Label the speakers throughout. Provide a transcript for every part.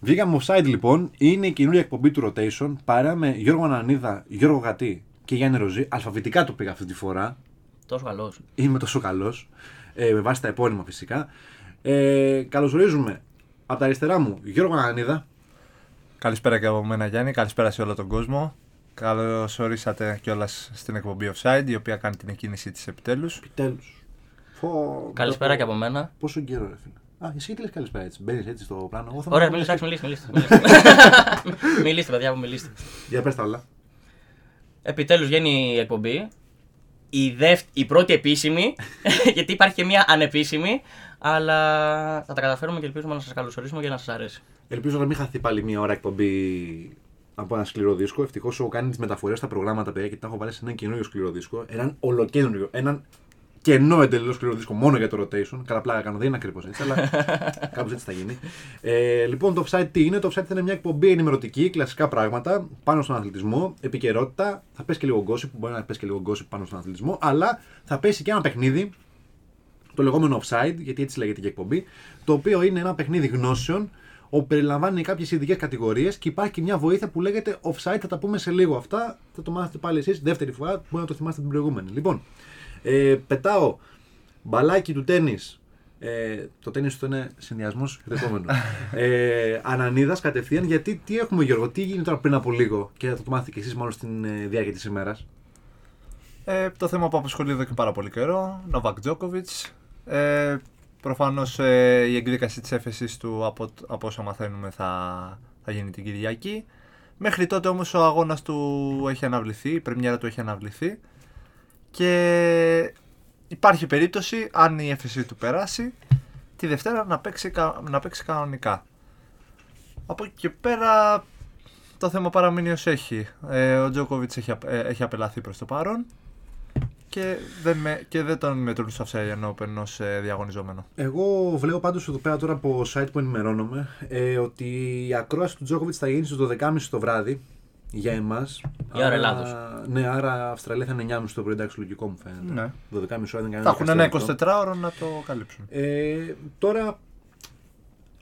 Speaker 1: Βγήκαμε offside λοιπόν, είναι η καινούργια εκπομπή του Rotation παρά με Γιώργο Ανανίδα, Γιώργο Γατή και Γιάννη Ροζή. Αλφαβητικά το πήγα αυτή τη φορά.
Speaker 2: Τόσο καλός.
Speaker 1: Είμαι τόσο καλός. Ε, με βάση τα επώνυμα φυσικά. Ε, καλωσορίζουμε από τα αριστερά μου Γιώργο Ανανίδα.
Speaker 3: Καλησπέρα και από μένα Γιάννη, καλησπέρα σε όλο τον κόσμο. Καλώ ορίσατε κιόλας στην εκπομπή Offside, η οποία κάνει την εκκίνησή της επιτέλους.
Speaker 1: Επιτέλους. Φω...
Speaker 2: Καλησπέρα και από μένα.
Speaker 1: Πόσο καιρό ρε φίλε. Α, εσύ τι λες καλησπέρα έτσι. Μπαίνεις έτσι στο πλάνο. Εγώ θα
Speaker 2: Ωραία,
Speaker 1: με-
Speaker 2: μιλήστε, εντάξει, μιλήστε. Μιλήστε, μιλήστε παιδιά μου, μιλήστε.
Speaker 1: Για πες τα όλα.
Speaker 2: Επιτέλους βγαίνει η εκπομπή. Η, δευ... η πρώτη επίσημη, γιατί υπάρχει και μια ανεπίσημη, αλλά θα τα καταφέρουμε και ελπίζουμε να σας καλωσορίσουμε και να σας αρέσει.
Speaker 1: Ελπίζω να μην χαθεί πάλι μία ώρα εκπομπή από ένα σκληρό δίσκο. Ευτυχώς έχω κάνει τις μεταφορές στα προγράμματα παιδιά και τα έχω βάλει σε έναν καινούριο σκληρό δίσκο. Έναν ολοκένουργιο. Έναν κενό εντελώ σκληρό δίσκο μόνο για το rotation. Καλά, πλάκα κάνω. Δεν είναι ακριβώς έτσι, αλλά κάπως έτσι θα γίνει. Ε, λοιπόν, το offside τι είναι. Το offside θα είναι μια εκπομπή ενημερωτική, κλασικά πράγματα πάνω στον αθλητισμό, επικαιρότητα. Θα πέσει και λίγο gossip, που μπορεί να πέσει και λίγο gossip πάνω στον αθλητισμό, αλλά θα πέσει και ένα παιχνίδι το λεγόμενο offside, γιατί έτσι λέγεται και η εκπομπή, το οποίο είναι ένα παιχνίδι γνώσεων, όπου περιλαμβάνει κάποιες ειδικές κατηγορίες και υπάρχει και μια βοήθεια που λέγεται offside. Θα τα πούμε σε λίγο αυτά. Θα το μάθετε πάλι εσείς δεύτερη φορά. Μπορεί να το θυμάστε την προηγούμενη. Λοιπόν, ε, πετάω μπαλάκι του τέννη. Ε, το τέννις του είναι συνδυασμός δεχόμενο. ε, Ανανίδας κατευθείαν, γιατί τι έχουμε Γιώργο, τι έγινε τώρα πριν από λίγο και θα το μάθετε κι εσείς μάλλον στην ε, διάρκεια της ημέρας.
Speaker 3: Ε, το θέμα που απασχολεί εδώ και πάρα πολύ καιρό, Νοβακ Τζόκοβιτ. Ε, Προφανώς ε, η εκδίκαση της έφεσης του, από, από όσα μαθαίνουμε, θα, θα γίνει την Κυριακή. Μέχρι τότε όμως ο αγώνας του έχει αναβληθεί, η πρεμιέρα του έχει αναβληθεί. Και υπάρχει περίπτωση, αν η έφεση του περάσει, τη Δευτέρα να παίξει, κα- να παίξει κανονικά. Από εκεί και πέρα το θέμα παραμείνει ως έχει. Ε, ο Τζόκοβιτς έχει, απ- ε, έχει απελαθεί προς το παρόν και δεν, με, και δεν τον μετρούν στο Australian Open ως ε, διαγωνιζόμενο.
Speaker 1: Εγώ βλέπω πάντως εδώ πέρα τώρα από site που ενημερώνομαι ε, ότι η ακρόαση του Τζόκοβιτς θα γίνει στις 12.30 το βράδυ για εμάς.
Speaker 2: Η ώρα
Speaker 1: Άρα-
Speaker 2: Ελλάδος.
Speaker 1: Ναι, άρα Αυστραλία θα είναι 9.30 το πρωί, εντάξει, λογικό μου φαίνεται.
Speaker 3: Ναι.
Speaker 1: 12.30 ώρα δεν κάνει
Speaker 3: Θα έχουν ένα
Speaker 1: καθυστερητό.
Speaker 3: 24ωρο να το καλύψουν.
Speaker 1: Ε, τώρα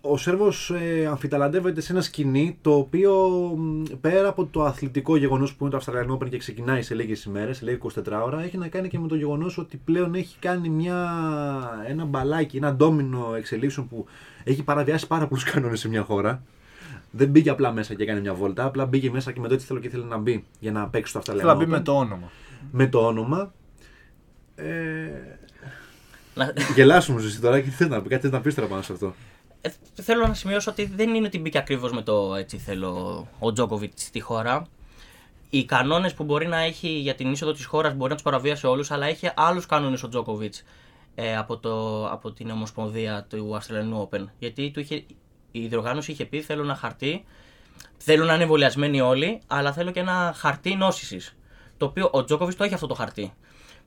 Speaker 1: ο Σέρβος ε, αμφιταλαντεύεται σε ένα σκηνή το οποίο μ, πέρα από το αθλητικό γεγονός που είναι το Αυστραλιανό Open και ξεκινάει σε λίγες ημέρες, σε λίγες 24 ώρα, έχει να κάνει και με το γεγονός ότι πλέον έχει κάνει μια, ένα μπαλάκι, ένα ντόμινο εξελίξεων που έχει παραβιάσει πάρα πολλούς κανόνες σε μια χώρα. Δεν μπήκε απλά μέσα και έκανε μια βόλτα, απλά μπήκε μέσα και με το έτσι θέλω και ήθελε να μπει για να παίξει το
Speaker 3: Θέλω να
Speaker 1: Αυστραλιανό
Speaker 3: μπει με
Speaker 1: Open.
Speaker 3: το όνομα.
Speaker 1: με το όνομα. Ε,
Speaker 2: Να...
Speaker 1: Γελάσουμε εσύ τώρα και τι θες να πει, κάτι θες να πεις τώρα πάνω σε αυτό.
Speaker 2: Ε, θέλω να σημειώσω ότι δεν είναι ότι μπήκε ακριβώς με το έτσι θέλω ο Τζόκοβιτ στη χώρα. Οι κανόνες που μπορεί να έχει για την είσοδο της χώρας μπορεί να τους παραβίασε όλους, αλλά έχει άλλους κανόνες ο Τζόκοβιτ ε, από, το, από την Ομοσπονδία του Αυστραλιανού Open. Γιατί του είχε, η διοργάνωση είχε πει: Θέλω ένα χαρτί, θέλω να είναι εμβολιασμένοι όλοι, αλλά θέλω και ένα χαρτί νόσησης. Το οποίο ο Τζόκοβιτ το έχει αυτό το χαρτί.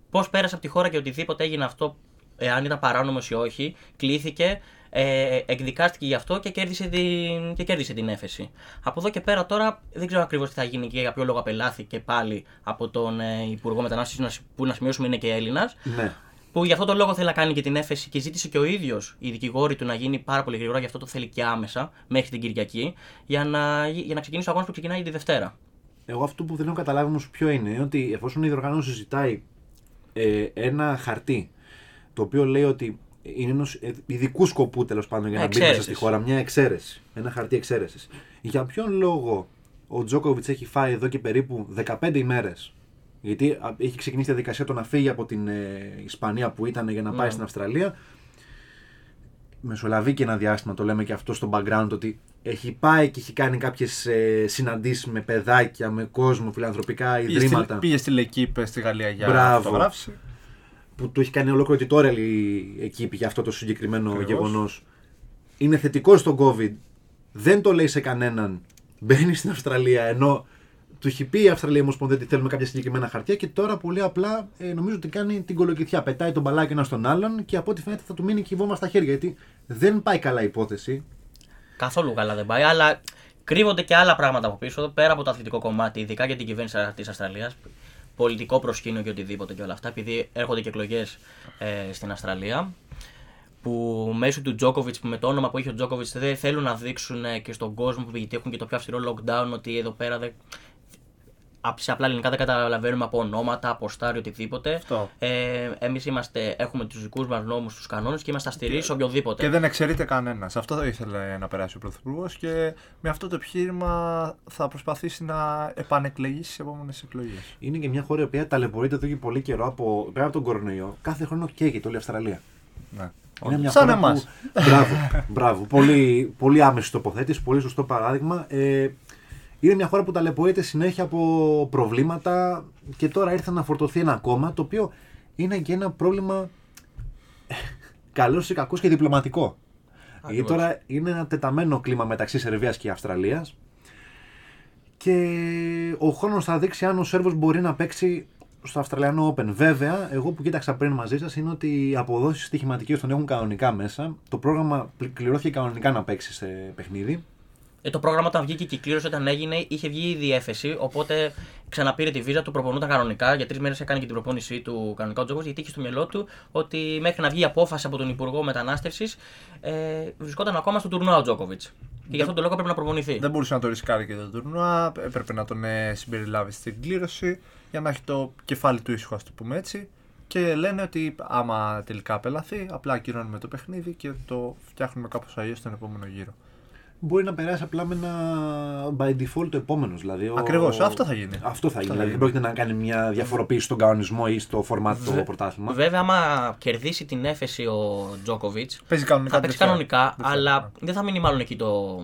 Speaker 2: Πώς πέρασε από τη χώρα και οτιδήποτε έγινε αυτό, εάν ήταν παράνομος ή όχι, κλήθηκε, ε, εκδικάστηκε γι' αυτό και κέρδισε, την, και κέρδισε την έφεση. Από εδώ και πέρα τώρα δεν ξέρω ακριβώς τι θα γίνει και για ποιο λόγο απελάθηκε πάλι από τον ε, Υπουργό Μετανάστευσης, να συ- που να σημειώσουμε είναι και Έλληνας.
Speaker 1: Ναι.
Speaker 2: Που γι' αυτό τον λόγο θέλει να κάνει και την έφεση και ζήτησε και ο ίδιος η δικηγόρη του να γίνει πάρα πολύ γρήγορα, γι' αυτό το θέλει και άμεσα, μέχρι την Κυριακή, για να, γι- για να ξεκινήσει ο αγώνας που ξεκινάει τη Δευτέρα.
Speaker 1: Εγώ αυτό που δεν έχω καταλάβει όμως ποιο είναι, είναι ότι εφόσον η διοργάνωση ζητάει ε, ένα χαρτί το οποίο λέει ότι είναι ενός ειδικού σκοπού τέλος πάντων για να μπει μέσα
Speaker 2: Εξαίρεσης.
Speaker 1: στη χώρα, μια εξαίρεση. Ένα χαρτί εξαίρεσης. Για ποιον λόγο ο Τζόκοβιτ έχει φάει εδώ και περίπου 15 ημέρες. Γιατί α, έχει ξεκινήσει η διαδικασία το να φύγει από την ε, Ισπανία που ήταν για να πάει
Speaker 2: Ναι.
Speaker 1: στην Αυστραλία. μεσολαβεί και ένα διάστημα, το λέμε και αυτό στο background, ότι έχει πάει και έχει κάνει κάποιες συναντήσεις με παιδάκια, με κόσμο, φιλανθρωπικά
Speaker 3: Πήγε στη,
Speaker 1: ιδρύματα.
Speaker 3: πήγε στη Λεκύπ στη Γαλλία για
Speaker 1: Μπράβο.
Speaker 3: φωτογράφηση.
Speaker 1: Που του έχει κάνει ολόκληρο tutorial η εκεί για αυτό το συγκεκριμένο
Speaker 3: Ακριβώς.
Speaker 1: γεγονός. Είναι θετικό στον COVID. Δεν το λέει σε κανέναν. Μπαίνει στην Αυστραλία ενώ του έχει πει η Αυστραλία Ομοσπονδία ότι θέλουμε κάποια συγκεκριμένα χαρτιά και τώρα πολύ απλά ε, νομίζω ότι κάνει την κολοκυθιά. Πετάει τον μπαλάκι ένα στον άλλον και από ό,τι φαίνεται θα του μείνει και η βόμβα στα χέρια. Γιατί δεν πάει καλά η υπόθεση.
Speaker 2: Καθόλου καλά δεν πάει, αλλά κρύβονται και άλλα πράγματα από πίσω, πέρα από το αθλητικό κομμάτι, ειδικά για την κυβέρνηση της Αυστραλίας. Πολιτικό προσκήνιο και οτιδήποτε και όλα αυτά, επειδή έρχονται και εκλογές ε, στην Αυστραλία. που μέσω του Τζόκοβιτ, που με το όνομα που έχει ο Τζόκοβιτ, δεν θέλουν να δείξουν ε, και στον κόσμο που γιατί έχουν και το πιο αυστηρό lockdown ότι εδώ πέρα δεν. απ- Σε απλά ελληνικά δεν καταλαβαίνουμε από ονόματα, από στάρι, οτιδήποτε.
Speaker 3: Αυτό.
Speaker 2: Ε, Εμείς έχουμε τους δικούς μας νόμους, τους κανόνες και είμαστε αυστηροί σε οποιοδήποτε.
Speaker 3: Και δεν εξαιρείται κανένας. Αυτό θα ήθελε να περάσει ο Πρωθυπουργός και με αυτό το επιχείρημα θα προσπαθήσει να επανεκλεγεί στι επόμενες εκλογές.
Speaker 1: Είναι και μια χώρα η οποία ταλαιπωρείται εδώ και πολύ καιρό από, πέρα από τον κορονοϊό. Κάθε χρόνο καίγεται όλη η Αυστραλία.
Speaker 3: Ναι.
Speaker 1: Είναι μια
Speaker 3: Σαν
Speaker 1: χώρα
Speaker 3: εμάς.
Speaker 1: Που... Μπράβο, μπράβο. Πολύ, πολύ άμεση τοποθέτηση, πολύ σωστό παράδειγμα. Ε, είναι μια χώρα που ταλαιπωρείται συνέχεια από προβλήματα και τώρα ήρθε να φορτωθεί ένα κόμμα το οποίο είναι και ένα πρόβλημα καλός ή κακός και διπλωματικό. Γιατί
Speaker 2: Ακριβώς.
Speaker 1: τώρα είναι ένα τεταμένο κλίμα μεταξύ Σερβίας και Αυστραλίας και ο χρόνος θα δείξει αν ο Σέρβος μπορεί να παίξει στο Αυστραλιανό Open. Βέβαια, εγώ που κοίταξα πριν μαζί σας είναι ότι οι αποδόσεις στοιχηματικές τον έχουν κανονικά μέσα. Το πρόγραμμα πλη- κληρώθηκε κανονικά να παίξει σε παιχνίδι.
Speaker 2: Ε, το πρόγραμμα όταν βγήκε και η κλήρωση όταν έγινε είχε βγει ήδη η έφεση. Οπότε ξαναπήρε τη βίζα του, προπονούταν κανονικά. Για τρεις μέρες έκανε και την προπόνησή του κανονικά ο Τζόκοβιτ, γιατί είχε στο μυαλό του ότι μέχρι να βγει η απόφαση από τον Υπουργό Μετανάστευσης ε, βρισκόταν ακόμα στο τουρνουά ο Τζόκοβιτ. Και γι' αυτόν τον λόγο πρέπει να προπονηθεί.
Speaker 3: Δεν μπορούσε να το ρισκάρει και το τουρνουά. Έπρεπε να τον ε, συμπεριλάβει στην κλήρωση για να έχει το κεφάλι του ήσυχο, ας το πούμε έτσι. Και λένε ότι άμα τελικά απελαθεί, απλά ακυρώνουμε το παιχνίδι και το φτιάχνουμε κάπως αλλιώς στον επόμενο γύρο.
Speaker 1: Μπορεί να περάσει απλά με ένα by default το επόμενος. Δηλαδή, ο-
Speaker 3: Ακριβώς, αυτό θα γίνει.
Speaker 1: Αυτό θα γίνει.
Speaker 3: θα
Speaker 1: Δηλαδή, δεν
Speaker 3: γίνει.
Speaker 1: πρόκειται να κάνει μια διαφοροποίηση στον κανονισμό ή στο format το πρωτάθλημα.
Speaker 2: Βέβαια, άμα κερδίσει την έφεση ο Τζόκοβιτ,
Speaker 3: Παίζει κανονικά.
Speaker 2: θα παίξει
Speaker 3: τελευταία.
Speaker 2: κανονικά,
Speaker 3: Τελευταία, ναι.
Speaker 2: αλλά δεν θα μείνει μάλλον εκεί το,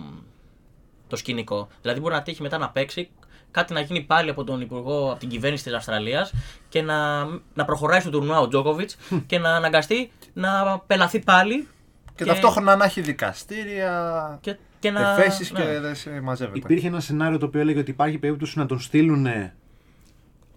Speaker 2: το σκηνικό. Δηλαδή μπορεί να τύχει μετά να παίξει κάτι να γίνει πάλι από τον υπουργό, από την κυβέρνηση της Αυστραλίας και να, να προχωράει στο τουρνουά ο Τζόκοβιτ και να αναγκαστεί να πελαθεί πάλι.
Speaker 3: Και, ταυτόχρονα να έχει δικαστήρια,
Speaker 2: και, και να,
Speaker 3: εφέσεις
Speaker 2: ναι.
Speaker 3: και δεν σε μαζεύεται.
Speaker 1: Υπήρχε ένα σενάριο το οποίο έλεγε ότι υπάρχει περίπτωση να τον στείλουν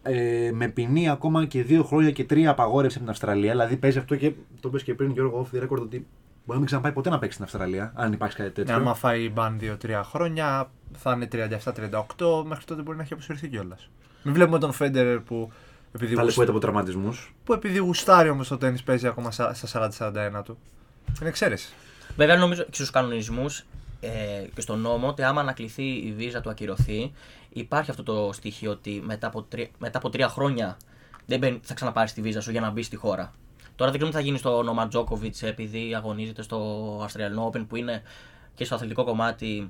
Speaker 1: ε, με ποινή ακόμα και δύο χρόνια και τρία απαγόρευση από την Αυστραλία. Δηλαδή παίζει αυτό και το είπες και πριν Γιώργο off the record ότι μπορεί να μην ξαναπάει ποτέ να παίξει στην Αυστραλία, αν υπάρξει κάτι
Speaker 3: Ναι,
Speaker 1: τέτοιο.
Speaker 3: άμα φάει μπαν 2-3 χρόνια, θα είναι 37-38, μέχρι τότε μπορεί να έχει αποσυρθεί κιόλας. Μην βλέπουμε τον Φέντερερ που επειδή,
Speaker 1: Τα
Speaker 3: γουσ-
Speaker 1: λεπτά από τραυματισμούς.
Speaker 3: που επειδή γουστάρει όμως το τέννη παίζει ακόμα σα- στα 40-41 του. Είναι εξαίρεση.
Speaker 2: Βέβαια, νομίζω και στους κανονισμούς ε, και στον νόμο ότι άμα ανακληθεί η βίζα του, ακυρωθεί, υπάρχει αυτό το στοιχείο ότι μετά από, τρι, μετά από τρία χρόνια δεν μπαίνει, θα ξαναπάρει τη βίζα σου για να μπει στη χώρα. Τώρα δεν ξέρουμε τι θα γίνει στο όνομα Τζόκοβιτ επειδή αγωνίζεται στο Αυστραλιανό Open που είναι και στο αθλητικό κομμάτι.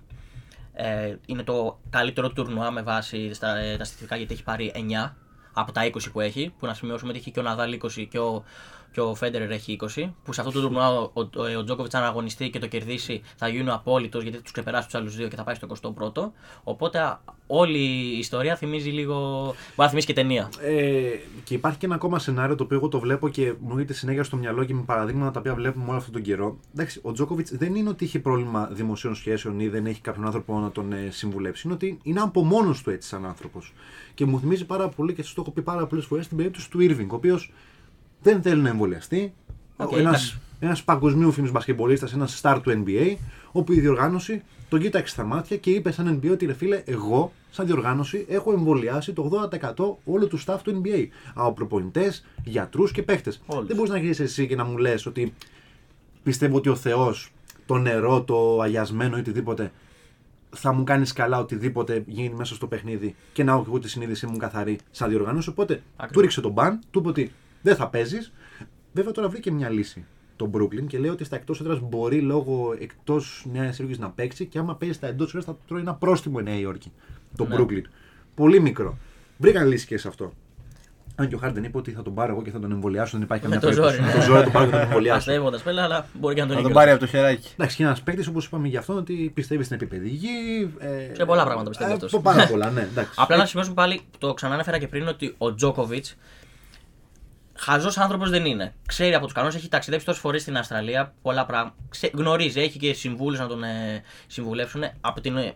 Speaker 2: Ε, είναι το καλύτερο τουρνουά με βάση στα, ε, τα στατιστικά γιατί έχει πάρει 9 από τα 20 που έχει. Που να σημειώσουμε ότι έχει και ο Ναδάλ 20 και ο, και ο Φέντερερ έχει 20. Που σε αυτό το τουρνουά ο, ο, ο Τζόκοβιτ, αν αγωνιστεί και το κερδίσει, θα γίνει απόλυτος γιατί τους ξεπεράσει τους άλλους δύο και θα πάει στο 21ο. Οπότε α, όλη η ιστορία θυμίζει λίγο. Μπορεί να θυμίσει και ταινία.
Speaker 1: Ε, και υπάρχει και ένα ακόμα σενάριο το οποίο εγώ το βλέπω και μου έρχεται συνέχεια στο μυαλό και με παραδείγματα τα οποία βλέπουμε όλο αυτόν τον καιρό. Εντάξει, ο Τζόκοβιτ δεν είναι ότι έχει πρόβλημα δημοσίων σχέσεων ή δεν έχει κάποιον άνθρωπο να τον ε, συμβουλέψει. Είναι ότι είναι από μόνος του έτσι σαν άνθρωπος. Και μου θυμίζει πάρα πολύ και σα το έχω πει πάρα πολλές φορές την περίπτωση του Ήρβινγκ, ο οποίος δεν θέλει να εμβολιαστεί.
Speaker 2: Οκ,
Speaker 1: Okay, ένας,
Speaker 2: εντάξει.
Speaker 1: ένας παγκοσμίοφιλος μπασκεμπολίστας, ένας star του NBA, όπου η διοργάνωση τον κοίταξε στα μάτια και είπε σαν NBA ότι ρε φίλε, εγώ σαν διοργάνωση έχω εμβολιάσει το 80% όλο του staff του NBA. Από προπονητές, γιατρούς και παίχτες.
Speaker 2: Όλους.
Speaker 1: Δεν μπορείς να γυρίσεις εσύ και να μου λες ότι πιστεύω ότι ο Θεός, το νερό, το αγιασμένο ή οτιδήποτε θα μου κάνεις καλά οτιδήποτε γίνει μέσα στο παιχνίδι και να έχω εγώ τη συνείδησή μου καθαρή σαν διοργανώση. Οπότε του ρίξε τον μπαν, του είπε ότι δεν θα παίζεις. Βέβαια τώρα βρήκε μια λύση το Brooklyn και λέει ότι στα εκτός έδρας μπορεί λόγω εκτός Νέας Υόρκης να παίξει και άμα παίζει στα εντός έδρας θα τρώει ένα πρόστιμο η Νέα Υόρκη. Το
Speaker 2: Ναι.
Speaker 1: Brooklyn. Πολύ μικρό. Βρήκαν λύση και σε αυτό. Αν και ο Χάρντεν είπε ότι θα τον πάρω εγώ και θα τον εμβολιάσω, δεν υπάρχει
Speaker 2: Με
Speaker 1: καμία
Speaker 2: το ζόρι,
Speaker 1: περίπτωση.
Speaker 2: ναι.
Speaker 1: Το ζόρι θα τον πάρω και θα τον εμβολιάσω.
Speaker 2: Αστεύοντα πέλα, αλλά μπορεί και να τον
Speaker 3: Να τον
Speaker 2: νικήσει.
Speaker 3: πάρει από το χεράκι.
Speaker 1: Εντάξει, και ένας παίκτης, όπως είπαμε για αυτόν, ότι πιστεύει στην επίπεδη Ε,
Speaker 2: Σε πολλά πράγματα πιστεύει
Speaker 1: ε,
Speaker 2: αυτός.
Speaker 1: πο- Πάρα πολλά, ναι. Εντάξει.
Speaker 2: Απλά να σημειώσουμε πάλι, το ξανά ανέφερα και πριν, ότι ο Τζόκοβιτ χαζός άνθρωπος δεν είναι. Ξέρει από τους κανόνες, έχει ταξιδέψει τόσες φορές στην Αυστραλία, πολλά πράγματα. Ξε- Γνωρίζει, έχει και συμβούλους να τον ε, συμβουλεύσουν από την, ε,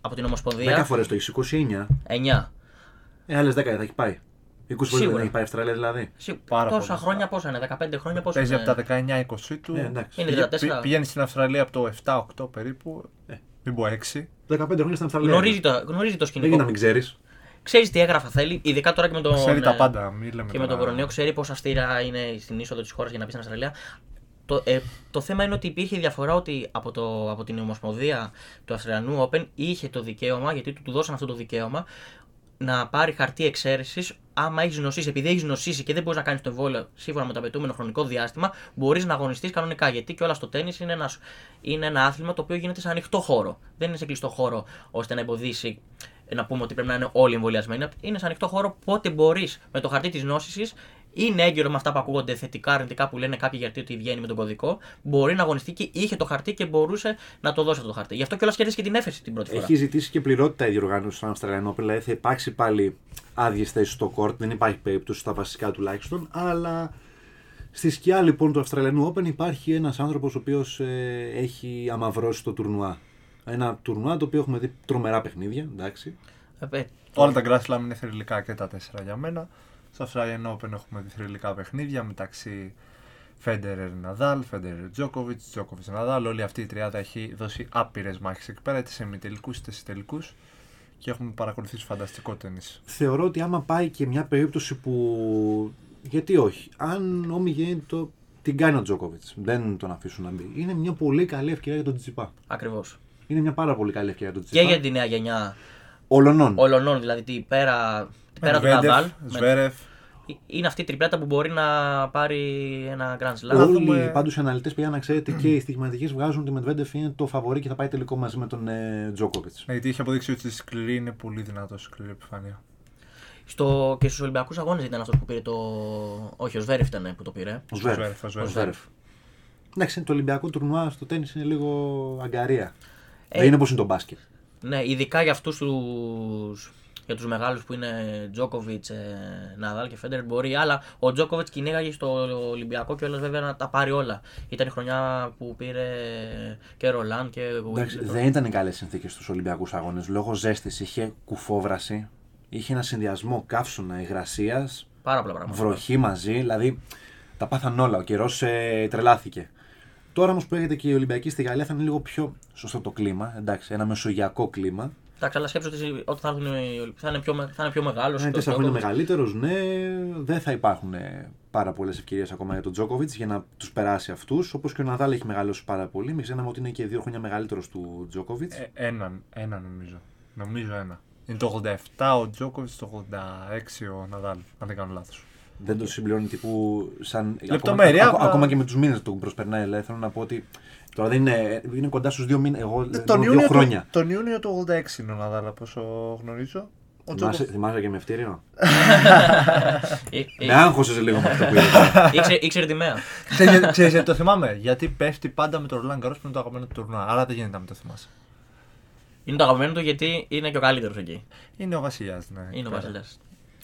Speaker 2: από την
Speaker 1: 10
Speaker 2: Ομοσπονδία.
Speaker 1: φορές το έχει, 29.
Speaker 2: 9.
Speaker 1: Ε, άλλες 10 δεν θα έχει πάει. 20 φορέ δεν
Speaker 2: Σίγουρα.
Speaker 1: έχει πάει η Αυστραλία δηλαδή.
Speaker 2: Συ-
Speaker 3: Πάρα
Speaker 2: τόσα
Speaker 3: πολλά.
Speaker 2: χρόνια πόσα είναι, 15 χρόνια πόσα
Speaker 3: Παίζει
Speaker 2: είναι.
Speaker 3: από τα 19-20 του.
Speaker 1: Ε, εντάξει.
Speaker 2: Είναι
Speaker 3: Πήγε-
Speaker 2: 34.
Speaker 3: πη- Πηγαίνει στην Αυστραλία από το 7-8 περίπου. Μην πω 6.
Speaker 1: 15 χρόνια στην Αυστραλία.
Speaker 2: Γνωρίζει το, γνωρίζει
Speaker 1: Δεν γίνεται
Speaker 2: το
Speaker 1: να
Speaker 2: σκηνικό.
Speaker 1: μην ξέρεις.
Speaker 2: Ξέρεις τι έγραφα θέλει, ειδικά τώρα και με τον.
Speaker 3: Ξέρει
Speaker 2: ε,
Speaker 3: τα πάντα. Μην λέμε
Speaker 2: Και με τον
Speaker 3: τώρα.
Speaker 2: κορονοϊό ξέρει πόσα αυστήρα είναι στην είσοδο της χώρας για να μπει στην Αυστραλία. Το Το, ε, το θέμα είναι ότι υπήρχε διαφορά ότι από, το, από την Ομοσπονδία του Αυστραλιανού Open είχε το δικαίωμα, γιατί του, του δώσαν αυτό το δικαίωμα, να πάρει χαρτί εξαίρεσης άμα έχεις νοσήσει. Επειδή έχεις νοσήσει και δεν μπορείς να κάνεις το εμβόλιο σύμφωνα με το απαιτούμενο χρονικό διάστημα, μπορείς να αγωνιστείς κανονικά. Γιατί και όλα στο τέννη είναι, ένας- είναι ένα άθλημα το οποίο γίνεται σε ανοιχτό χώρο. Δεν είναι σε κλειστό χώρο ώστε να εμποδίσει ε, να πούμε ότι πρέπει να είναι όλοι εμβολιασμένοι. Είναι σε ανοιχτό χώρο πότε μπορείς με το χαρτί της νόσησης. Είναι έγκυρο με αυτά που ακούγονται θετικά, αρνητικά που λένε κάποιοι γιατί ότι βγαίνει με τον κωδικό. Μπορεί να αγωνιστεί και είχε το χαρτί και μπορούσε να το δώσει αυτό το χαρτί. Γι' αυτό κιόλας κέρδισε και την έφεση την πρώτη φορά.
Speaker 1: Έχει ζητήσει και πληρότητα η διοργάνωση στον Αμστερνταμ Open, δηλαδή θα υπάρξει πάλι άδειες θέσεις στο κόρτ, δεν υπάρχει περίπτωση στα βασικά τουλάχιστον, αλλά στη σκιά λοιπόν του Αυστραλιανού Open υπάρχει ένας άνθρωπος ο οποίος έχει αμαυρώσει το τουρνουά. Ένα τουρνουά το οποίο έχουμε δει τρομερά παιχνίδια, εντάξει.
Speaker 2: Ε, ε,
Speaker 3: Όλα τα Grand Slam είναι θρηλυκά και τα τέσσερα για μένα. Στο Australian Open έχουμε δει θρηλυκά παιχνίδια μεταξύ Φέντερερ Ναδάλ, Φέντερερ Τζόκοβιτ, Τζόκοβιτ Ναδάλ. Όλη αυτή η τριάδα έχει δώσει άπειρες μάχες εκεί πέρα, είτε σε ημιτελικούς είτε σε τελικούς. Και έχουμε παρακολουθήσει φανταστικό τέννη.
Speaker 1: θεωρώ ότι άμα πάει και μια περίπτωση που. Γιατί όχι. Αν ο Μιγέν το την κάνει ο Τζόκοβιτ, δεν τον αφήσουν να μπει. Είναι μια πολύ καλή ευκαιρία για τον Τζιπά.
Speaker 2: Ακριβώς.
Speaker 1: Είναι μια πάρα πολύ καλή ευκαιρία για τον
Speaker 2: Και
Speaker 1: Τζιπά.
Speaker 2: για τη νέα γενιά
Speaker 1: Ολονών.
Speaker 2: ολονών, δηλαδή τι πέρα, τι πέρα του Ναδάλ.
Speaker 3: Σβέρεφ,
Speaker 2: με-
Speaker 3: Σβέρεφ.
Speaker 2: Είναι αυτή η τριπλέτα που μπορεί να πάρει ένα Grand Slam.
Speaker 3: Να Ο-
Speaker 1: Όλοι
Speaker 3: δούμε-
Speaker 1: πάντως οι αναλυτές πια να ξέρετε και οι στοιχηματικέ βγάζουν ότι ο Μετβέντεφ είναι το φαβορή και θα πάει τελικό μαζί με τον ε, Τζόκοβιτ.
Speaker 3: Ναι, γιατί έχει αποδείξει ότι στη σκληρή είναι πολύ δυνατό σκληρή επιφάνεια.
Speaker 2: Στο... Και στους Ολυμπιακούς Αγώνες ήταν αυτός που πήρε το. Όχι, ο Σβέρεφ ήταν που το πήρε.
Speaker 1: Ο
Speaker 3: Ο
Speaker 1: Σβέρφ.
Speaker 3: Σβέρεφ, ο Σβέρεφ.
Speaker 1: Εντάξει, το Ολυμπιακό τουρνουά στο τέννη είναι λίγο αγκαρία.
Speaker 2: Ε,
Speaker 1: Δεν είναι όπως είναι το μπάσκετ.
Speaker 2: Ναι, ειδικά για αυτούς τους. Για τους μεγάλους που είναι Τζόκοβιτ, Ναδάλ και Φέντερ μπορεί, αλλά ο Τζόκοβιτ κυνήγαγε στο Ολυμπιακό και όλα βέβαια να τα πάρει όλα. Ήταν η χρονιά που πήρε και Ρολάν και
Speaker 1: Εντάξει,
Speaker 2: Wimbledon.
Speaker 1: δεν ήταν καλές συνθήκες στους Ολυμπιακούς Αγώνες. Λόγω ζέστης είχε κουφόβραση, είχε ένα συνδυασμό καύσωνα υγρασίας,
Speaker 2: Πάρα πολλά πράγματα.
Speaker 1: βροχή μαζί. Δηλαδή τα πάθαν όλα. Ο καιρός ε, τρελάθηκε. Τώρα όμως που έρχεται και η Ολυμπιακή στη Γαλλία θα είναι λίγο πιο σωστό το κλίμα. Εντάξει, ένα μεσογειακό κλίμα.
Speaker 2: Εντάξει, αλλά σκέψω ότι όταν θα, έρθουν οι Ολυμπιακοί θα είναι πιο, με- θα είναι πιο μεγάλος.
Speaker 1: Είναι Ναι, τέσσερα χρόνια μεγαλύτερος, ναι. Δεν θα υπάρχουν ε, πάρα πολλές ευκαιρίες ακόμα για τον Τζόκοβιτ για να τους περάσει αυτούς. Όπως και ο Ναδάλ έχει μεγαλώσει πάρα πολύ. Μην ξεχνάμε ότι είναι και δύο χρόνια μεγαλύτερος του Τζόκοβιτ.
Speaker 3: Ε, έναν, ένα νομίζω. Νομίζω ένα. Είναι το 87 ο Τζόκοβιτ, το 86 ο Ναδάλ, αν δεν κάνω λάθος.
Speaker 1: Δεν το συμπληρώνει τύπου σαν.
Speaker 3: Λεπτομέρεια,
Speaker 1: Ακόμα,
Speaker 3: αλλά-
Speaker 1: ακόμα και με τους μήνες τον προσπερνάει. Δηλαδή θέλω να πω ότι. Τώρα δεν είναι, είναι κοντά στους δύο μήνε. Εγώ λέω Ε, δύο χρόνια.
Speaker 3: Του, τον Ιούνιο του 86 είναι ο Ναδάλ, από όσο γνωρίζω. Ο
Speaker 1: Θυμάσαι,
Speaker 3: Τζόκοβιτ.
Speaker 1: θυμάσαι και με ευτήριο. με
Speaker 3: Ε.
Speaker 2: μεγαλύτερο.
Speaker 1: άγχωσες λίγο με αυτό που είπα.
Speaker 2: Ε, Ήξερε τη μέρα.
Speaker 3: Ξέρεις- Ξέρεις γιατί το θυμάμαι. Γιατί πέφτει πάντα με τον Ρολάν Καρός που είναι το αγαπημένο του τουρνουά. Άρα δεν γίνεται να μην το θυμάσαι.
Speaker 2: Είναι το αγαπημένο του γιατί είναι και ο καλύτερος εκεί.
Speaker 3: Είναι ο Βασιλιάς. Ναι, εκεί
Speaker 2: Είναι ο
Speaker 3: πέρα.
Speaker 2: Βασιλιά.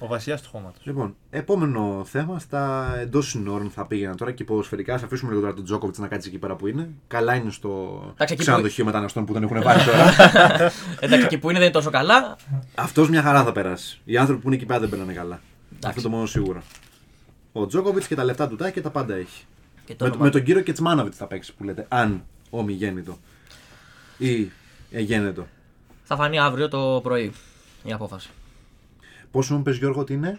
Speaker 3: Ο Βασιλιά του χώματος.
Speaker 1: λοιπόν, επόμενο θέμα στα εντός συνόρων θα πήγαινα τώρα και ποδοσφαιρικά. Ας αφήσουμε λίγο τώρα τον Τζόκοβιτ να κάτσει εκεί πέρα που είναι. Καλά είναι στο
Speaker 2: Εντάξει, εκεί
Speaker 1: ξενοδοχείο μεταναστών που τον έχουν βάλει τώρα.
Speaker 2: Εντάξει, εκεί που είναι δεν είναι τόσο καλά.
Speaker 1: Αυτός μια χαρά θα περάσει. Οι άνθρωποι που είναι εκεί πέρα δεν περνάνε καλά. Αυτό το μόνο σίγουρο. Ο Τζόκοβιτ και τα λεφτά του τα έχει και τα πάντα έχει.
Speaker 2: Και το
Speaker 1: Με,
Speaker 2: όνομα
Speaker 1: με
Speaker 2: του.
Speaker 1: τον κύριο Κετσμάνοβιτ θα παίξει που λέτε. Αν ομιγέννητο ή εγέννητο.
Speaker 2: Θα φανεί αύριο το πρωί η απόφαση.
Speaker 1: Πόσο μου πες Γιώργο ότι είναι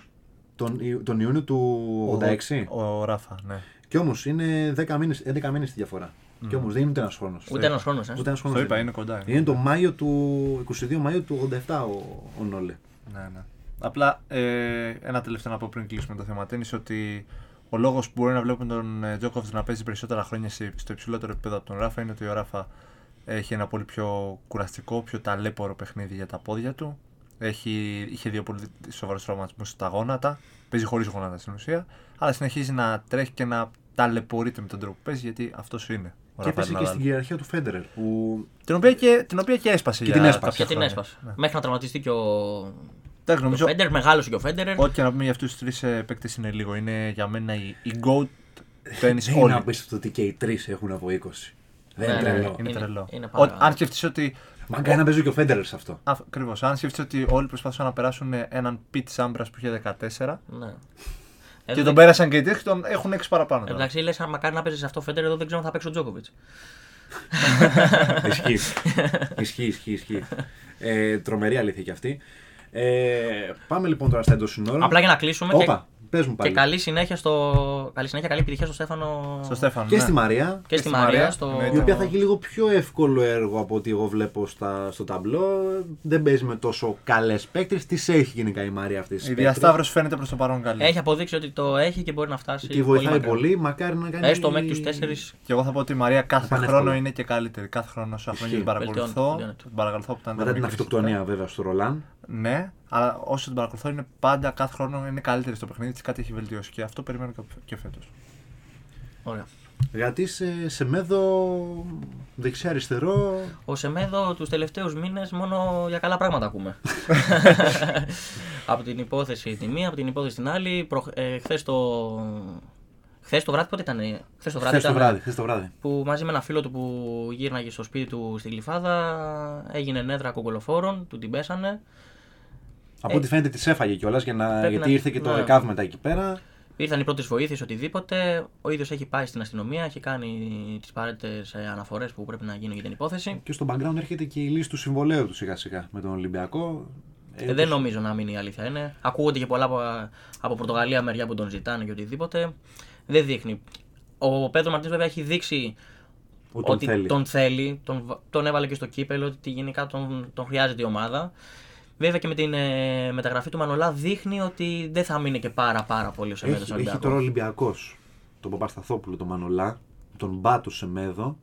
Speaker 1: τον, Ιου- τον Ιούνιο του 86.
Speaker 3: Ο, ο Ράφα, ναι.
Speaker 1: Κι όμως είναι 10 μήνες, 11 μήνες τη διαφορά. Κι όμως δεν είναι ούτε ένας χρόνος.
Speaker 2: Ούτε ένας χρόνος, ε.
Speaker 1: Ούτε ένας χρόνος.
Speaker 3: Το είπα,
Speaker 1: δεν
Speaker 3: είναι κοντά.
Speaker 1: Είναι το Μάιο του, 22 Μαΐου του 87 ο, ο Νόλε.
Speaker 3: Ναι, ναι. Απλά ε, ένα τελευταίο να πω πριν κλείσουμε το θέμα τέννη ότι ο λόγος που μπορεί να βλέπουμε τον ε, Τζόκοβιτ να παίζει περισσότερα χρόνια σε- στο υψηλότερο επίπεδο από τον Ράφα είναι ότι ο Ράφα έχει ένα πολύ πιο κουραστικό, πιο ταλέπορο παιχνίδι για τα πόδια του. Έχει, είχε δύο πολύ σοβαρούς τραυματισμούς στα γόνατα. Παίζει χωρίς γόνατα στην ουσία. Αλλά συνεχίζει να τρέχει και να ταλαιπωρείται με τον τρόπο που παίζει γιατί αυτός είναι. Ο
Speaker 1: Και
Speaker 3: Ράφαελ
Speaker 1: έπεσε και
Speaker 3: Ναδάλ.
Speaker 1: στην κυριαρχία του Φέντερερ που
Speaker 3: Την οποία και, την οποία και έσπασε.
Speaker 1: την έσπασε.
Speaker 2: Και
Speaker 3: κάποια
Speaker 2: την
Speaker 3: χρόνια.
Speaker 2: έσπασε.
Speaker 3: Ναι.
Speaker 2: Μέχρι να τραυματιστεί και ο,
Speaker 3: Εντάξει,
Speaker 2: ο
Speaker 3: νομίζω
Speaker 2: Φέντερ, μεγάλωσε και ο Φέντερ.
Speaker 3: Ό,τι και να πούμε για αυτούς τους τρεις παίκτε ε, είναι λίγο. Είναι για μένα η, η GOAT παίρνει
Speaker 1: δεν είναι
Speaker 3: όλοι.
Speaker 1: απίστευτο ότι και οι τρεις έχουν από 20. Δεν είναι
Speaker 2: Ναι, ναι,
Speaker 1: τρελό.
Speaker 3: Είναι
Speaker 2: Είναι-
Speaker 3: τρελό.
Speaker 2: είναι πάρα-
Speaker 3: Ό, αν σκεφτείς ότι.
Speaker 1: Μα κανένα παίζει και ο Φέντερερ σε αυτό.
Speaker 3: Ακριβώς. Αν σκεφτείς ότι όλοι προσπαθούσαν να περάσουν έναν Πιτ Σάμπρα που είχε 14
Speaker 2: Ναι.
Speaker 3: και τον πέρασαν και οι τρεις και τον έχουν 6 παραπάνω. τώρα.
Speaker 2: Εντάξει, λες, αν μακάρι να παίζεις αυτό ο Φέντερ, εδώ δεν ξέρω αν θα παίξει ο Τζόκοβιτ.
Speaker 1: ισχύει. ισχύει, ισχύει, ισχύει. Ε, τρομερή αλήθεια κι αυτή. Ε, πάμε λοιπόν τώρα στα εντός συνόρων.
Speaker 2: Απλά για να κλείσουμε.
Speaker 1: Όπα, Πες μου
Speaker 2: Και
Speaker 1: πάλι.
Speaker 2: καλή συνέχεια, στο... καλή συνέχεια, καλή επιτυχία στο Στέφανο.
Speaker 3: Στο Στέφανο.
Speaker 1: Και
Speaker 3: ναι.
Speaker 1: στη Μαρία.
Speaker 2: Και στη Μαρία. Στο...
Speaker 3: ναι,
Speaker 1: Η οποία θα έχει λίγο πιο εύκολο έργο από ό,τι εγώ βλέπω στα, στο ταμπλό. Δεν παίζει με τόσο καλές παίκτες. Τις έχει γενικά η Μαρία αυτή τη
Speaker 3: Η διασταύρωση φαίνεται προς το παρόν καλή.
Speaker 2: Έχει αποδείξει ότι το έχει και μπορεί να φτάσει.
Speaker 1: Και βοηθάει
Speaker 2: μακριά.
Speaker 1: πολύ. Μακάρι να κάνει.
Speaker 2: Έστω μέχρι του 4.
Speaker 3: Και εγώ θα πω ότι η Μαρία κάθε
Speaker 1: Πανεύκολα.
Speaker 3: χρόνο είναι και καλύτερη. Κάθε χρόνο, όσα χρόνια την παρακολουθώ.
Speaker 2: Βελτιώνεται, βελτιώνεται.
Speaker 3: Την παρακολουθώ που ήταν.
Speaker 1: Μετά την
Speaker 3: μικρή
Speaker 1: αυτοκτονία βέβαια στο Ρολάν.
Speaker 3: Ναι, αλλά όσο την παρακολουθώ είναι πάντα κάθε χρόνο είναι καλύτερη στο παιχνίδι τη, κάτι έχει βελτιώσει και αυτό περιμένω και- και φέτος.
Speaker 2: Ωραία.
Speaker 1: Γιατί ε, σε, σε μέδο δεξιά-αριστερό.
Speaker 2: Ο Σεμέδο τους τελευταίους μήνες μόνο για καλά πράγματα ακούμε. από την υπόθεση τη μία, από την υπόθεση την άλλη. Προ... Ε, Χθες το. Χθες το βράδυ, πότε ήταν. ε? Χθες το βράδυ.
Speaker 1: Χθες το
Speaker 2: ήταν,
Speaker 1: βράδυ. Χθες το βράδυ.
Speaker 2: Που μαζί με ένα φίλο του που γύρναγε στο σπίτι του στη Γλυφάδα έγινε νέδρα κοκολοφόρων, του την πέσανε.
Speaker 1: Από ό,τι φαίνεται τη έφαγε κιόλας για Ε, να...
Speaker 2: πρέπει
Speaker 1: γιατί
Speaker 2: να-
Speaker 1: ήρθε και το
Speaker 2: ναι.
Speaker 1: ΕΚΑΒ μετά εκεί πέρα.
Speaker 2: Ήρθαν οι πρώτες βοήθειες, οτιδήποτε. Ο ίδιος έχει πάει στην αστυνομία, έχει κάνει τις παρέτητε αναφορές που πρέπει να γίνουν για την υπόθεση.
Speaker 1: Και στο background έρχεται και η λύση του συμβολέου του σιγά σιγά με τον Ολυμπιακό. Ε,
Speaker 2: Ε, δεν νομίζω να μείνει η αλήθεια είναι. Ακούγονται και πολλά από, από Πορτογαλία μεριά που τον ζητάνε και οτιδήποτε. Δεν δείχνει. Ο Πέτρο Μαρτίνς βέβαια έχει δείξει
Speaker 1: Ότι τον θέλει.
Speaker 2: τον, θέλει, τον, βα- τον έβαλε και στο κύπελο, ότι γενικά τον, τον χρειάζεται η ομάδα. Βέβαια και με την ε, μεταγραφή του Μανολά δείχνει ότι δεν θα μείνει και πάρα πάρα πολύ σε μέρο
Speaker 1: Έχει, έχει τώρα ο Ολυμπιακός. Τον Παπασταθόπουλο, τον Μανολά, τον Μπάτο Σεμέδο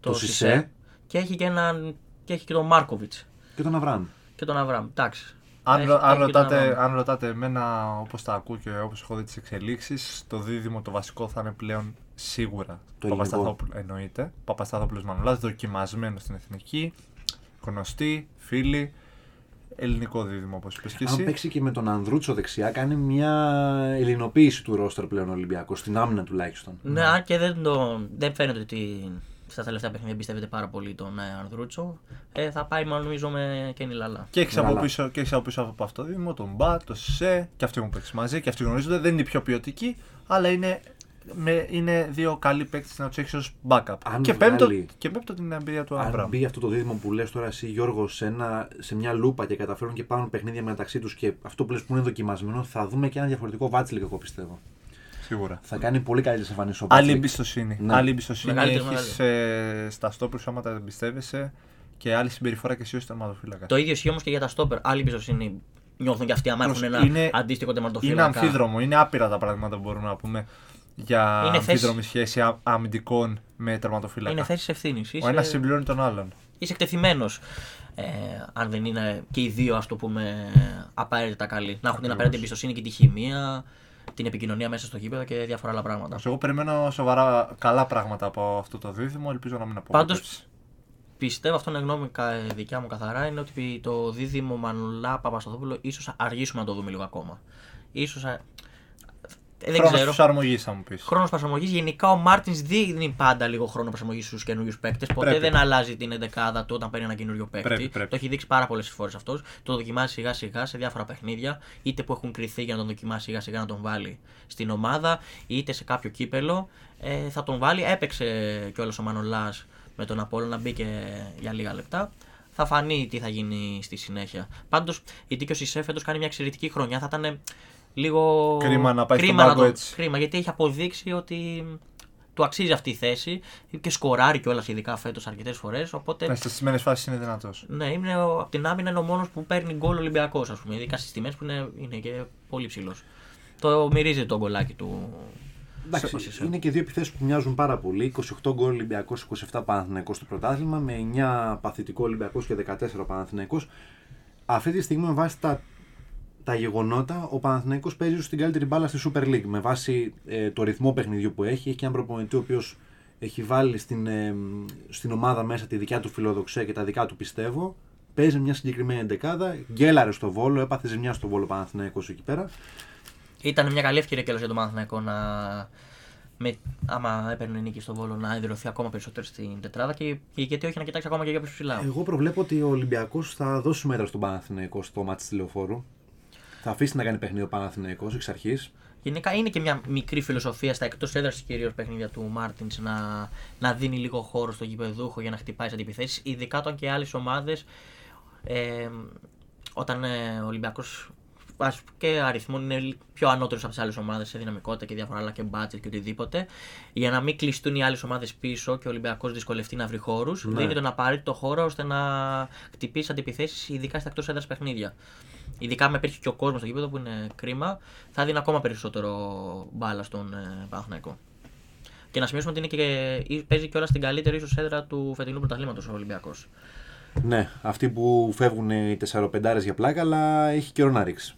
Speaker 1: το Σισε.
Speaker 2: Και έχει και, έναν, και, έχει και τον Μάρκοβιτς
Speaker 1: και τον Αβραάμ.
Speaker 2: και τον Αβραμ. Εντάξει.
Speaker 3: Αν,
Speaker 2: Έχει-
Speaker 3: ρω- αν,
Speaker 2: έχει και τον Αβραμ.
Speaker 3: ρωτάτε, αν ρωτάτε εμένα, όπως τα ακούω και όπως έχω δει τις εξελίξεις, το δίδυμο το βασικό θα είναι πλέον σίγουρα
Speaker 1: Το
Speaker 3: Παπασταθόπουλος. Εννοείται. Παπασταθόπουλος Μανουλά, δοκιμασμένος στην εθνική, γνωστή, φίλη. Ελληνικό δίδυμο, όπως είπες και
Speaker 1: Αν
Speaker 3: εσύ.
Speaker 1: παίξει και με τον Ανδρούτσο δεξιά, κάνει μια ελληνοποίηση του ρόστερ πλέον ο Ολυμπιακός, στην άμυνα τουλάχιστον.
Speaker 2: Ναι, αν και δεν, το, δεν φαίνεται ότι στα τελευταία παιχνίδια εμπιστεύεται πάρα πολύ τον ε, Ανδρούτσο. Ε, θα πάει μάλλον νομίζω με Κένι Λαλά.
Speaker 3: Και έχεις από,
Speaker 1: Λαλά.
Speaker 3: πίσω, και έχεις από πίσω από αυτό το δίδυμο τον Μπα, τον Σε και αυτοί έχουν παίξει μαζί και αυτοί γνωρίζονται. Δεν είναι οι πιο ποιοτικοί, αλλά είναι, με, είναι δύο καλοί παίκτες να τους έχεις ως backup.
Speaker 1: Αν
Speaker 3: και,
Speaker 1: βγάλει-
Speaker 3: πέμπτο, και πέμπτο την εμπειρία του
Speaker 1: Αν
Speaker 3: Αμπραμ.
Speaker 1: μπει αυτό το δίδυμο που λες τώρα εσύ, Γιώργος, σε, ένα, σε μια λούπα και καταφέρουν και πάρουν παιχνίδια μεταξύ τους και αυτό που λες που είναι δοκιμασμένο, θα δούμε και ένα διαφορετικό Βάτσλικ, εγώ πιστεύω.
Speaker 3: Σίγουρα.
Speaker 1: Θα κάνει πολύ καλή εμφανίσει ο
Speaker 3: Άλλη
Speaker 1: Βάτσλικ.
Speaker 3: εμπιστοσύνη.
Speaker 1: Ναι.
Speaker 3: Άλλη εμπιστοσύνη
Speaker 2: Μεγαλύτερη,
Speaker 3: έχεις ε, στα στόπερ σου άμα τα εμπιστεύεσαι και άλλη συμπεριφορά και εσύ ως τερματοφύλακα.
Speaker 2: Το ίδιο ισχύει όμως και για τα στόπερ. Άλλη εμπιστοσύνη νιώθουν και αυτοί άμα
Speaker 3: Προς-
Speaker 2: έχουν ένα
Speaker 3: είναι-
Speaker 2: αντίστοιχο τερματοφύλακα.
Speaker 3: Είναι αμφίδρομο, είναι άπειρα τα πράγματα που μπορούμε να πούμε για
Speaker 2: Είναι θέση-
Speaker 3: αμφίδρομη σχέση α- αμυντικών με τερματοφύλακα.
Speaker 2: Είναι θέσης ευθύνης. Είσαι,
Speaker 3: Ο ένας συμπληρώνει τον άλλον.
Speaker 2: είσαι εκτεθειμένος. Ε, αν δεν είναι και οι δύο, ας το πούμε, απαραίτητα καλοί. Να έχουν την απαραίτητη εμπιστοσύνη και τη χημεία, την επικοινωνία μέσα στο γήπεδο και διάφορα άλλα πράγματα.
Speaker 3: Εγώ περιμένω σοβαρά καλά πράγματα από αυτό το δίδυμο, ελπίζω να μην απογοητεύσει.
Speaker 2: Πάντως- Πιστεύω, αυτό είναι γνώμη κα- ε, δικιά μου καθαρά, είναι ότι το δίδυμο Μανουλά Παπασταθόπουλο ίσως αργήσουμε να το δούμε λίγο ακόμα. Ίσως... α- Ε, δεν
Speaker 3: Χρόνος
Speaker 2: ξέρω.
Speaker 3: προσαρμογής, θα μου πεις.
Speaker 2: Χρόνος προσαρμογής. Γενικά ο Μάρτιν δίνει πάντα λίγο χρόνο προσαρμογής στους καινούριους παίκτες. Ποτέ
Speaker 3: Πρέπει.
Speaker 2: δεν αλλάζει την 11 του όταν παίρνει ένα καινούριο παίκτη.
Speaker 3: Πρέπει, πρέπει.
Speaker 2: Το έχει δείξει πάρα πολλές φορές αυτός. Το δοκιμάζει σιγά σιγά σε διάφορα παιχνίδια. Είτε που έχουν κρυθεί για να τον δοκιμάσει σιγά σιγά να τον βάλει στην ομάδα, είτε σε κάποιο κύπελο. Ε, θα τον βάλει. Έπαιξε κιόλας ο Μανολά με τον Απόλαιο να μπήκε για λίγα λεπτά. Θα φανεί τι θα γίνει στη συνέχεια. Πάντως η Τίκιο Σισέ φέτος κάνει μια εξαιρετική χρονιά. Θα ήταν λίγο.
Speaker 3: Κρίμα να πάει στον
Speaker 2: να
Speaker 3: πάγκο
Speaker 2: τον-
Speaker 3: έτσι.
Speaker 2: Κρίμα, γιατί έχει αποδείξει ότι του αξίζει αυτή η θέση και σκοράρει κιόλας ειδικά φέτος αρκετές φορές. Οπότε.
Speaker 3: Ναι, στις σημερινές φάσεις είναι δυνατός.
Speaker 2: Ναι, είναι ο, από την άμυνα είναι ο μόνος που παίρνει γκολ Ολυμπιακός, ας πούμε. Ειδικά στις τιμές που είναι, είναι και πολύ ψηλός. Το μυρίζει το γκολάκι του.
Speaker 1: Εντάξει,
Speaker 2: Σε- σε-
Speaker 1: είναι και δύο επιθέσεις που μοιάζουν πάρα πολύ. 28 γκολ Ολυμπιακός, 27 Παναθηναϊκός στο πρωτάθλημα, με 9 παθητικό Ολυμπιακός και 14 Παναθηναϊκός. Αυτή τη στιγμή, με βάση τα, τα γεγονότα, ο Παναθηναϊκός παίζει ίσως την καλύτερη μπάλα στη Super League. Με βάση ε, το ρυθμό παιχνιδιού που έχει, έχει και έναν προπονητή ο οποίος έχει βάλει στην, ε, μ, στην ομάδα μέσα τη δικιά του φιλοδοξία και τα δικά του πιστεύω. Παίζει μια συγκεκριμένη εντεκάδα, γκέλαρε στο βόλο, έπαθε ζημιά στο βόλο Παναθηναϊκός εκεί πέρα.
Speaker 2: Ήταν μια καλή ευκαιρία κιόλα για τον Παναθηναϊκό να. Με, άμα έπαιρνε νίκη στο βόλο να ενδυρωθεί ακόμα περισσότερο στην τετράδα και, και γιατί όχι να κοιτάξει ακόμα και για πιο ψηλά.
Speaker 1: Εγώ προβλέπω ότι ο Ολυμπιακός θα δώσει μέτρα στον Παναθηναϊκό στο μάτι τη λεωφόρου. Θα αφήσει να κάνει παιχνίδι ο Παναθηναϊκός εξ αρχής.
Speaker 2: Γενικά είναι και μια μικρή φιλοσοφία στα εκτός έδρας κυρίως παιχνίδια του Μάρτιν να, να δίνει λίγο χώρο στο γηπεδούχο για να χτυπάει τις αντιπιθέσεις. Ειδικά όταν και άλλες ομάδες. Ε, όταν ε, ο Ολυμπιακός ας- και αριθμών είναι λι- πιο ανώτερος από τις άλλες ομάδες σε δυναμικότητα και διάφορα άλλα και μπάτσετ και οτιδήποτε. Για να μην κλειστούν οι άλλες ομάδες πίσω και ο Ολυμπιακός δυσκολευτεί να βρει χώρους, δίνει τον απαραίτητο χώρο ώστε να χτυπήσει αντιπιθέσεις, ειδικά στα εκτός έδρας παιχνίδια. Ειδικά με υπήρχε και ο κόσμος στο γήπεδο που είναι κρίμα, θα δίνει ακόμα περισσότερο μπάλα στον ε, Παναθηναϊκό. Και να σημειώσουμε ότι είναι και, ή- παίζει και όλα στην καλύτερη ίσως έδρα του φετινού πρωταθλήματος ο Ολυμπιακός.
Speaker 1: Ναι, αυτοί που φεύγουν οι 4-5 για πλάκα, αλλά έχει καιρό να ρίξει.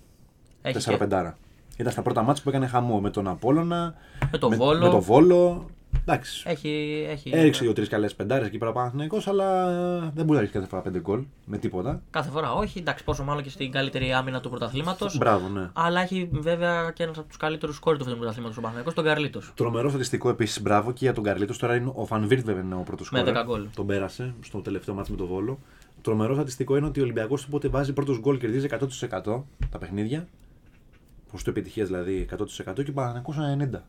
Speaker 2: Έχει
Speaker 1: 4-5.
Speaker 2: και
Speaker 1: Ήταν στα πρώτα μάτια που έκανε χαμό με τον Απόλλωνα,
Speaker 2: με το Βόλο.
Speaker 1: με το Βόλο. Εντάξει.
Speaker 2: Έχει, έχει
Speaker 1: Έριξε δύο-τρει καλές πεντάρες εκεί πέρα ο Παναθηναϊκός, αλλά δεν μπορεί να ρίξει κάθε φορά πέντε γκολ με τίποτα.
Speaker 2: Κάθε φορά όχι, εντάξει, πόσο μάλλον και στην καλύτερη άμυνα του πρωταθλήματος.
Speaker 1: Μπράβο, ναι.
Speaker 2: Αλλά έχει βέβαια και ένας από τους καλύτερους κόρη του φετινού πρωταθλήματος ο Παναγενικό, τον Καρλίτος.
Speaker 1: Τρομερό στατιστικό επίσης, μπράβο και για τον Καρλίτος. Τώρα είναι ο Φαν Βίρτ, βέβαια, είναι ο πρώτος
Speaker 2: Με 10 γκολ.
Speaker 1: Τον πέρασε στο τελευταίο μάτι με το Βόλο. Τρομερό στατιστικό είναι ότι ο Ολυμπιακός όποτε βάζει πρώτος γκολ κερδίζει 100% τα παιχνίδια. Ποσοστό επιτυχία δηλαδή 100% και ο Παναθηναϊκός 90.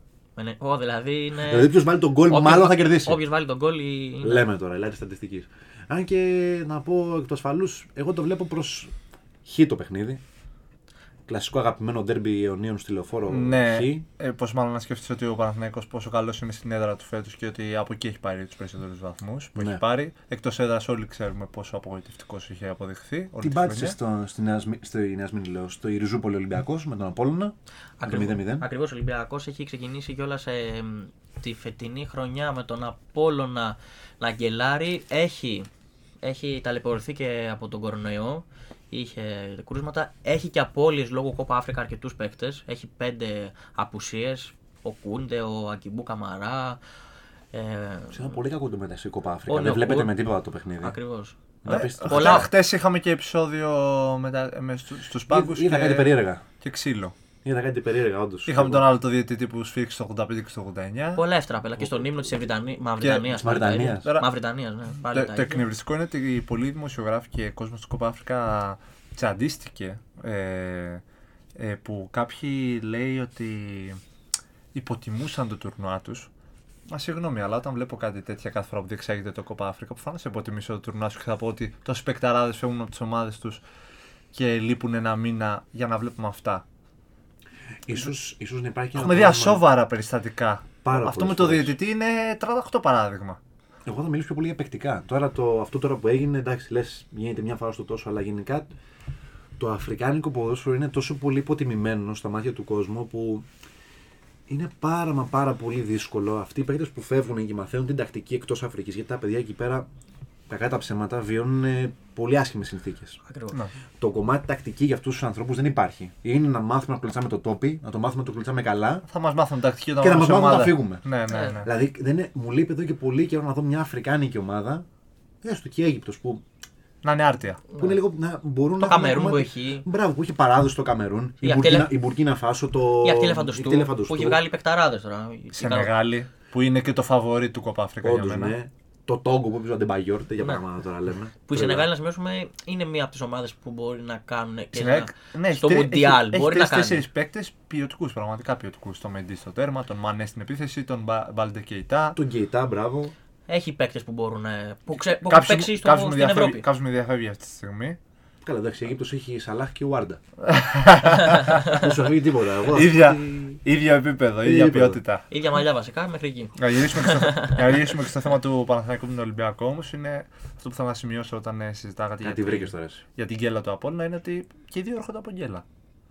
Speaker 2: Ω, δηλαδή είναι.
Speaker 1: Δηλαδή, ποιος βάλει τον γκολ, μάλλον θα κερδίσει.
Speaker 2: Όποιος βάλει τον κόλλη. Είναι...
Speaker 1: Λέμε τώρα, ελάχιστη στατιστική. Αν και να πω εκ του ασφαλούς, εγώ το βλέπω προς χ το παιχνίδι. Κλασικό αγαπημένο ντέρμπι αιωνίων στη λεωφόρο
Speaker 3: Ναι,
Speaker 1: χ.
Speaker 3: ε, πώς μάλλον να σκεφτεί ότι ο Παναθηναϊκός πόσο καλός είναι στην έδρα του φέτος και ότι από εκεί έχει πάρει τους περισσότερους βαθμούς που
Speaker 1: Ναι.
Speaker 3: έχει πάρει. Εκτός έδρας, όλοι ξέρουμε πόσο απογοητευτικός είχε αποδειχθεί. όλη
Speaker 1: Την
Speaker 3: τη
Speaker 1: πάτησε
Speaker 3: χρονιά.
Speaker 1: στο, στην Ασμ- στο, η Νέα Σμύρνη, λέω, στο Ιριζούπολη Ολυμπιακός με τον Απόλλωνα. με το 0-0.
Speaker 2: Ακριβώς ο Ολυμπιακός έχει ξεκινήσει κιόλας ε, μ, τη φετινή χρονιά με τον Απόλλωνα να γκελάρει. Έχει, έχει ταλαιπωρηθεί και από τον κορονοϊό. Είχε κρούσματα. Έχει και απώλειες λόγω κόπα Αφρικα αρκετούς παίκτες. Έχει πέντε απουσίες. Ο Κούντε, ο Ακιμπού Καμαρά. Ε,
Speaker 1: Σε ένα πολύ κακό το μεταξύ Κόπα
Speaker 2: Ο
Speaker 1: Αφρικα. Δεν
Speaker 2: Νεοκούρ.
Speaker 1: βλέπετε με τίποτα το παιχνίδι.
Speaker 2: Ακριβώς.
Speaker 1: Να πεις-
Speaker 3: Ε,
Speaker 2: Πολλά.
Speaker 3: Χτε είχαμε και επεισόδιο μετα... με στου στους πάγκους
Speaker 1: Είδα
Speaker 3: και...
Speaker 1: κάτι περίεργα.
Speaker 3: και ξύλο.
Speaker 1: Είδα κάτι περίεργα, όντως.
Speaker 3: Είχαμε τον άλλο το διαιτητή που σφίξει το 85 και το 89.
Speaker 2: Πολλά εύτραπελα και στον ύμνο της Μαυριτανία.
Speaker 1: Της Μαυριτανίας.
Speaker 2: Μαυριτανίας, ναι. πάλι
Speaker 3: Το,
Speaker 2: τα
Speaker 3: το
Speaker 2: ίδια.
Speaker 3: εκνευριστικό είναι ότι πολλοί δημοσιογράφοι και κόσμος του Κόπα Αφρικα τσαντίστηκε ε, ε, που κάποιοι λέει ότι υποτιμούσαν το τουρνουά τους. Μα συγγνώμη, αλλά όταν βλέπω κάτι τέτοια κάθε φορά που διεξάγεται το Κόπα Αφρικα, προφανώς θα υποτιμήσω το τουρνουά σου και θα πω ότι τόσοι παικταράδες φεύγουν από τις ομάδες τους και λείπουν ένα μήνα για να βλέπουμε αυτά.
Speaker 1: Ίσως, ίσως να υπάρχει ένα
Speaker 3: Έχουμε δει
Speaker 1: πρόβλημα.
Speaker 3: ασόβαρα περιστατικά.
Speaker 1: Πάρα
Speaker 3: Αυτό
Speaker 1: πολλές
Speaker 3: με το
Speaker 1: φορές.
Speaker 3: διαιτητή είναι 38 παράδειγμα.
Speaker 1: Εγώ θα μιλήσω πιο πολύ για παικτικά. Τώρα το, αυτό τώρα που έγινε, εντάξει, λες, γίνεται μια φορά στο τόσο, αλλά γενικά το αφρικάνικο ποδόσφαιρο είναι τόσο πολύ υποτιμημένο στα μάτια του κόσμου που είναι πάρα μα πάρα πολύ δύσκολο αυτοί οι παίκτες που φεύγουν και μαθαίνουν την τακτική εκτός Αφρικής. Γιατί τα παιδιά εκεί πέρα, κακά τα ψέματα, βιώνουν ε, πολύ άσχημες συνθήκες.
Speaker 2: Ακριβώς.
Speaker 3: Ναι.
Speaker 1: Το κομμάτι τακτική για αυτούς τους ανθρώπους δεν υπάρχει. Είναι να μάθουμε να κλωτσάμε το τόπι, να το μάθουμε να το κλωτσάμε καλά
Speaker 3: Θα μας μάθουν τακτική όταν
Speaker 1: Και θα
Speaker 3: βγούμε
Speaker 1: μας
Speaker 3: σε
Speaker 1: μάθουν
Speaker 3: ομάδα.
Speaker 1: να φύγουμε.
Speaker 3: Ναι, ναι,
Speaker 2: Ε.
Speaker 3: ναι.
Speaker 1: Δηλαδή δεν είναι, μου λείπει εδώ και πολύ καιρό να δω μια Αφρικάνικη ομάδα. Έστω και η Αίγυπτος που,
Speaker 3: Να είναι άρτια.
Speaker 1: που είναι λίγο να μπορούν
Speaker 2: Ναι. Το
Speaker 1: να. έχουν
Speaker 2: Καμερούν
Speaker 1: ένα κομμάτι-
Speaker 2: που έχει.
Speaker 1: Μπράβο, που έχει παράδοση το Καμερούν. Η,
Speaker 2: Η
Speaker 1: Μπουρκίνα,
Speaker 2: Αχτέλε-
Speaker 1: η Μπουρκίνα Φάσο, το.
Speaker 2: Η
Speaker 1: η
Speaker 2: Αχτή Λεφαντοστού που έχει βγάλει παικταράδες τώρα.
Speaker 3: Σε μεγάλη, που είναι και το φαβορή του Κοπα Αφρικα για
Speaker 1: Όντως,
Speaker 3: μένα.
Speaker 1: ναι. Το Τόγκο που έπαιζε ο Αντεμπαγιόρτε για
Speaker 2: Ναι.
Speaker 1: πράγματα τώρα λέμε.
Speaker 2: Που η
Speaker 1: Τρελά.
Speaker 2: Σενεγάλη, να σημειώσουμε, είναι μία από τις ομάδες που μπορεί να κάνουν. Και
Speaker 3: Στην
Speaker 2: να...
Speaker 3: ΑΕΚ, ναι,
Speaker 2: στο
Speaker 3: έχει τρι-
Speaker 2: Μουντιάλ
Speaker 3: έχει-
Speaker 2: μπορεί
Speaker 3: έχει
Speaker 2: να κάνει.
Speaker 3: τέσσερι παίκτες ποιοτικούς, πραγματικά ποιοτικούς. Τον Μεντί στο τέρμα, τον Μανέ στην επίθεση, τον Μπα- Μπάλντε Κεϊτά.
Speaker 1: Τον Γκέιτα, μπράβο.
Speaker 2: Έχει παίκτες που μπορούν. ε, που, ξε... που έχουν
Speaker 3: Κάποιος-
Speaker 2: παίξει στο...
Speaker 3: κάποιος
Speaker 2: στην
Speaker 3: μου διαφεύγει-
Speaker 2: Ευρώπη.
Speaker 3: Κάποιος μου διαφεύγει αυτή τη στιγμή.
Speaker 1: Καλά, εντάξει, η Αίγυπτος έχει Σαλάχ και Ουάρντα. Δεν σου αφήνει τίποτα. Εγώ,
Speaker 3: ίδια,
Speaker 1: αυτή-
Speaker 3: ίδιο επίπεδο,
Speaker 1: ίδιο
Speaker 3: ίδια
Speaker 1: επίπεδο.
Speaker 3: ποιότητα.
Speaker 2: ίδια μαλλιά βασικά μέχρι εκεί.
Speaker 3: Να γυρίσουμε, και στο, να γυρίσουμε και στο θέμα του Παναθηναϊκού με τον Ολυμπιακό όμως είναι αυτό που θα να σημειώσω όταν ε, συζητάγατε για,
Speaker 1: Κάτι
Speaker 3: τη-
Speaker 1: βρήκες τώρα. εσύ.
Speaker 3: για την γκέλα του Απόλλωνα είναι ότι και οι δύο έρχονται από γκέλα.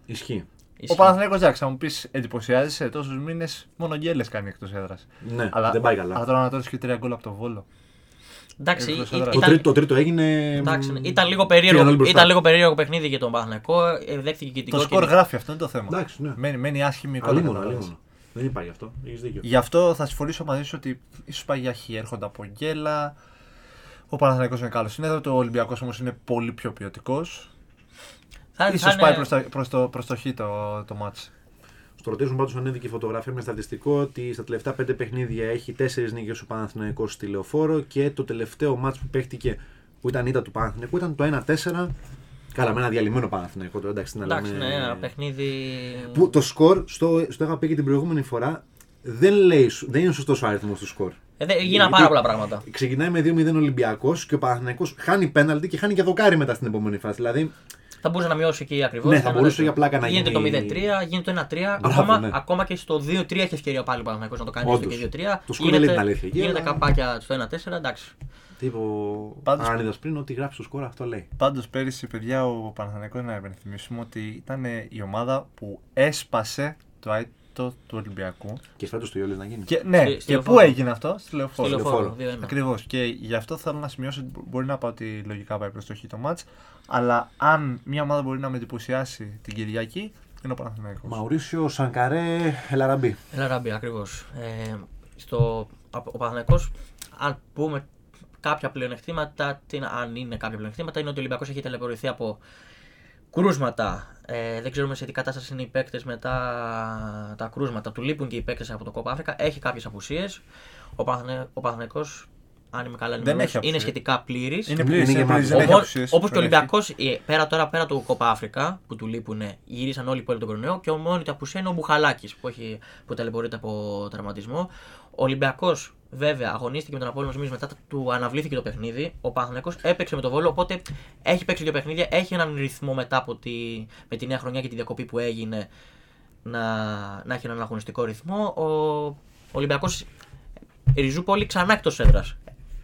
Speaker 1: Ισχύει.
Speaker 2: Ισχύει.
Speaker 3: Ο Παναθηναϊκός εντάξει, θα μου πεις εντυπωσιάζεσαι τόσους μήνες μόνο γκέλες κάνει εκτός έδρας.
Speaker 1: Ναι, δεν πάει καλά.
Speaker 3: Αλλά τώρα να τρώει και τρία γκολ από το βόλο.
Speaker 2: Εντάξει,
Speaker 3: εκτός
Speaker 2: ή-
Speaker 3: έδρας.
Speaker 1: Το,
Speaker 2: ήταν-
Speaker 1: τρίτο, το τρίτο έγινε.
Speaker 2: εντάξει,
Speaker 1: μ,
Speaker 2: ναι. ήταν λίγο
Speaker 1: πήγαν όλοι
Speaker 2: περίεργο,
Speaker 1: μπροστά.
Speaker 2: ήταν λίγο περίεργο παιχνίδι για τον Παναγενικό. Δέχτηκε και την
Speaker 3: Το σκορ
Speaker 2: κόκκινη.
Speaker 3: γράφει, αυτό είναι το θέμα.
Speaker 1: Εντάξει, ναι.
Speaker 3: Μένει, μένει άσχημη η εικόνα.
Speaker 1: Αλλήμον,
Speaker 3: Ε, κατάλαβες.
Speaker 1: αλλήμον. Δεν υπάρχει αυτό. Έχεις δίκιο.
Speaker 3: Γι' αυτό θα συμφωνήσω μαζί σου ότι ίσως πάει για χ. Έρχονται από γκέλα. Ο Παναθηναϊκός είναι καλός συνέδριο. Το Ολυμπιακός όμως είναι πολύ πιο ποιοτικός.
Speaker 2: Θα είναι- θα
Speaker 3: σω
Speaker 2: είναι-
Speaker 3: πάει προ το, προς το, προς το χ το, το μάτς.
Speaker 1: Στο ρωτήσουν πάντως αν έδειξε η φωτογραφία με στατιστικό ότι στα τελευταία πέντε παιχνίδια έχει τέσσερις νίκες ο Παναθηναϊκός στη λεωφόρο και το τελευταίο μάτς που παίχτηκε που ήταν ήττα του Παναθηναϊκού ήταν το 1-4. Καλά, με ένα διαλυμένο Παναθηναϊκό τώρα, εντάξει, να
Speaker 2: Εντάξει,
Speaker 1: λέμε.
Speaker 2: ναι, ένα παιχνίδι.
Speaker 1: Που το σκορ, στο, στο είχα πει και την προηγούμενη φορά, δεν, λέει, σου- δεν είναι σωστός ο αριθμός του σκορ.
Speaker 2: Ε, δε- Γίνανε
Speaker 1: Γιατί-
Speaker 2: πάρα πολλά πράγματα.
Speaker 1: Ξεκινάει με 2-0 Ολυμπιακός και ο Παναθηναϊκός χάνει πέναλτι και χάνει και δοκάρι μετά στην επόμενη φάση. Δηλαδή
Speaker 2: Θα μπορούσε να μειώσει εκεί ακριβώς.
Speaker 1: Ναι, θα μπορούσε για πλάκα να
Speaker 2: γίνεται
Speaker 1: γίνει-
Speaker 2: το 0-3, γίνεται το 1-3.
Speaker 1: Μπράβο,
Speaker 2: ακόμα,
Speaker 1: ναι.
Speaker 2: ακόμα και στο 2-3 έχει ευκαιρία πάλι ο Παναθηναϊκός να το κάνει
Speaker 1: Όντως.
Speaker 2: στο 2-3.
Speaker 1: Το σκορ δεν λέει την αλήθεια εκεί,
Speaker 2: Γίνεται
Speaker 1: αλλά-
Speaker 2: καπάκια στο 1-4, εντάξει.
Speaker 1: Τι είπε ο
Speaker 3: Πάντως-
Speaker 1: Αρνίδας πριν, ότι γράφεις στο σκορ αυτό λέει.
Speaker 3: Πάντως πέρυσι, παιδιά, ο Παναθανικό να υπενθυμίσουμε ότι ήταν ε, η ομάδα που έσπασε το αίτητο του Ολυμπιακού.
Speaker 1: Και φέτος το Ιόλες να γίνει.
Speaker 3: Και, ναι,
Speaker 2: Στη- στη
Speaker 3: και
Speaker 2: Λεωφόρο.
Speaker 3: πού έγινε αυτό, στη
Speaker 2: Στο
Speaker 3: λεωφόρο.
Speaker 2: λεωφόρο.
Speaker 1: λεωφόρο.
Speaker 2: 2-1.
Speaker 3: Ακριβώς. Και γι' αυτό θέλω να σημειώσω ότι μπο- μπορεί να πάω ότι λογικά πάει προς το χ το μάτ. Αλλά αν μια ομάδα μπορεί να με εντυπωσιάσει την Κυριακή, είναι ο Παναθηναϊκός.
Speaker 1: Μαουρίσιο Σανκαρέ Ελαραμπή.
Speaker 2: Ελαραμπή, ακριβώς. Ε, στο, ο Παναθηναϊκός, αν πούμε κάποια πλεονεκτήματα, τι να- αν είναι κάποια πλεονεκτήματα, είναι ότι ο Ολυμπιακός έχει ταλαιπωρηθεί από κρούσματα. Ε, δεν ξέρουμε σε τι κατάσταση είναι οι παίκτες μετά τα κρούσματα. Του λείπουν και οι παίκτες από το Κόπα Αφρικα. Έχει κάποιες απουσίες. Ο, Παναθηναι- ο Παναθηναϊκός, αν είμαι καλά, ενημερωμένος,
Speaker 3: έχει
Speaker 2: είναι
Speaker 3: απουσίες.
Speaker 2: σχετικά πλήρης.
Speaker 3: Είναι
Speaker 1: Είναι
Speaker 3: πλήρης, είναι
Speaker 1: γεμάτος.
Speaker 3: πλήρης, δεν έχει
Speaker 1: Οπό-
Speaker 3: απουσίες.
Speaker 2: Όπως και ο
Speaker 3: Δεν έχει.
Speaker 2: Ολυμπιακός, ε, πέρα τώρα πέρα του Κόπα Αφρικα που του λείπουν, γυρίσαν όλοι οι υπόλοιποι τον κορονοϊό και ο μόνο του απουσία είναι ο Μπουχαλάκης που, έχει- που ταλαιπωρείται από τραυματισμό. Ο Ολυμπιακός, βέβαια, αγωνίστηκε με τον Απόλυτο Μήνυμα μετά του αναβλήθηκε το παιχνίδι. Ο Παναθυνακό έπαιξε με τον Βόλο, οπότε έχει παίξει δύο παιχνίδια, έχει έναν ρυθμό μετά από τη, με τη νέα χρονιά και τη διακοπή που έγινε να, να έχει έναν αγωνιστικό ρυθμό. Ο Ολυμπιακός Ριζούπολη ξανά εκτός έδρας.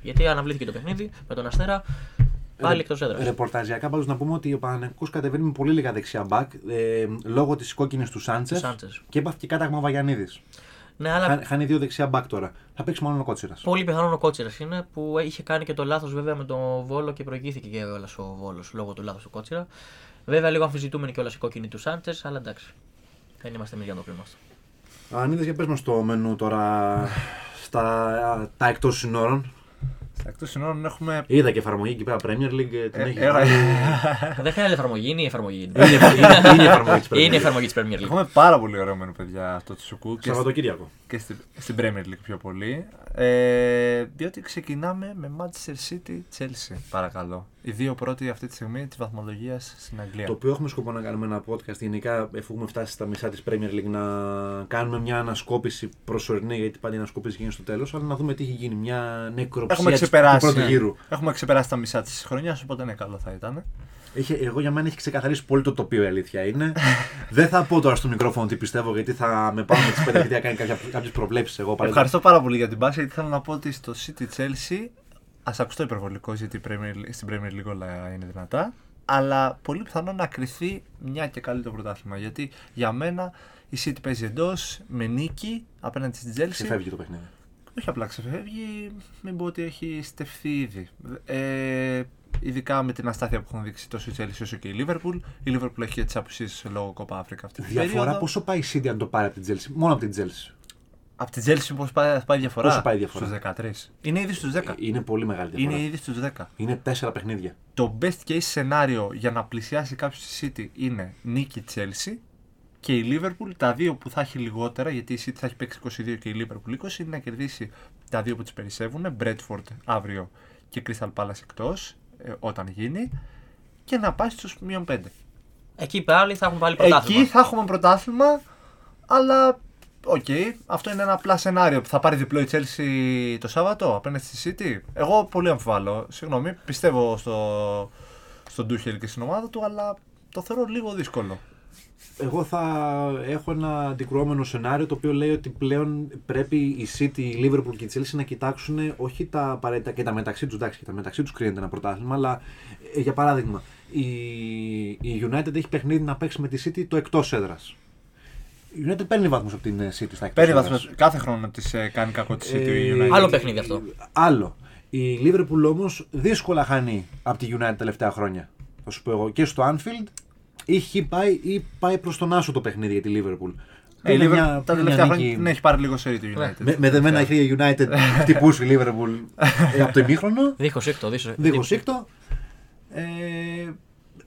Speaker 2: Γιατί αναβλήθηκε το παιχνίδι με τον Αστέρα. Πάλι εκτός έδρας.
Speaker 1: Ρεπορταζιακά πάντως να πούμε ότι ο Παναγενικό κατεβαίνει με πολύ λίγα δεξιά μπακ ε, λόγω της κόκκινης του
Speaker 2: Του
Speaker 1: Σάντσες
Speaker 2: Σάντσες.
Speaker 1: και έπαθε και κάταγμα ο Βαγιανίδης.
Speaker 2: Ναι, αλλά
Speaker 1: Χάνει δύο δεξιά μπακ τώρα. Θα παίξει μόνο ο Κότσιρας.
Speaker 2: πολύ πιθανόν ο Κότσιρας είναι που είχε κάνει και το λάθος βέβαια με τον Βόλο και προηγήθηκε και όλας ο Βόλος λόγω του λάθους του Κότσιρα. Βέβαια λίγο αμφισβητούμενη και όλα η κόκκινη του Σάντσε, αλλά εντάξει. Δεν είμαστε εμείς για να το κρίνουμε αυτό.
Speaker 1: Αν είδε για πες μας το μενού τώρα στα τα εκτός συνόρων.
Speaker 3: Στα εκτός συνόρων έχουμε.
Speaker 1: Είδα και εφαρμογή εκεί πέρα Premier League. ε, Την
Speaker 3: ε,
Speaker 1: έχει.
Speaker 3: ε,
Speaker 2: Δεν χρειάζεται εφαρμογή, είναι η εφαρμογή.
Speaker 1: Είναι είναι- είναι η εφαρμογή της
Speaker 2: Είναι η
Speaker 1: Premier League.
Speaker 2: εφαρμογή της Premier League.
Speaker 3: ε, Έχουμε πάρα πολύ ωραίο μενού, παιδιά, αυτό του Σουκού. Και, στη-
Speaker 1: Σαββατοκύριακο.
Speaker 3: και στη, στην Premier League πιο πολύ. Ε, διότι ξεκινάμε με Manchester City Chelsea, παρακαλώ. Οι δύο πρώτοι αυτή τη στιγμή της βαθμολογίας στην Αγγλία.
Speaker 1: Το οποίο έχουμε σκοπό να κάνουμε ένα podcast γενικά, εφού έχουμε φτάσει στα μισά της Premier League, να κάνουμε μια ανασκόπηση προσωρινή, γιατί πάντα η ανασκόπηση γίνεται στο τέλος, αλλά να δούμε τι έχει γίνει. Μια νεκροψία
Speaker 3: Έχουμε
Speaker 1: της-
Speaker 3: ξεπεράσει. ναι.
Speaker 1: του πρώτου γύρου.
Speaker 3: Έχουμε ξεπεράσει τα μισά της χρονιάς, οπότε ναι, καλό θα ήταν.
Speaker 1: Είχε, εγώ για μένα έχει ξεκαθαρίσει πολύ το τοπίο, η αλήθεια είναι. Δεν θα πω τώρα στο μικρόφωνο τι πιστεύω, γιατί θα με πάω με τις πέντε γιατί θα κάνει κάποιες προβλέψεις εγώ πάλι.
Speaker 3: Ευχαριστώ πάρα πολύ για την πάση, γιατί θέλω να πω ότι στο City Chelsea ας ακουστώ υπερβολικός, γιατί η Premier League- στην Premier League όλα είναι δυνατά. Αλλά πολύ πιθανό να κρυθεί μια και καλή το πρωτάθλημα. Γιατί για μένα η City παίζει εντός με νίκη απέναντι στην
Speaker 1: Σε
Speaker 3: Chelsea.
Speaker 1: φεύγει το παιχνίδι.
Speaker 3: Όχι απλά ξεφεύγει, μην πω ότι έχει στεφθεί ήδη. Ε, ειδικά με την αστάθεια που έχουν δείξει τόσο η Chelsea όσο και η Liverpool. Η Liverpool έχει και τις απουσίες λόγω Κόπα Αφρικα αυτή τη
Speaker 1: Διαφορά
Speaker 3: περίοδο.
Speaker 1: πόσο πάει η City αν το πάρει από την Chelsea. Μόνο από την Chelsea.
Speaker 3: Από την Chelsea πώς πάει, πάει η διαφορά.
Speaker 1: Πόσο πάει η διαφορά?
Speaker 3: Στους 13. Είναι ήδη στους 10.
Speaker 1: Ε, Είναι πολύ μεγάλη διαφορά.
Speaker 3: Είναι
Speaker 1: Είναι,
Speaker 3: ήδη στους 10.
Speaker 1: τέσσερα παιχνίδια.
Speaker 3: Το best case σενάριο για να πλησιάσει κάποιος στη City είναι νίκη Chelsea και η Liverpool, τα δύο που θα έχει λιγότερα, γιατί η City θα έχει παίξει 22 και η Liverpool 20, είναι να κερδίσει τα δύο που τις περισσεύουν, Bradford αύριο και Crystal Palace εκτός, ε, όταν γίνει, και να πάει στους μείον 5.
Speaker 2: Εκεί πάλι θα έχουν πάλι
Speaker 3: Εκεί
Speaker 2: πρωτάθλημα.
Speaker 3: θα έχουμε πρωτάθλημα, αλλά οκ, αυτό είναι ένα απλά σενάριο που θα πάρει διπλό η Chelsea το Σάββατο απέναντι στη City. Εγώ πολύ αμφιβάλλω. Συγγνώμη, πιστεύω στο, στον Ντούχελ και στην ομάδα του, αλλά το θεωρώ λίγο δύσκολο.
Speaker 1: Εγώ θα έχω ένα αντικρουόμενο σενάριο το οποίο λέει ότι πλέον πρέπει η City, η Liverpool και η Chelsea να κοιτάξουν όχι τα απαραίτητα και τα μεταξύ τους, εντάξει, και τα μεταξύ τους κρίνεται ένα πρωτάθλημα, αλλά ε, για παράδειγμα, η, η United έχει παιχνίδι να παίξει με τη City το εκτός έδρας. Η United παίρνει βαθμούς από την ε, City στα εκτός
Speaker 3: Παίρνει βαθμός κάθε χρόνο τη κάνει κακό τη City
Speaker 1: Ε,
Speaker 3: η United. Ε,
Speaker 2: Άλλο παιχνίδι αυτό.
Speaker 1: Άλλο. Η Liverpool όμως δύσκολα χάνει από τη United τα τελευταία χρόνια. Θα σου πω εγώ. Και στο Anfield είχε πάει ή πάει προς τον Άσο το παιχνίδι για τη Liverpool.
Speaker 3: Ε, η
Speaker 1: Είναι
Speaker 3: Liverpool
Speaker 1: μια-
Speaker 3: τα
Speaker 1: είναι μια
Speaker 3: τελευταία
Speaker 1: νίκη-
Speaker 3: χρόνια την έχει πάρει λίγο σε τη
Speaker 2: Ναι.
Speaker 3: United.
Speaker 1: Με, με δεμένα χέρια η United χτυπούσε η Liverpool ε, από το ημίχρονο.
Speaker 2: Δίχως σύκτο, δίχως
Speaker 1: Δίχως σύκτο. Ε,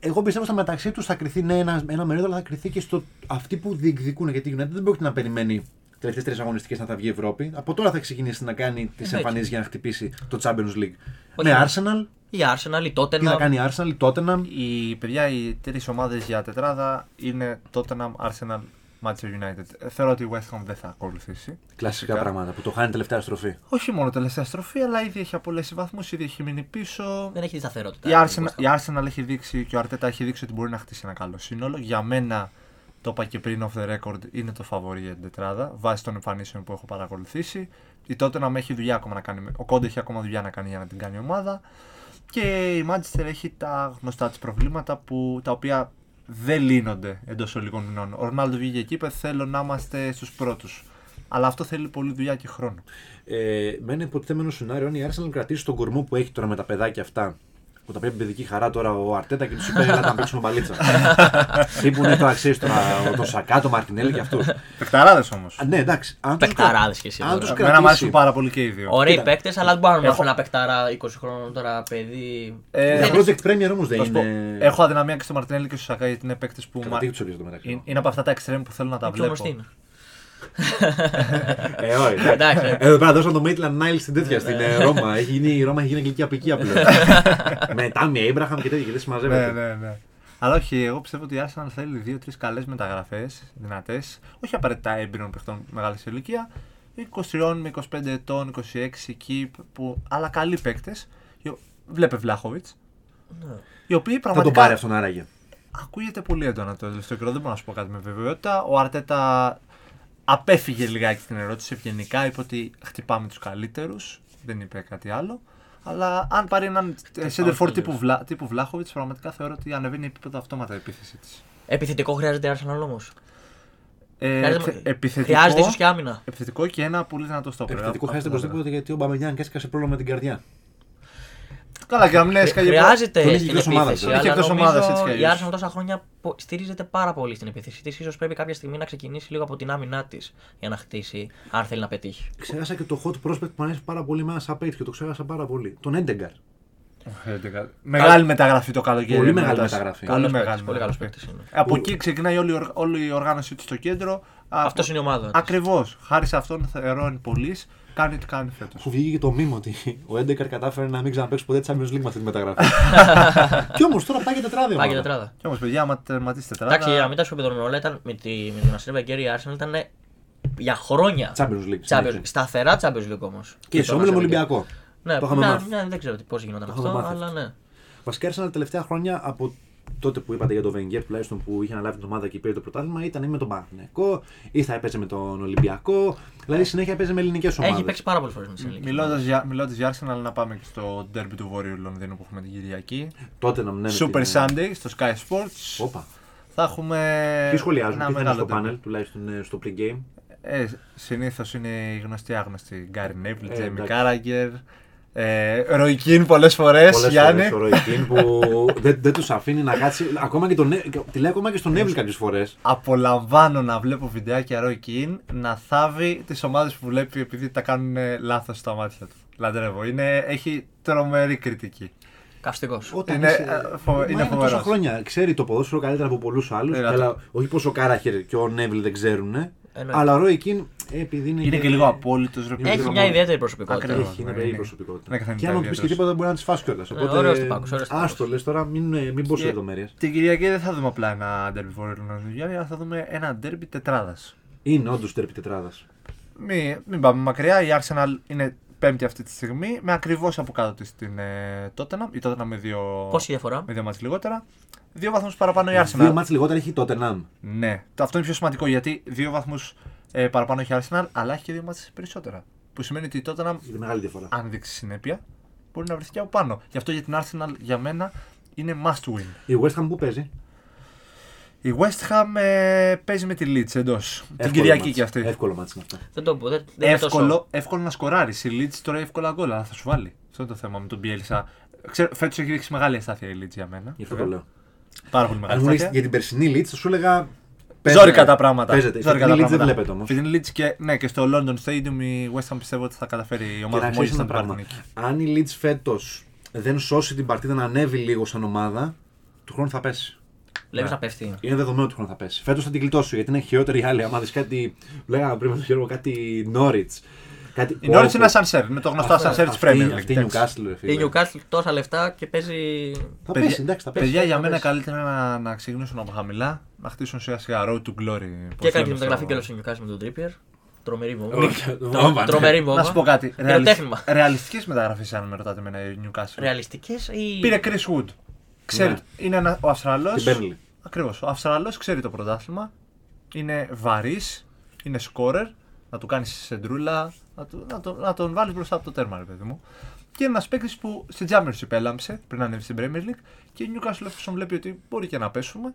Speaker 1: εγώ πιστεύω στα μεταξύ τους θα κρυθεί ναι, ένα, ένα μερίδιο, αλλά θα κρυθεί και στο αυτοί που διεκδικούν. Γιατί η United δεν πρόκειται να περιμένει τελευταίες τρεις αγωνιστικές να τα βγει η Ευρώπη. Από τώρα θα ξεκινήσει να κάνει τις
Speaker 2: Εννοείται.
Speaker 1: εμφανίσεις για να χτυπήσει το Champions League.
Speaker 2: Όχι,
Speaker 1: με
Speaker 2: ναι.
Speaker 1: Arsenal,
Speaker 2: Η Arsenal, η
Speaker 1: τι θα
Speaker 2: Tottenham.
Speaker 1: κάνει η Arsenal, η Tottenham.
Speaker 3: Οι παιδιά, οι τρεις ομάδες για τετράδα είναι Tottenham, Arsenal Manchester United. Ε, Θεωρώ ότι η West Ham δεν θα ακολουθήσει.
Speaker 1: Κλασικά πράγματα που το χάνει τελευταία στροφή.
Speaker 3: Όχι μόνο τελευταία στροφή, αλλά ήδη έχει απολέσει βαθμούς, ήδη έχει μείνει πίσω.
Speaker 2: Δεν έχει τη σταθερότητα.
Speaker 3: Η Arsenal, η Arsenal έχει δείξει και ο Αρτέτα έχει δείξει ότι μπορεί να χτίσει ένα καλό σύνολο. Για μένα, το είπα και πριν off the record, είναι το φαβορή για την τετράδα βάσει των εμφανίσεων που έχω παρακολουθήσει. Η τότε να έχει δουλειά ακόμα να κάνει. Ο Κόντε έχει ακόμα δουλειά να κάνει για να την κάνει η ομάδα. Και η Manchester έχει τα γνωστά της προβλήματα που, τα οποία δεν λύνονται εντός ολίγων μηνών. Ο Ρονάλντο βγήκε εκεί, είπε: Θέλω να είμαστε στους πρώτους. Αλλά αυτό θέλει πολλή δουλειά και χρόνο.
Speaker 1: Ε, με ένα υποτιθέμενο σενάριο, αν η Arsenal κρατήσει τον κορμό που έχει τώρα με τα παιδάκια αυτά, που τα παίρνει παιδική χαρά τώρα ο Αρτέτα και τους είπε: Ελάτε να παίξουμε μπαλίτσα. Τι που είναι το αξίζει τώρα, ο- το Σακά, το Μαρτινέλη και αυτούς.
Speaker 3: Πεκταράδες όμως.
Speaker 1: Ναι, εντάξει. Αν τους
Speaker 2: Παιχταράδες
Speaker 1: κρα-
Speaker 2: κι εσύ
Speaker 1: Αν
Speaker 2: τώρα.
Speaker 1: τους
Speaker 3: Εμένα μου αρέσουν
Speaker 1: κρατήσει.
Speaker 3: πάρα πολύ και οι δύο.
Speaker 2: Ωραίοι
Speaker 1: Κοίτα.
Speaker 2: παίκτες, αλλά δεν μπορούμε να
Speaker 3: Έχω-
Speaker 2: έχω... ένα παιχταρά 20 χρόνων τώρα παιδί.
Speaker 3: Ε,
Speaker 1: Για
Speaker 2: δεν
Speaker 3: έχω-
Speaker 2: είναι-
Speaker 1: project premier όμω
Speaker 3: Θα
Speaker 1: δεν
Speaker 3: σου πω,
Speaker 1: είναι.
Speaker 3: Έχω Ε, αδυναμία και στο Μαρτινέλη και στο Σακά γιατί είναι παίκτες που.
Speaker 1: Κρατήστε
Speaker 3: μα-
Speaker 1: τους όλους εδώ μεταξύ.
Speaker 3: Είναι- Είναι από αυτά τα εξτρέμ που θέλω να τα
Speaker 2: πιο
Speaker 3: βλέπω.
Speaker 2: γνωστή είναι.
Speaker 1: Ε, όχι.
Speaker 2: Εντάξει.
Speaker 1: Ε, Εδώ πέρα δώσαν το Maitland Νάιλ στην τέτοια, στην ε, Ρώμα. Έχει γίνει, η Ρώμα έχει γίνει αγγλική απικία πλέον. Με Τάμι Abraham και τέτοια και δεν
Speaker 3: Ναι,
Speaker 1: συμμαζεύεται.
Speaker 3: ναι, ναι. Αλλά όχι, εγώ πιστεύω ότι η Arsenal θέλει δύο-τρει καλές μεταγραφές, δυνατές, όχι απαραίτητα έμπειρων παιχτών μεγάλης ηλικία, 23 με 25 ετών, 26 εκεί, που, αλλά καλοί παίκτες. Βλέπε Βλάχοβιτ.
Speaker 1: Ναι.
Speaker 3: Οι οποίοι
Speaker 1: Θα τον
Speaker 3: πραγματικά.
Speaker 1: πάρει αυτόν άραγε.
Speaker 3: Ακούγεται πολύ έντονα το τελευταίο καιρό, δεν μπορώ να σου πω κάτι με βεβαιότητα. Ο Αρτέτα απέφυγε λιγάκι την ερώτηση ευγενικά, είπε ότι χτυπάμε τους καλύτερους, δεν είπε κάτι άλλο. Αλλά αν πάρει έναν
Speaker 2: τους
Speaker 3: σέντερφορ τύπου,
Speaker 2: καλύτερους.
Speaker 3: Βλα, τύπου Βλάχοβιτ, πραγματικά θεωρώ ότι ανεβαίνει επίπεδο αυτόματα η επίθεση της.
Speaker 2: Επιθετικό χρειάζεται η Arsenal όμω.
Speaker 3: Ε, επιθε- επιθετικό,
Speaker 2: Χρειάζεται ίσως και άμυνα.
Speaker 3: επιθετικό και ένα πολύ δυνατό στόπερ.
Speaker 1: Επιθετικό
Speaker 3: Από-
Speaker 1: χάσετε
Speaker 3: από τα
Speaker 1: οπωσδήποτε γιατί ο Μπαμενιάν έσκασε πρόβλημα με την καρδιά.
Speaker 3: δεδομένα. Καλά, και να μην έσκαγε.
Speaker 1: Τον
Speaker 2: Χρειάζεται
Speaker 1: έχει
Speaker 2: στην
Speaker 1: εκτός ομάδας,
Speaker 2: επίθεση.
Speaker 1: βέβαια.
Speaker 2: Αλλά
Speaker 3: Έχει εκτός
Speaker 2: νομίζω
Speaker 3: ομάδας, έτσι κι
Speaker 2: η
Speaker 3: αλλιώς.
Speaker 2: Arsenal τόσα χρόνια πο- στηρίζεται πάρα πολύ στην επίθεση της. σω πρέπει κάποια στιγμή να ξεκινήσει λίγο από την άμυνά της για να χτίσει, αν θέλει να πετύχει.
Speaker 1: Ξέχασα και το hot prospect που αρέσει πάρα πολύ με ένα σαπέιτ και το ξέχασα πάρα πολύ. Τον Έντεγκαρ.
Speaker 3: Μεγάλη μεταγραφή το καλοκαίρι.
Speaker 1: Πολύ μεγάλη μεταγραφή.
Speaker 3: Μεταγραφή. Πολύ
Speaker 2: Καλός
Speaker 3: μεγάλη.
Speaker 2: παίκτης, πολύ καλός
Speaker 3: μεταγραφή.
Speaker 2: παίκτης
Speaker 3: Από εκεί ξεκινάει όλη, η οργ- όλη η οργάνωσή του στο κέντρο.
Speaker 2: Αυτός είναι η ομάδα. της.
Speaker 3: Ακριβώς. Χάρη σε αυτόν θεωρώ εν πωλής, κάνει τι κάνει φέτος.
Speaker 1: Σου βγήκε και το μήνυμα ότι ο Έντεγκαρ κατάφερε να μην ξαναπέξει ποτέ τη Champions League με αυτή τη μεταγραφή. Κι όμως τώρα πάει για τετράδιο.
Speaker 2: Πάει
Speaker 1: μάλλον.
Speaker 2: για τετράδα.
Speaker 3: Κι όμως, παιδιά, άμα τερματίσει τετράδα.
Speaker 2: Εντάξει, η αμύτα σου πεδρών όλα ήταν με, τη, με τον Ασίρ Βαγκέρη η Arsenal ήταν για χρόνια.
Speaker 1: Champions League,
Speaker 2: Champions,
Speaker 1: συνέχεια.
Speaker 2: σταθερά Champions League όμως.
Speaker 1: Και σε όμιλο με Ολυμπιακό.
Speaker 2: Ναι,
Speaker 1: Το είχαμε
Speaker 2: ναι,
Speaker 1: μάθει.
Speaker 2: ναι, δεν ξέρω τι- πώς γινόταν
Speaker 1: Το
Speaker 2: αυτό,
Speaker 1: είχαμε μάθει.
Speaker 2: αλλά ναι.
Speaker 1: Βασικά έρθαν τα τελευταία χρόνια από τότε που είπατε για τον Βενγκέρ, τουλάχιστον που είχε αναλάβει την ομάδα και πήρε το πρωτάθλημα, ήταν ή με τον Παναθηναϊκό, ή θα έπαιζε με τον Ολυμπιακό. Δηλαδή συνέχεια έπαιζε με ελληνικές ομάδε.
Speaker 2: Έχει παίξει πάρα πολλές φορές με τη Σελίκη.
Speaker 3: Μιλώντα για, μιλώντας για Arsenal, να πάμε και στο ντέρμπι του Βόρειου Λονδίνου που έχουμε την Κυριακή.
Speaker 1: Τότε να μην
Speaker 3: Super Sunday στο Sky Sports.
Speaker 1: ναι, Όπα.
Speaker 3: Θα έχουμε.
Speaker 1: Τι σχολιάζουν,
Speaker 3: ένα
Speaker 1: τι θα είναι
Speaker 3: μεγάλο
Speaker 1: στο
Speaker 3: ντέρμπι.
Speaker 1: πάνελ, τουλάχιστον ε, στο pre-game.
Speaker 3: Ε, Συνήθως είναι οι γνωστοί άγνωστοι. Γκάρι Νέβιλ,
Speaker 1: Ε,
Speaker 3: Τζέμι
Speaker 1: εντάξει.
Speaker 3: Κάραγκερ. ε, Ροϊκίν πολλές φορές.
Speaker 1: Πολλές
Speaker 3: Γιάννη.
Speaker 1: φορές ο Ροϊκίν που δεν, δεν τους αφήνει να κάτσει. Ακόμα και τον, Νε- και- τη λέει ακόμα και στον Νέβιλ κάποιες φορές.
Speaker 3: απολαμβάνω να βλέπω βιντεάκια Roy Keane να θάβει τις ομάδες που βλέπει επειδή τα κάνουν ε, λάθος στα μάτια του. Λατρεύω. Είναι, έχει τρομερή κριτική.
Speaker 2: Καυστικός.
Speaker 1: Όταν
Speaker 3: Είναι,
Speaker 1: είσαι-
Speaker 3: ε, φο-
Speaker 1: Μα
Speaker 3: είναι
Speaker 1: τόσα
Speaker 3: φοβερός.
Speaker 1: χρόνια. Ξέρει το ποδόσφαιρο καλύτερα από πολλούς άλλους.
Speaker 3: Ε,
Speaker 1: Αλλά όχι πως ο Κάραχερ και ο Νέβιλ δεν ξέρουν. ε.
Speaker 2: Εννοείται.
Speaker 1: Αλλά ο Ροϊκίν επειδή είναι.
Speaker 3: Είναι και λίγο απόλυτος ρε παιδί
Speaker 2: Έχει
Speaker 3: μου.
Speaker 2: μια ιδιαίτερη προσωπικότητα.
Speaker 3: Ακριβώς.
Speaker 1: Έχει, είναι
Speaker 3: Ναι,
Speaker 1: περίεργη
Speaker 3: είναι.
Speaker 1: προσωπικότητα.
Speaker 3: Ναι, καθένα
Speaker 1: και άμα του πεις και
Speaker 3: ιδιαίτερος.
Speaker 1: τίποτα μπορεί να τη φάσει κιόλα. Οπότε.
Speaker 2: ωραίος τυπάκος, ωραίος τυπάκος.
Speaker 1: Άστο λες τώρα, μην, ε, μην πω σε
Speaker 3: Και-
Speaker 1: λεπτομέρειες.
Speaker 3: Την Κυριακή δεν θα δούμε απλά ένα ντέρμπι Βόρειο Λονδίνου, Γιάννη, αλλά θα δούμε ένα ντέρμπι τετράδας.
Speaker 1: Είναι όντως τέρπι τετράδα.
Speaker 3: Μην, μην πάμε μακριά. Η Arsenal είναι πέμπτη αυτή τη στιγμή με ακριβώς από κάτω της την ε, Tottenham. Η Tottenham με δύο,
Speaker 2: Πόση διαφορά.
Speaker 3: με δύο μάτς λιγότερα. Δύο βαθμούς παραπάνω η Arsenal.
Speaker 1: Δύο μάτς λιγότερα έχει το Tottenham.
Speaker 3: Ναι. Το- Αυτό είναι πιο σημαντικό γιατί δύο βαθμούς ε, παραπάνω έχει η Arsenal, αλλά έχει και δύο μάτσε περισσότερα. Που σημαίνει ότι η Tottenham,
Speaker 1: Είναι μεγάλη διαφορά.
Speaker 3: αν δείξει συνέπεια, μπορεί να βρεθεί και από πάνω. Γι' αυτό για την Arsenal για μένα είναι must win.
Speaker 1: Η West Ham που παίζει.
Speaker 3: Η West Ham ε, παίζει με τη Leeds εντός. Την
Speaker 1: Εύκολο
Speaker 3: Κυριακή
Speaker 1: μάτς.
Speaker 3: κι αυτή.
Speaker 1: Εύκολο μάτς είναι αυτό.
Speaker 2: Δεν το πω. Δεν, δεν είναι τόσο-
Speaker 3: Εύκολο, εύκολο να σκοράρεις. Η Leeds τώρα εύκολα γκολ, αλλά θα σου βάλει. Αυτό είναι το θέμα με τον Bielsa. Ξέρω, φέτος έχει δείξει μεγάλη αστάθεια η Leeds για μένα.
Speaker 1: Γι' αυτό το λέω.
Speaker 3: Πάρα πολύ
Speaker 1: Αν
Speaker 3: μεγάλη
Speaker 1: μου λες
Speaker 3: αστάθεια.
Speaker 1: για την περσινή Leeds, θα σου έλεγα.
Speaker 3: Ζόρικα τα πράγματα.
Speaker 1: Παίζεται. Η
Speaker 3: Ζόρικα
Speaker 1: φετινή
Speaker 3: τα
Speaker 1: Leeds δεν
Speaker 3: πράγματα.
Speaker 1: βλέπετε όμως. Και
Speaker 3: Φετινή Leeds και, ναι, και στο London Stadium η West Ham πιστεύω ότι θα καταφέρει η ομάδα
Speaker 1: να
Speaker 3: που μόλι
Speaker 1: ξέρει
Speaker 3: θα
Speaker 1: ένα
Speaker 3: πάρει την
Speaker 1: πράγμα.
Speaker 3: νίκη.
Speaker 1: Αν η Leeds φέτος δεν σώσει την παρτίδα να ανέβει λίγο σαν ομάδα, του χρόνου θα πέσει.
Speaker 2: Βλέπεις
Speaker 1: Ναι.
Speaker 2: να πέφτει.
Speaker 1: Είναι δεδομένο ότι του χρόνου θα πέσει. Φέτος θα την γλιτώσει γιατί είναι χειρότερη η άλλη. Άμα δει κάτι. Λέγαμε πριν με τον Γιώργο κάτι Norwich. Κάτι...
Speaker 3: Η Norwich είναι ασανσέρ, είναι το γνωστό
Speaker 1: Αυτά-
Speaker 3: ασανσέρ της
Speaker 1: αυτή-
Speaker 3: Premier League.
Speaker 1: Αυτή η
Speaker 3: εντάξει.
Speaker 1: Newcastle, ρε
Speaker 2: Η
Speaker 1: φίλε.
Speaker 2: Newcastle τόσα λεφτά και παίζει.
Speaker 1: Θα
Speaker 3: Παιδιά-
Speaker 1: πέσει, εντάξει, θα πέσει.
Speaker 3: Παιδιά, για
Speaker 1: θα
Speaker 3: μένα
Speaker 1: πέσει.
Speaker 3: καλύτερα να, να ξεκινήσουν από χαμηλά, να χτίσουν σιγά σιγά road to glory.
Speaker 2: Και
Speaker 3: πώς
Speaker 2: έκανε
Speaker 3: λέμε
Speaker 2: τη
Speaker 3: στο-
Speaker 2: μεταγραφή και η Newcastle με τον Τρίπιερ. Τρομερή βόμβα.
Speaker 1: Όχι,
Speaker 2: Τρο-
Speaker 1: βόμβα, ναι.
Speaker 2: Τρομερή βόμβα.
Speaker 3: Να σου πω κάτι.
Speaker 2: Πυροτέχνημα.
Speaker 3: Ρεαλιστικές μεταγραφές, αν με ρωτάτε με Newcastle.
Speaker 2: Ρεαλιστικές ή.
Speaker 3: Πήρε Chris Wood. Ξέρει,
Speaker 1: Ναι.
Speaker 3: είναι ένα, ο Αυστραλός.
Speaker 1: Την Burnley.
Speaker 3: Ακριβώς. Ο Αυστραλός ξέρει το πρωτάθλημα. Είναι βαρύς. Είναι σκόρερ. Να του κάνεις σεντρούλα. Να, του, να, τον, να τον βάλεις μπροστά από το τέρμα, ρε παιδί μου. Και είναι ένας παίκτης που στην Championship έλαμψε πριν ανέβει στην Premier League. Και η Newcastle εφόσον βλέπει ότι μπορεί και να πέσουμε,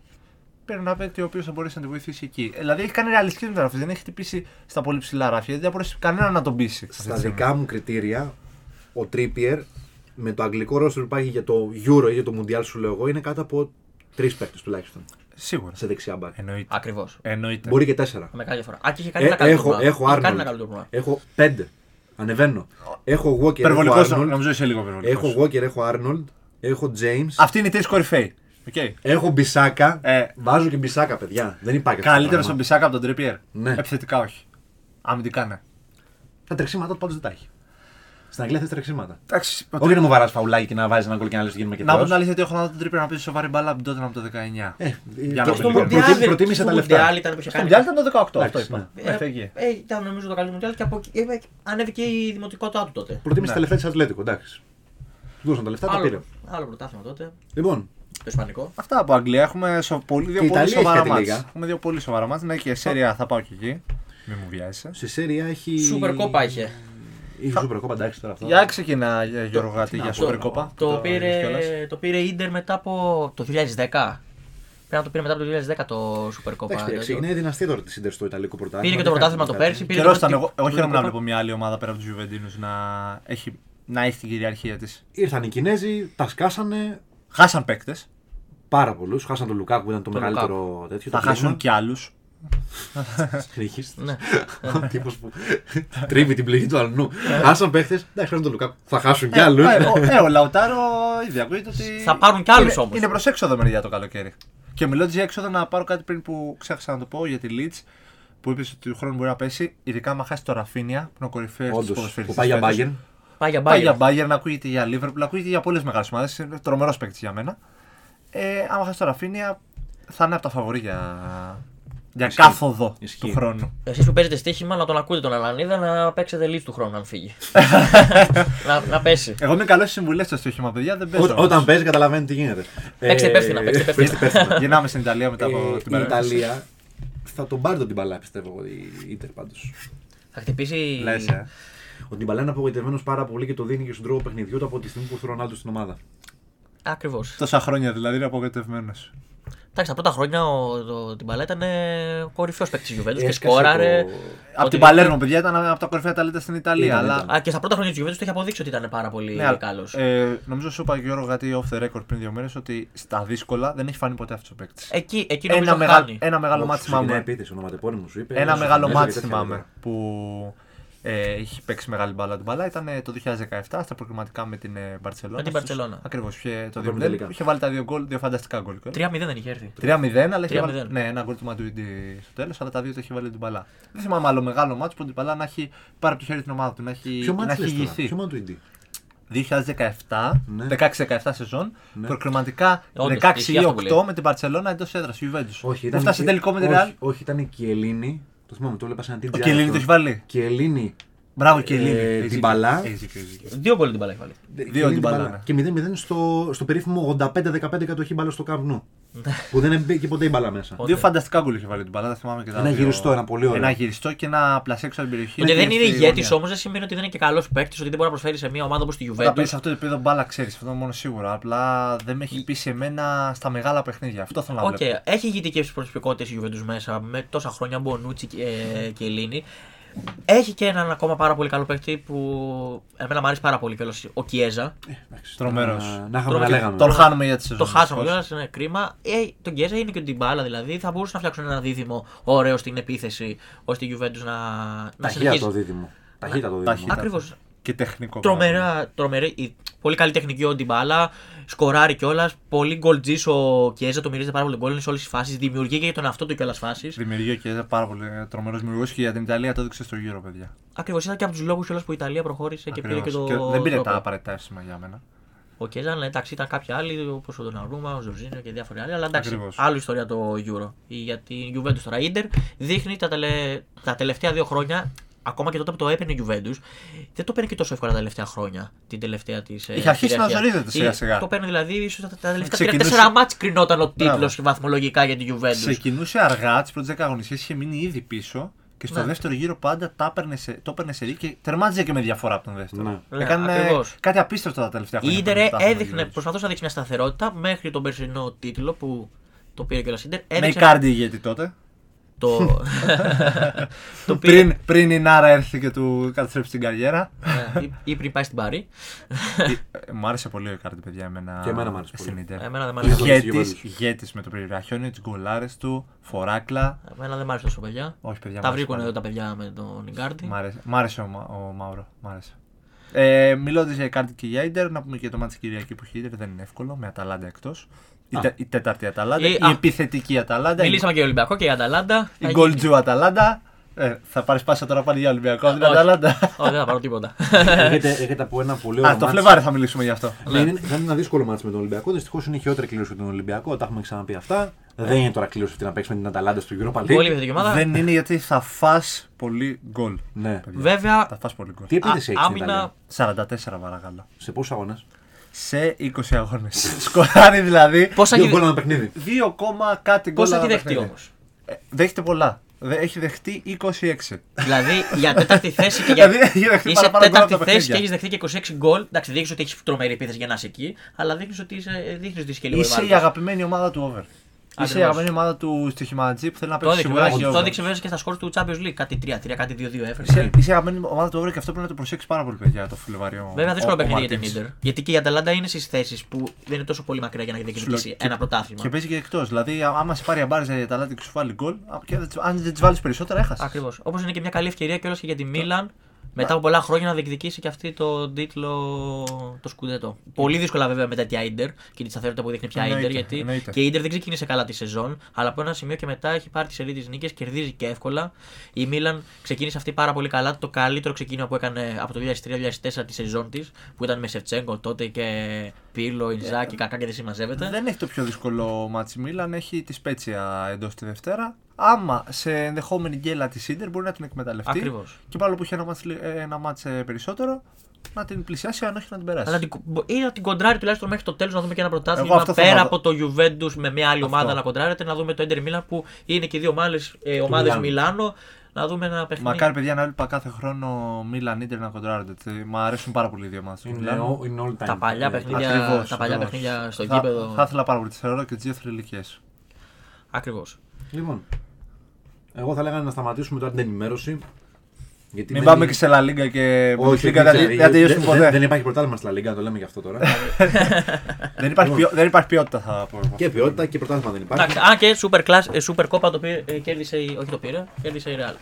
Speaker 3: παίρνει ένα παίκτη ο οποίος θα μπορέσει να τη βοηθήσει εκεί. Ε, Δηλαδή έχει κάνει ρεαλιστικέ μεταγραφέ. Δεν έχει χτυπήσει στα πολύ ψηλά ράφια. Δεν θα μπορέσει κανένα να τον πείσει. αυτή τη
Speaker 1: Στα
Speaker 3: στιγμή.
Speaker 1: δικά μου κριτήρια, ο Τρίπιερ με το αγγλικό ρόστρο που υπάρχει για το Euro ή για το Mundial, σου λέω εγώ, είναι κάτω από τρεις παίκτες τουλάχιστον.
Speaker 3: Σίγουρα.
Speaker 1: Σε δεξιά μπακ.
Speaker 3: Εννοείται.
Speaker 2: Ακριβώς.
Speaker 3: Εννοείται.
Speaker 1: Μπορεί και τέσσερα.
Speaker 2: Με καλή φορά. Α, και είχε κάνει
Speaker 1: Ε,
Speaker 2: ένα καλό
Speaker 1: έχω,
Speaker 2: τουρνουά.
Speaker 1: έχω
Speaker 2: Είχε κάνει ένα καλό
Speaker 1: Arnold.
Speaker 2: τουρνουά.
Speaker 1: Έχω πέντε. Ανεβαίνω. Έχω Walker.
Speaker 3: Υπερβολικό,
Speaker 1: έχω Arnold.
Speaker 3: νομίζω είσαι λίγο υπερβολικό.
Speaker 1: Έχω Walker, έχω Arnold. Έχω James.
Speaker 3: Αυτή είναι η τρει κορυφαίοι. Okay.
Speaker 1: Έχω Μπισάκα.
Speaker 3: Ε.
Speaker 1: Βάζω και Μπισάκα, παιδιά. Δεν υπάρχει αυτό το
Speaker 3: Καλύτερος
Speaker 1: πράγμα.
Speaker 3: στον Μπισάκα από τον Τρίπιερ.
Speaker 1: Ναι.
Speaker 3: Επιθετικά όχι. Αμυντικά ναι.
Speaker 1: Τα τρεξίματα του πάντως δεν τα έχει. Στην Αγγλία θες τρεξίματα.
Speaker 3: Εντάξει,
Speaker 1: Όχι να μου βαράς φαουλάκι και να βάζεις ένα γκολ και να λες γίνουμε και
Speaker 3: να πω την
Speaker 1: τέλο.
Speaker 3: αλήθεια ότι έχω να δω τον Τρίπιερ να πει σοβαρή μπάλα από τότε να από το 19.
Speaker 1: Ε,
Speaker 3: Για
Speaker 1: και
Speaker 3: να
Speaker 1: στο
Speaker 3: μην
Speaker 1: Μουντιάλ
Speaker 2: Μουντιάλ,
Speaker 1: προτίμησε
Speaker 2: στο
Speaker 1: τα λεφτά.
Speaker 2: Μουντιάλ ήταν που είχε
Speaker 3: Στο
Speaker 2: κάνει.
Speaker 3: Μουντιάλ ήταν το 18, αυτό
Speaker 1: Εντάξει, ναι.
Speaker 3: είπα.
Speaker 2: Ε,
Speaker 3: Μέχρι εκεί.
Speaker 2: ε, ήταν νομίζω το καλό Μουντιάλ και από εκεί ε, ανέβηκε η δημοτικότητά του τότε.
Speaker 1: Προτίμησε τα
Speaker 3: Ναι.
Speaker 1: λεφτά της Ατλέτικο, εντάξει. Του δώσαν τα λεφτά, τα πήρε.
Speaker 2: Άλλο, άλλο πρωτάθλημα τότε,
Speaker 1: Λοιπόν,
Speaker 2: το Ισπανικό.
Speaker 3: Αυτά από Αγγλία έχουμε σο- πολύ, δύο
Speaker 1: Και η
Speaker 3: πολύ
Speaker 1: Ιταλία
Speaker 3: σοβαρά
Speaker 1: έχει κάτι
Speaker 3: μάτς.
Speaker 1: λίγα.
Speaker 3: Έχουμε δύο πολύ σοβαρά μάτς. Ναι και σέρια θα πάω και εκεί. Μην μου βιάζεσαι.
Speaker 1: στη Σέρια έχει.
Speaker 2: Σούπερ κόπα είχε.
Speaker 1: Είχε Σούπερ Κόπα, εντάξει τώρα αυτό.
Speaker 3: Για ξεκινά Γιώργο κάτι για
Speaker 2: Το-
Speaker 3: Super Copa.
Speaker 2: Το,
Speaker 3: κιόλας.
Speaker 2: πήρε, το πήρε Ιντερ μετά από το 2010. Πρέπει να το πήρε μετά από το 2010 το Super
Speaker 1: Εντάξει,
Speaker 2: Copa. δηλαδή.
Speaker 1: παιδιά, είναι δυνατή τώρα της σύνδεση στο Ιταλικό πρωτάθλημα.
Speaker 2: Πήρε και το
Speaker 1: Δεν
Speaker 2: πρωτάθλημα
Speaker 1: χάνουμε
Speaker 2: το
Speaker 1: κάτι.
Speaker 2: πέρσι. πήρε
Speaker 3: Καιρός
Speaker 2: το
Speaker 3: ήταν. Εγώ,
Speaker 2: Super
Speaker 3: εγώ χαίρομαι να
Speaker 2: Copa.
Speaker 3: βλέπω μια άλλη ομάδα πέρα από τους Ιουβεντίνου να έχει, να έχει την κυριαρχία της.
Speaker 1: Ήρθαν οι Κινέζοι, τα σκάσανε
Speaker 3: Χάσαν παίκτες.
Speaker 1: πάρα πολλούς. Χάσαν τον Λουκάκου που ήταν το,
Speaker 2: Τον
Speaker 1: μεγαλύτερο τέτοιο.
Speaker 3: Θα
Speaker 1: το
Speaker 3: χάσουν
Speaker 1: κρίμα.
Speaker 3: κι άλλου.
Speaker 1: Συνεχίζεις.
Speaker 2: Ναι.
Speaker 1: Ο τύπος που τρίβει την πληγή του αλλού. Χάσαν παίχτες. Εντάξει, χάσαν τον Λουκάκου. Θα χάσουν κι άλλους.
Speaker 3: Ε, ο Λαουτάρο ήδη ακούγεται ότι.
Speaker 2: Θα πάρουν κι άλλους
Speaker 3: Είναι-
Speaker 2: όμως.
Speaker 3: Είναι προς έξοδο μεριά το καλοκαίρι. Και μιλώντας για έξοδο, να πάρω κάτι πριν που ξέχασα να το πω για τη Leeds που είπες ότι του χρόνου μπορεί να πέσει, ειδικά άμα χάσει το Ραφίνια, που είναι ο κορυφαίος
Speaker 1: Όντω, που πάει για Bayern.
Speaker 2: Πάει για
Speaker 3: Πάει για
Speaker 2: Bayern.
Speaker 3: Bayern, ακούγεται για Liverpool, ακούγεται για πολλές μεγάλες ομάδες. Είναι τρομερός παίκτης για μένα. Ε, άμα χάσει το Ραφίνια, θα είναι από τα φαβορή για, για
Speaker 1: Ισχύει.
Speaker 3: κάθοδο
Speaker 1: Ισχύει.
Speaker 3: του χρόνου.
Speaker 2: Εσείς που παίζετε στοίχημα να τον ακούτε τον Αλανίδα να παίξετε λίγο του χρόνου αν φύγει. να, να πέσει.
Speaker 3: Εγώ είμαι καλός στις συμβουλές στο στοίχημα, παιδιά. Δεν παίζω.
Speaker 1: Ό- Όταν παίζει, καταλαβαίνει τι γίνεται.
Speaker 2: Παίξτε
Speaker 1: Ε,
Speaker 2: υπεύθυνα, παίξτε υπεύθυνα.
Speaker 1: υπεύθυνα.
Speaker 3: Γυρνάμε στην Ιταλία μετά από
Speaker 1: Ε,
Speaker 3: την
Speaker 1: Η
Speaker 3: παρέμβαση.
Speaker 1: Ιταλία θα τον πάρει τον Τιμπαλά, πιστεύω εγώ, η Ιντερ πάντως.
Speaker 2: Θα χτυπήσει.
Speaker 3: Λες, ε.
Speaker 1: Ο Τιμπαλά είναι απογοητευμένος πάρα πολύ και το δίνει και στον τρόπο παιχνιδιού του από τη στιγμή που θέλει ο Ρονάλντο στην ομάδα.
Speaker 2: Ακριβώς.
Speaker 3: Τόσα χρόνια δηλαδή είναι απογοητευμένος.
Speaker 2: Εντάξει, τα πρώτα χρόνια ο, το, την μπαλά ήταν ε, ο κορυφαίος παίκτης της Γιουβέντους και
Speaker 1: Έσκασε
Speaker 2: σκόραρε.
Speaker 1: το-
Speaker 3: Από
Speaker 2: Ότι-
Speaker 3: την Παλέρμο, παιδιά, ήταν από τα κορυφαία ταλέντα στην Ιταλία.
Speaker 1: Ήταν,
Speaker 3: αλλά...
Speaker 1: ήταν.
Speaker 2: Α, και στα πρώτα χρόνια της Γιουβέντους το είχε αποδείξει ότι ήταν πάρα πολύ
Speaker 3: Ναι, αλλά,
Speaker 2: καλός.
Speaker 3: ε, νομίζω σου είπα Γιώργο κάτι off the record πριν δύο μέρες ότι στα δύσκολα δεν έχει φανεί ποτέ αυτός ο
Speaker 1: Ε,
Speaker 3: παίκτης.
Speaker 2: Εκεί, εκεί νομίζω
Speaker 3: Ένα,
Speaker 2: ένα
Speaker 3: μεγάλο-
Speaker 2: χάνει.
Speaker 3: ένα μεγάλο
Speaker 1: Όχι,
Speaker 3: μάτι
Speaker 1: ξεκινάει
Speaker 3: θυμάμαι.
Speaker 1: επίθεση, ονοματεπώνυμος σου είπε.
Speaker 3: Ένα
Speaker 1: Όσο
Speaker 3: μεγάλο
Speaker 1: θυμάσαι,
Speaker 3: μάτι
Speaker 1: τέτοια
Speaker 3: θυμάμαι
Speaker 1: τέτοια.
Speaker 3: που ε, έχει παίξει μεγάλη μπάλα την μπάλα. Ήταν ε, το 2017 στα προκριματικά με την ε, Μπαρσελόνα.
Speaker 2: Με την Μπαρτσελώνα.
Speaker 3: Ακριβώ. Το
Speaker 1: πρώτο
Speaker 3: 2
Speaker 1: τελικά.
Speaker 3: Είχε βάλει τα δύο γκολ, δύο φανταστικά γκολ. κιόλας.
Speaker 2: 3-0 δεν είχε έρθει.
Speaker 3: 3-0, αλλά είχε
Speaker 2: 3-0.
Speaker 3: βάλει. Ναι, ένα γκολ του Μαντουίντι στο τέλος, αλλά τα δύο τα έχει βάλει την μπαλά. Δεν θυμάμαι άλλο μεγάλο μάτσο που την μπαλά να έχει πάρει από το χέρι την ομάδα του, να έχει,
Speaker 1: Ποιο
Speaker 3: να
Speaker 1: μάτι
Speaker 3: έχει
Speaker 1: λες τώρα,
Speaker 3: ηγηθεί.
Speaker 1: ποιο μάτι του Ιντι.
Speaker 3: 2017,
Speaker 1: Ναι.
Speaker 3: 16-17 σεζόν, προκριματικά
Speaker 2: Όντως,
Speaker 3: 16
Speaker 2: ισχύει
Speaker 3: ή
Speaker 2: αυτό που
Speaker 3: 8 με την Παρσελόνα εντός έδρας. Ιουβέντου.
Speaker 1: Όχι,
Speaker 3: Που
Speaker 1: ήταν.
Speaker 3: φτάσει
Speaker 1: η-
Speaker 3: τελικό με την
Speaker 1: όχι,
Speaker 3: Ρεάλ.
Speaker 1: Όχι, ήταν η Κιελίνη. Το θυμάμαι, το έβλεπα σε ένα TGI.
Speaker 3: Ο Κελίνη
Speaker 1: αυτό.
Speaker 3: το έχει βάλει.
Speaker 1: Κιελίνη.
Speaker 3: Μπράβο,
Speaker 1: Ε,
Speaker 3: Κελίνη.
Speaker 1: την μπαλά.
Speaker 2: Δύο γκολ την μπαλά έχει βάλει.
Speaker 1: Κιελίνη την
Speaker 3: Ντιμπαλά,
Speaker 1: μπαλά.
Speaker 3: ναι.
Speaker 1: Και 0-0 στο, στο περίφημο 85-15 κατοχή μπάλα στο καπνού. που δεν μπήκε ποτέ η μπάλα μέσα.
Speaker 2: Ο-
Speaker 3: Δύο φανταστικά γκολ είχε βάλει την μπαλά, τα θυμάμαι και τα
Speaker 1: Ένα
Speaker 3: δύο.
Speaker 1: γυριστό, ένα πολύ ωραίο.
Speaker 3: Ένα γυριστό και ένα πλασέξο από την περιοχή.
Speaker 2: Ότι Ναι, δεν είναι
Speaker 3: Στη
Speaker 2: ηγέτης
Speaker 3: γωνία.
Speaker 2: όμως δεν σημαίνει ότι δεν είναι και καλός παίκτης, ότι δεν μπορεί να προσφέρει σε μια ομάδα όπως τη
Speaker 3: Όταν
Speaker 2: Γιουβέντου.
Speaker 3: παίζει αυτό το επίπεδο μπάλα, ξέρεις αυτό μόνο σίγουρα. Απλά δεν με έχει πείσει εμένα στα μεγάλα παιχνίδια. Αυτό θέλω να
Speaker 2: Οκ,
Speaker 3: βλέπω.
Speaker 2: έχει ηγητικέ προσωπικότητες η Γιουβέντου μέσα με τόσα χρόνια Μπονούτσι και, ε, και Ελίνη. Έχει και έναν ακόμα πάρα πολύ καλό παίκτη που εμένα μου αρέσει πάρα πολύ κιόλας, ο Κιέζα.
Speaker 3: Τρομερός.
Speaker 1: Να- Να είχαμε να
Speaker 2: Τρομερός.
Speaker 1: λέγαμε.
Speaker 3: Τον χάνουμε για τη σεζόν.
Speaker 2: Το χάσαμε
Speaker 3: δυστυχώς.
Speaker 2: κιόλας, είναι κρίμα. Ε, τον Κιέζα είναι και την μπάλα δηλαδή. Θα μπορούσαν να φτιάξουν ένα δίδυμο ωραίο στην επίθεση ώστε η Γιουβέντους να, να
Speaker 1: Ταχύτατα το δίδυμο. Ταχύτατα το δίδυμο.
Speaker 3: Ταχύτατα.
Speaker 2: Ακριβώς.
Speaker 3: Και τεχνικό.
Speaker 2: Τρομερά, τρομερή. η- Πολύ καλή τεχνική ο Ντιμπάλα. Σκοράρει κιόλας. Πολύ γκολτζή ο Κιέζα. Το μυρίζεται πάρα πολύ γκολ σε όλες τις φάσεις. Δημιουργεί και για τον εαυτό του κιόλας φάσεις.
Speaker 3: Δημιουργεί και ένα πάρα πολύ τρομερός δημιουργός και για την Ιταλία το έδειξε στο γύρο, παιδιά.
Speaker 2: Ακριβώς ήταν και από τους λόγους κιόλας που η Ιταλία προχώρησε
Speaker 3: Ακριβώς.
Speaker 2: Ε, και πήρε
Speaker 3: Και
Speaker 2: και το.
Speaker 3: δεν πήρε
Speaker 2: τρόπο.
Speaker 3: τα απαραίτητα εύσημα για μένα.
Speaker 2: Ο Κέζα, αλλά εντάξει, ήταν κάποιοι άλλοι όπως ο Ντοναρούμα, ο Ζορζίνιο και διάφοροι άλλοι. Αλλά εντάξει,
Speaker 3: Ακριβώς.
Speaker 2: άλλη ιστορία το Euro. Η- Για την Juventus τώρα. Η Inter δείχνει τα, τελε... τα τελευταία δύο χρόνια, ακόμα και τότε που το έπαιρνε η Juventus, δεν το παίρνει και τόσο εύκολα τα τελευταία χρόνια. Την τελευταία της.
Speaker 3: Είχε αρχίσει να ζορίζεται σιγά-σιγά.
Speaker 2: Το παίρνει δηλαδή ίσως τα, τα τελευταία
Speaker 3: Ξεκινούσε-
Speaker 2: τρία-τέσσερα μάτς κρινόταν ο τίτλος
Speaker 3: Μπράβο.
Speaker 2: βαθμολογικά για την Juventus.
Speaker 3: Ξεκινούσε αργά τις πρώτες 10 αγωνιστέ, είχε μείνει ήδη πίσω και στο
Speaker 2: Ναι.
Speaker 3: δεύτερο γύρο πάντα τα έπαιρνε σε, το έπαιρνε σε ρί και τερμάτιζε και με διαφορά από τον δεύτερο.
Speaker 1: Ναι.
Speaker 2: Ναι,
Speaker 3: Έκανε
Speaker 2: ακριβώς.
Speaker 3: κάτι απίστευτο τα τελευταία
Speaker 2: Η
Speaker 3: χρόνια.
Speaker 2: Ιντερ
Speaker 3: που ήταν στα
Speaker 2: έδειχνε,
Speaker 3: Ευρωλίγες.
Speaker 2: προσπαθούσε να δείξει μια σταθερότητα μέχρι τον περσινό τίτλο που το πήρε κιόλας η Ιντερ.
Speaker 3: Με
Speaker 2: Έδειξε
Speaker 3: Icardi ηγέτη τότε.
Speaker 2: το. το πήρε.
Speaker 3: Πριν, πριν η Νάρα έρθει και του καταστρέψει την καριέρα.
Speaker 2: ε, ή- ή πριν πάει στην Πάρη.
Speaker 3: Ε, μου άρεσε πολύ ο Icardi, παιδιά, εμένα.
Speaker 1: Και εμένα μου άρεσε
Speaker 3: στην
Speaker 1: πολύ.
Speaker 3: Ιντερ.
Speaker 2: Εμένα δεν μ' άρεσε.
Speaker 1: Είχε-
Speaker 3: Ηγέτης,
Speaker 1: Γιουβέντους.
Speaker 3: ηγέτης με το περιβραχιόνι, τις γκολάρες του, φοράκλα.
Speaker 2: Εμένα δεν μ' άρεσε τόσο παιδιά.
Speaker 3: Όχι, παιδιά.
Speaker 2: Τα
Speaker 3: μου άρεσε
Speaker 2: βρήκαν
Speaker 3: πάρα
Speaker 2: εδώ τα παιδιά με τον Ιγκάρντι.
Speaker 3: Μ' άρεσε, μ' άρεσε ο, Μα- ο Μαύρο. Μ' άρεσε. Ε, Μιλώντας για Icardi και για Ιντερ, να πούμε και το μάτι της Κυριακής που είχε Ιντερ δεν είναι εύκολο με Αταλάντα εκτός. Η,
Speaker 1: Α.
Speaker 3: τε- η τέταρτη Αταλάντα,
Speaker 2: Ε,
Speaker 3: η,
Speaker 2: α.
Speaker 3: επιθετική Αταλάντα, η,
Speaker 2: Μιλήσαμε και για Ολυμπιακό και για Αταλάντα. Θα
Speaker 3: η
Speaker 2: γίνει-
Speaker 3: γκολτζού Αταλάντα. Ε, θα πάρεις πάσα τώρα πάλι για Ολυμπιακό, την
Speaker 2: Όχι.
Speaker 3: Αταλάντα.
Speaker 2: Όχι, δεν θα πάρω τίποτα.
Speaker 1: Έρχεται, έρχεται από ένα πολύ ωραίο.
Speaker 3: Α, το
Speaker 1: μάτς.
Speaker 3: Φλεβάρι θα μιλήσουμε γι' αυτό.
Speaker 1: Ναι, είναι, θα είναι ένα δύσκολο μάτσο με τον Ολυμπιακό. Δυστυχώς είναι η χειρότερη κλήρωση με τον Ολυμπιακό. Τα έχουμε ξαναπεί αυτά. Δεν είναι τώρα κλήρωση αυτή να παίξει με την Αταλάντα στο Europa League.
Speaker 2: Πολύ επιθετική ομάδα.
Speaker 3: δεν είναι γιατί θα φά πολύ γκολ.
Speaker 1: Ναι.
Speaker 3: παιδιά. Θα
Speaker 2: Βέβαια,
Speaker 3: φας πολύ γκολ.
Speaker 1: Τι επίθεση
Speaker 2: α-
Speaker 1: έχεις στην Ιταλία.
Speaker 2: άμυνα.
Speaker 3: 44 παρακαλώ.
Speaker 1: Σε πόσους αγώνες.
Speaker 3: Σε 20 αγώνες. Σκοράρει δηλαδή.
Speaker 2: Πόσα
Speaker 1: Δύο
Speaker 2: έχει-
Speaker 1: γκολ ένα παιχνίδι.
Speaker 3: 2, κάτι γκολ.
Speaker 2: πόσα
Speaker 3: ανά
Speaker 2: έχει δεχτεί
Speaker 3: παιχνίδι.
Speaker 2: όμως.
Speaker 3: Ε, Δέχεται πολλά. Δε- Έχει δεχτεί 26.
Speaker 2: Δηλαδή για τέταρτη θέση και για.
Speaker 3: Δηλαδή, έχει δεχτεί
Speaker 2: Είσαι
Speaker 3: παραπάνω γκολ από
Speaker 2: τέταρτη
Speaker 3: τα
Speaker 2: θέση και
Speaker 3: παιχνίδια.
Speaker 2: έχεις δεχτεί και 26 γκολ. Εντάξει, δείχνεις ότι έχεις τρομερή επίθεση για να είσαι εκεί, αλλά δείχνεις ότι είσαι, δείχνεις ότι είσαι και λίγο
Speaker 3: Είσαι η
Speaker 2: ευάλωτος.
Speaker 3: αγαπημένη ομάδα του over. Είσαι η
Speaker 2: Ακριβώς.
Speaker 3: αγαπημένη ομάδα του στοιχηματζή που θέλει να
Speaker 2: Το
Speaker 3: παίξει
Speaker 2: έδειξε
Speaker 3: σιγουράκι
Speaker 2: βέβαια- Το
Speaker 3: over.
Speaker 2: έδειξε βέβαια και στα σκόρ του Champions League. Κάτι 3-3, κάτι 2-2 έφερε.
Speaker 3: Είσαι, είσαι η αγαπημένη ομάδα του over και αυτό πρέπει να το προσέξεις πάρα πολύ, παιδιά, το φιλεβαριό.
Speaker 2: Βέβαια, δύσκολο
Speaker 3: ο- ο
Speaker 2: παιχνίδι για την
Speaker 3: Μαρτίνς.
Speaker 2: Ιντερ. Γιατί και η Αταλάντα είναι στις θέσεις που δεν είναι τόσο πολύ μακριά για να διεκδικήσει
Speaker 3: και-
Speaker 2: ένα πρωτάθλημα.
Speaker 3: Και παίζει και εκτός. Δηλαδή, α- άμα σε πάρει αμπάριζα η Αταλάντα και σου βάλει γκολ, α, και δεν τις- αν δεν της βάλεις περισσότερα, έχασες.
Speaker 2: Ακριβώς. Όπως είναι και μια καλή ευκαιρία κιόλας και για τη Μίλαν μετά από πολλά χρόνια να διεκδικήσει και αυτή το τίτλο το σκουδέτο. Πολύ δύσκολα βέβαια με τέτοια Ιντερ και τη σταθερότητα που δείχνει πια
Speaker 3: Εννοείται,
Speaker 2: Ιντερ. Γιατί
Speaker 3: εννοείται.
Speaker 2: και η Ιντερ δεν ξεκίνησε καλά τη σεζόν, αλλά από ένα σημείο και μετά έχει πάρει τη σελίδα τη νίκη, κερδίζει και εύκολα. Η Μίλαν ξεκίνησε αυτή πάρα πολύ καλά. Το καλύτερο ξεκίνημα που έκανε από το 2003-2004 τη σεζόν της, που ήταν με Σεφτσέγκο τότε και Πύλο, Ινζάκη, κακά και δεν συμμαζεύεται.
Speaker 3: Δεν έχει το πιο δύσκολο μάτσι Μίλαν, έχει τη Σπέτσια εντός τη Δευτέρα. Άμα σε ενδεχόμενη γκέλα της Ιντερ μπορεί να την εκμεταλλευτεί.
Speaker 2: Ακριβώς.
Speaker 3: Και πάλι που έχει ένα μάτς, λι- ε, ένα μάτς, ε, περισσότερο, να την πλησιάσει, αν όχι να την περάσει.
Speaker 2: Αλλά την, κο- ή να την κοντράρει τουλάχιστον μέχρι το τέλος να δούμε και ένα
Speaker 3: Εγώ
Speaker 2: πρωτάθλημα
Speaker 3: αυτό θέλω
Speaker 2: πέρα
Speaker 3: να δω.
Speaker 2: από το Juventus με μια άλλη ομάδα
Speaker 3: Αυτό.
Speaker 2: να κοντράρεται. Να δούμε το Inter Milan που είναι και οι δύο ομάδες, ε, ομάδες
Speaker 1: Μιλάνου.
Speaker 2: Μιλάνο. Να δούμε ένα παιχνίδι.
Speaker 3: Μακάρι παιδιά να έλειπα κάθε χρόνο Μίλαν Ιντερ να κοντράρονται. έτσι. Μ' αρέσουν πάρα πολύ οι δύο ομάδες του
Speaker 1: Είναι,
Speaker 3: Μιλάνου.
Speaker 1: ο- Ναι. είναι all time.
Speaker 2: Τα παλιά παιχνίδια.
Speaker 3: Ακριβώς,
Speaker 2: τα παλιά
Speaker 3: ακριβώς.
Speaker 2: παιχνίδια στο
Speaker 3: θα,
Speaker 2: γήπεδο.
Speaker 3: Θα ήθελα πάρα πολύ. Τις θεωρώ και τις δύο θρηλυκές.
Speaker 2: Ακριβώς.
Speaker 1: Λοιπόν, εγώ θα λέγανε να σταματήσουμε τώρα την ενημέρωση. Γιατί
Speaker 3: Μην
Speaker 1: μένει-
Speaker 3: πάμε και σε Λα Λίγκα και
Speaker 1: Όχι,
Speaker 3: Bundesliga,
Speaker 1: δεν-
Speaker 3: δεν δεν τελειώσουμε
Speaker 1: δεν- δεν-
Speaker 3: ποτέ.
Speaker 1: Δεν υπάρχει πρωτάθλημα στη Λα Λίγκα, να το λέμε γι' αυτό τώρα.
Speaker 3: Δεν υπάρχει ποιο- Δεν υπάρχει ποιότητα θα πω. εγώ.
Speaker 1: και ποιότητα και πρωτάθλημα δεν υπάρχει.
Speaker 2: Εντάξει, αν και Super, Class, ε, Super Copa το πήρε, ε, κέρδισε, η- όχι το πήρε, κέρδισε η Real.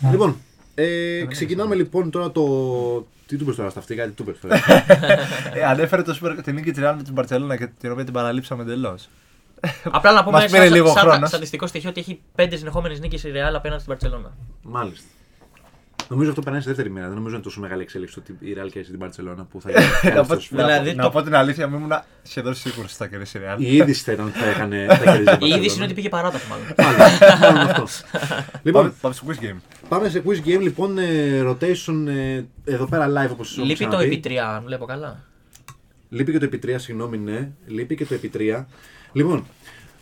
Speaker 2: Ναι.
Speaker 1: Λοιπόν, ε, ξεκινάμε λοιπόν τώρα το. Τι του πες τώρα, στα αυτή, κάτι του πες τώρα.
Speaker 3: Ε, Ανέφερε το Super- την νίκη της Real με την Barcelona και την οποία την παραλείψαμε εντελώς.
Speaker 2: Απλά να πούμε
Speaker 3: Μας πήρε λίγο
Speaker 2: σαν,
Speaker 3: χρόνος.
Speaker 2: στατιστικό στοιχείο ότι έχει 5 συνεχόμενες νίκες η Real απέναντι στην Barcelona.
Speaker 1: Μάλιστα. Νομίζω αυτό περνάει στη δεύτερη μέρα. Δεν νομίζω είναι τόσο μεγάλη εξέλιξη το ότι η Real κέρδισε την Παρσελόνα που θα γίνει.
Speaker 3: Να πω-
Speaker 1: στο
Speaker 3: να
Speaker 2: Δηλαδή
Speaker 3: πω-
Speaker 2: το-
Speaker 3: Να πω την αλήθεια, μου ήμουν σχεδόν σίγουρος ότι θα κερδίσει η Real.
Speaker 1: Η είδηση θα ήταν ότι θα έκανε. θα κέρδιζε
Speaker 3: Ε,
Speaker 2: Η είδηση
Speaker 1: Barcelona.
Speaker 2: είναι ότι πήγε παράταση μάλλον.
Speaker 1: Μάλλον, μάλλον αυτό.
Speaker 3: Πάμε
Speaker 1: Λοιπόν,
Speaker 3: πάμε στο quiz game.
Speaker 1: πάμε σε quiz game λοιπόν. ε, rotation ε, εδώ πέρα live όπως έχουμε
Speaker 2: Λείπει το
Speaker 1: ξαναπεί.
Speaker 2: EP3, αν βλέπω καλά.
Speaker 1: Λείπει και το επί 3, συγγνώμη, ναι. Λείπει και το επί 3. Λοιπόν,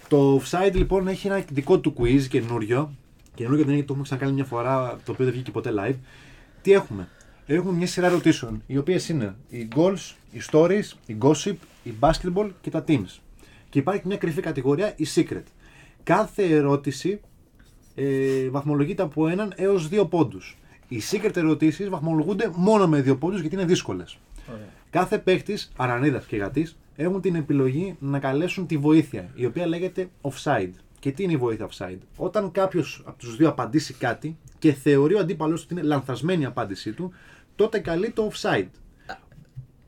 Speaker 1: το offside λοιπόν έχει ένα δικό του quiz καινούριο. Καινούριο δεν είναι, το έχουμε ξανακάνει μια φορά, το οποίο δεν βγήκε ποτέ live. Τι έχουμε. Έχουμε μια σειρά ερωτήσεων, οι οποίες είναι οι goals, οι stories, οι gossip, οι basketball και τα teams. Και υπάρχει μια κρυφή κατηγορία, η secret. Κάθε ερώτηση ε, βαθμολογείται από έναν έως δύο πόντους. Οι secret ερωτήσεις βαθμολογούνται μόνο με δύο πόντους γιατί είναι δύσκολες. Κάθε παίχτη, Αρανίδας και Γατής, έχουν την επιλογή να καλέσουν τη βοήθεια, η οποία λέγεται offside. Και τι είναι η βοήθεια offside. Όταν κάποιος από τους δύο απαντήσει κάτι και θεωρεί ο αντίπαλο ότι είναι λανθασμένη η απάντησή του, τότε καλεί το offside.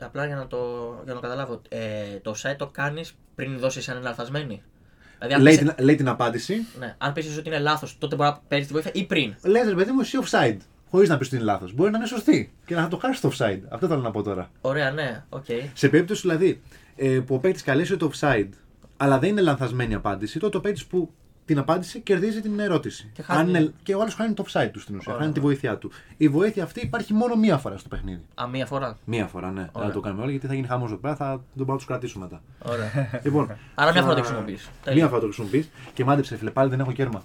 Speaker 2: Απλά για να το, για να το καταλάβω. Ε, το site το κάνεις πριν δώσεις αν είναι λανθασμένη. Δηλαδή, αν
Speaker 1: Λέει
Speaker 2: πεις-
Speaker 1: την, λέει την απάντηση.
Speaker 2: ναι, αν πεις εσύ ότι είναι λάθος, τότε μπορεί να παίρνεις τη βοήθεια ή πριν.
Speaker 1: Λες, ρε παιδί μου, εσύ offside. Χωρίς να πεις ότι είναι λάθος. Μπορεί να είναι σωστή και να το χάσεις το offside. Αυτό θέλω να πω τώρα.
Speaker 2: Ωραία, ναι, οκ.
Speaker 1: Σε περίπτωση δηλαδή ε, που ο παίκτης καλέσει το offside, αλλά δεν είναι λανθασμένη η απάντηση, τότε ο παίκτης που την απάντησε κερδίζει την ερώτηση.
Speaker 2: Και χάνει.
Speaker 1: είναι- και ο άλλος χάνει το offside του στην ουσία.
Speaker 2: Ωραία. ναι.
Speaker 1: Χάνει τη βοήθειά του. Η βοήθεια αυτή υπάρχει μόνο μία φορά στο παιχνίδι.
Speaker 2: Α, μία φορά.
Speaker 1: Μία φορά, ναι.
Speaker 2: Ωραία.
Speaker 1: Να το κάνουμε όλοι γιατί θα γίνει χαμός εδώ πέρα, θα τον πάω του κρατήσουμε μετά.
Speaker 2: Ωραία.
Speaker 1: λοιπόν,
Speaker 2: Ε, Άρα μία
Speaker 1: θα-
Speaker 2: φορά το χρησιμοποιείς. Τέλεια.
Speaker 1: Μία φορά το χρησιμοποιείς και μάντεψε, φίλε, πάλι δεν έχω κέρμα.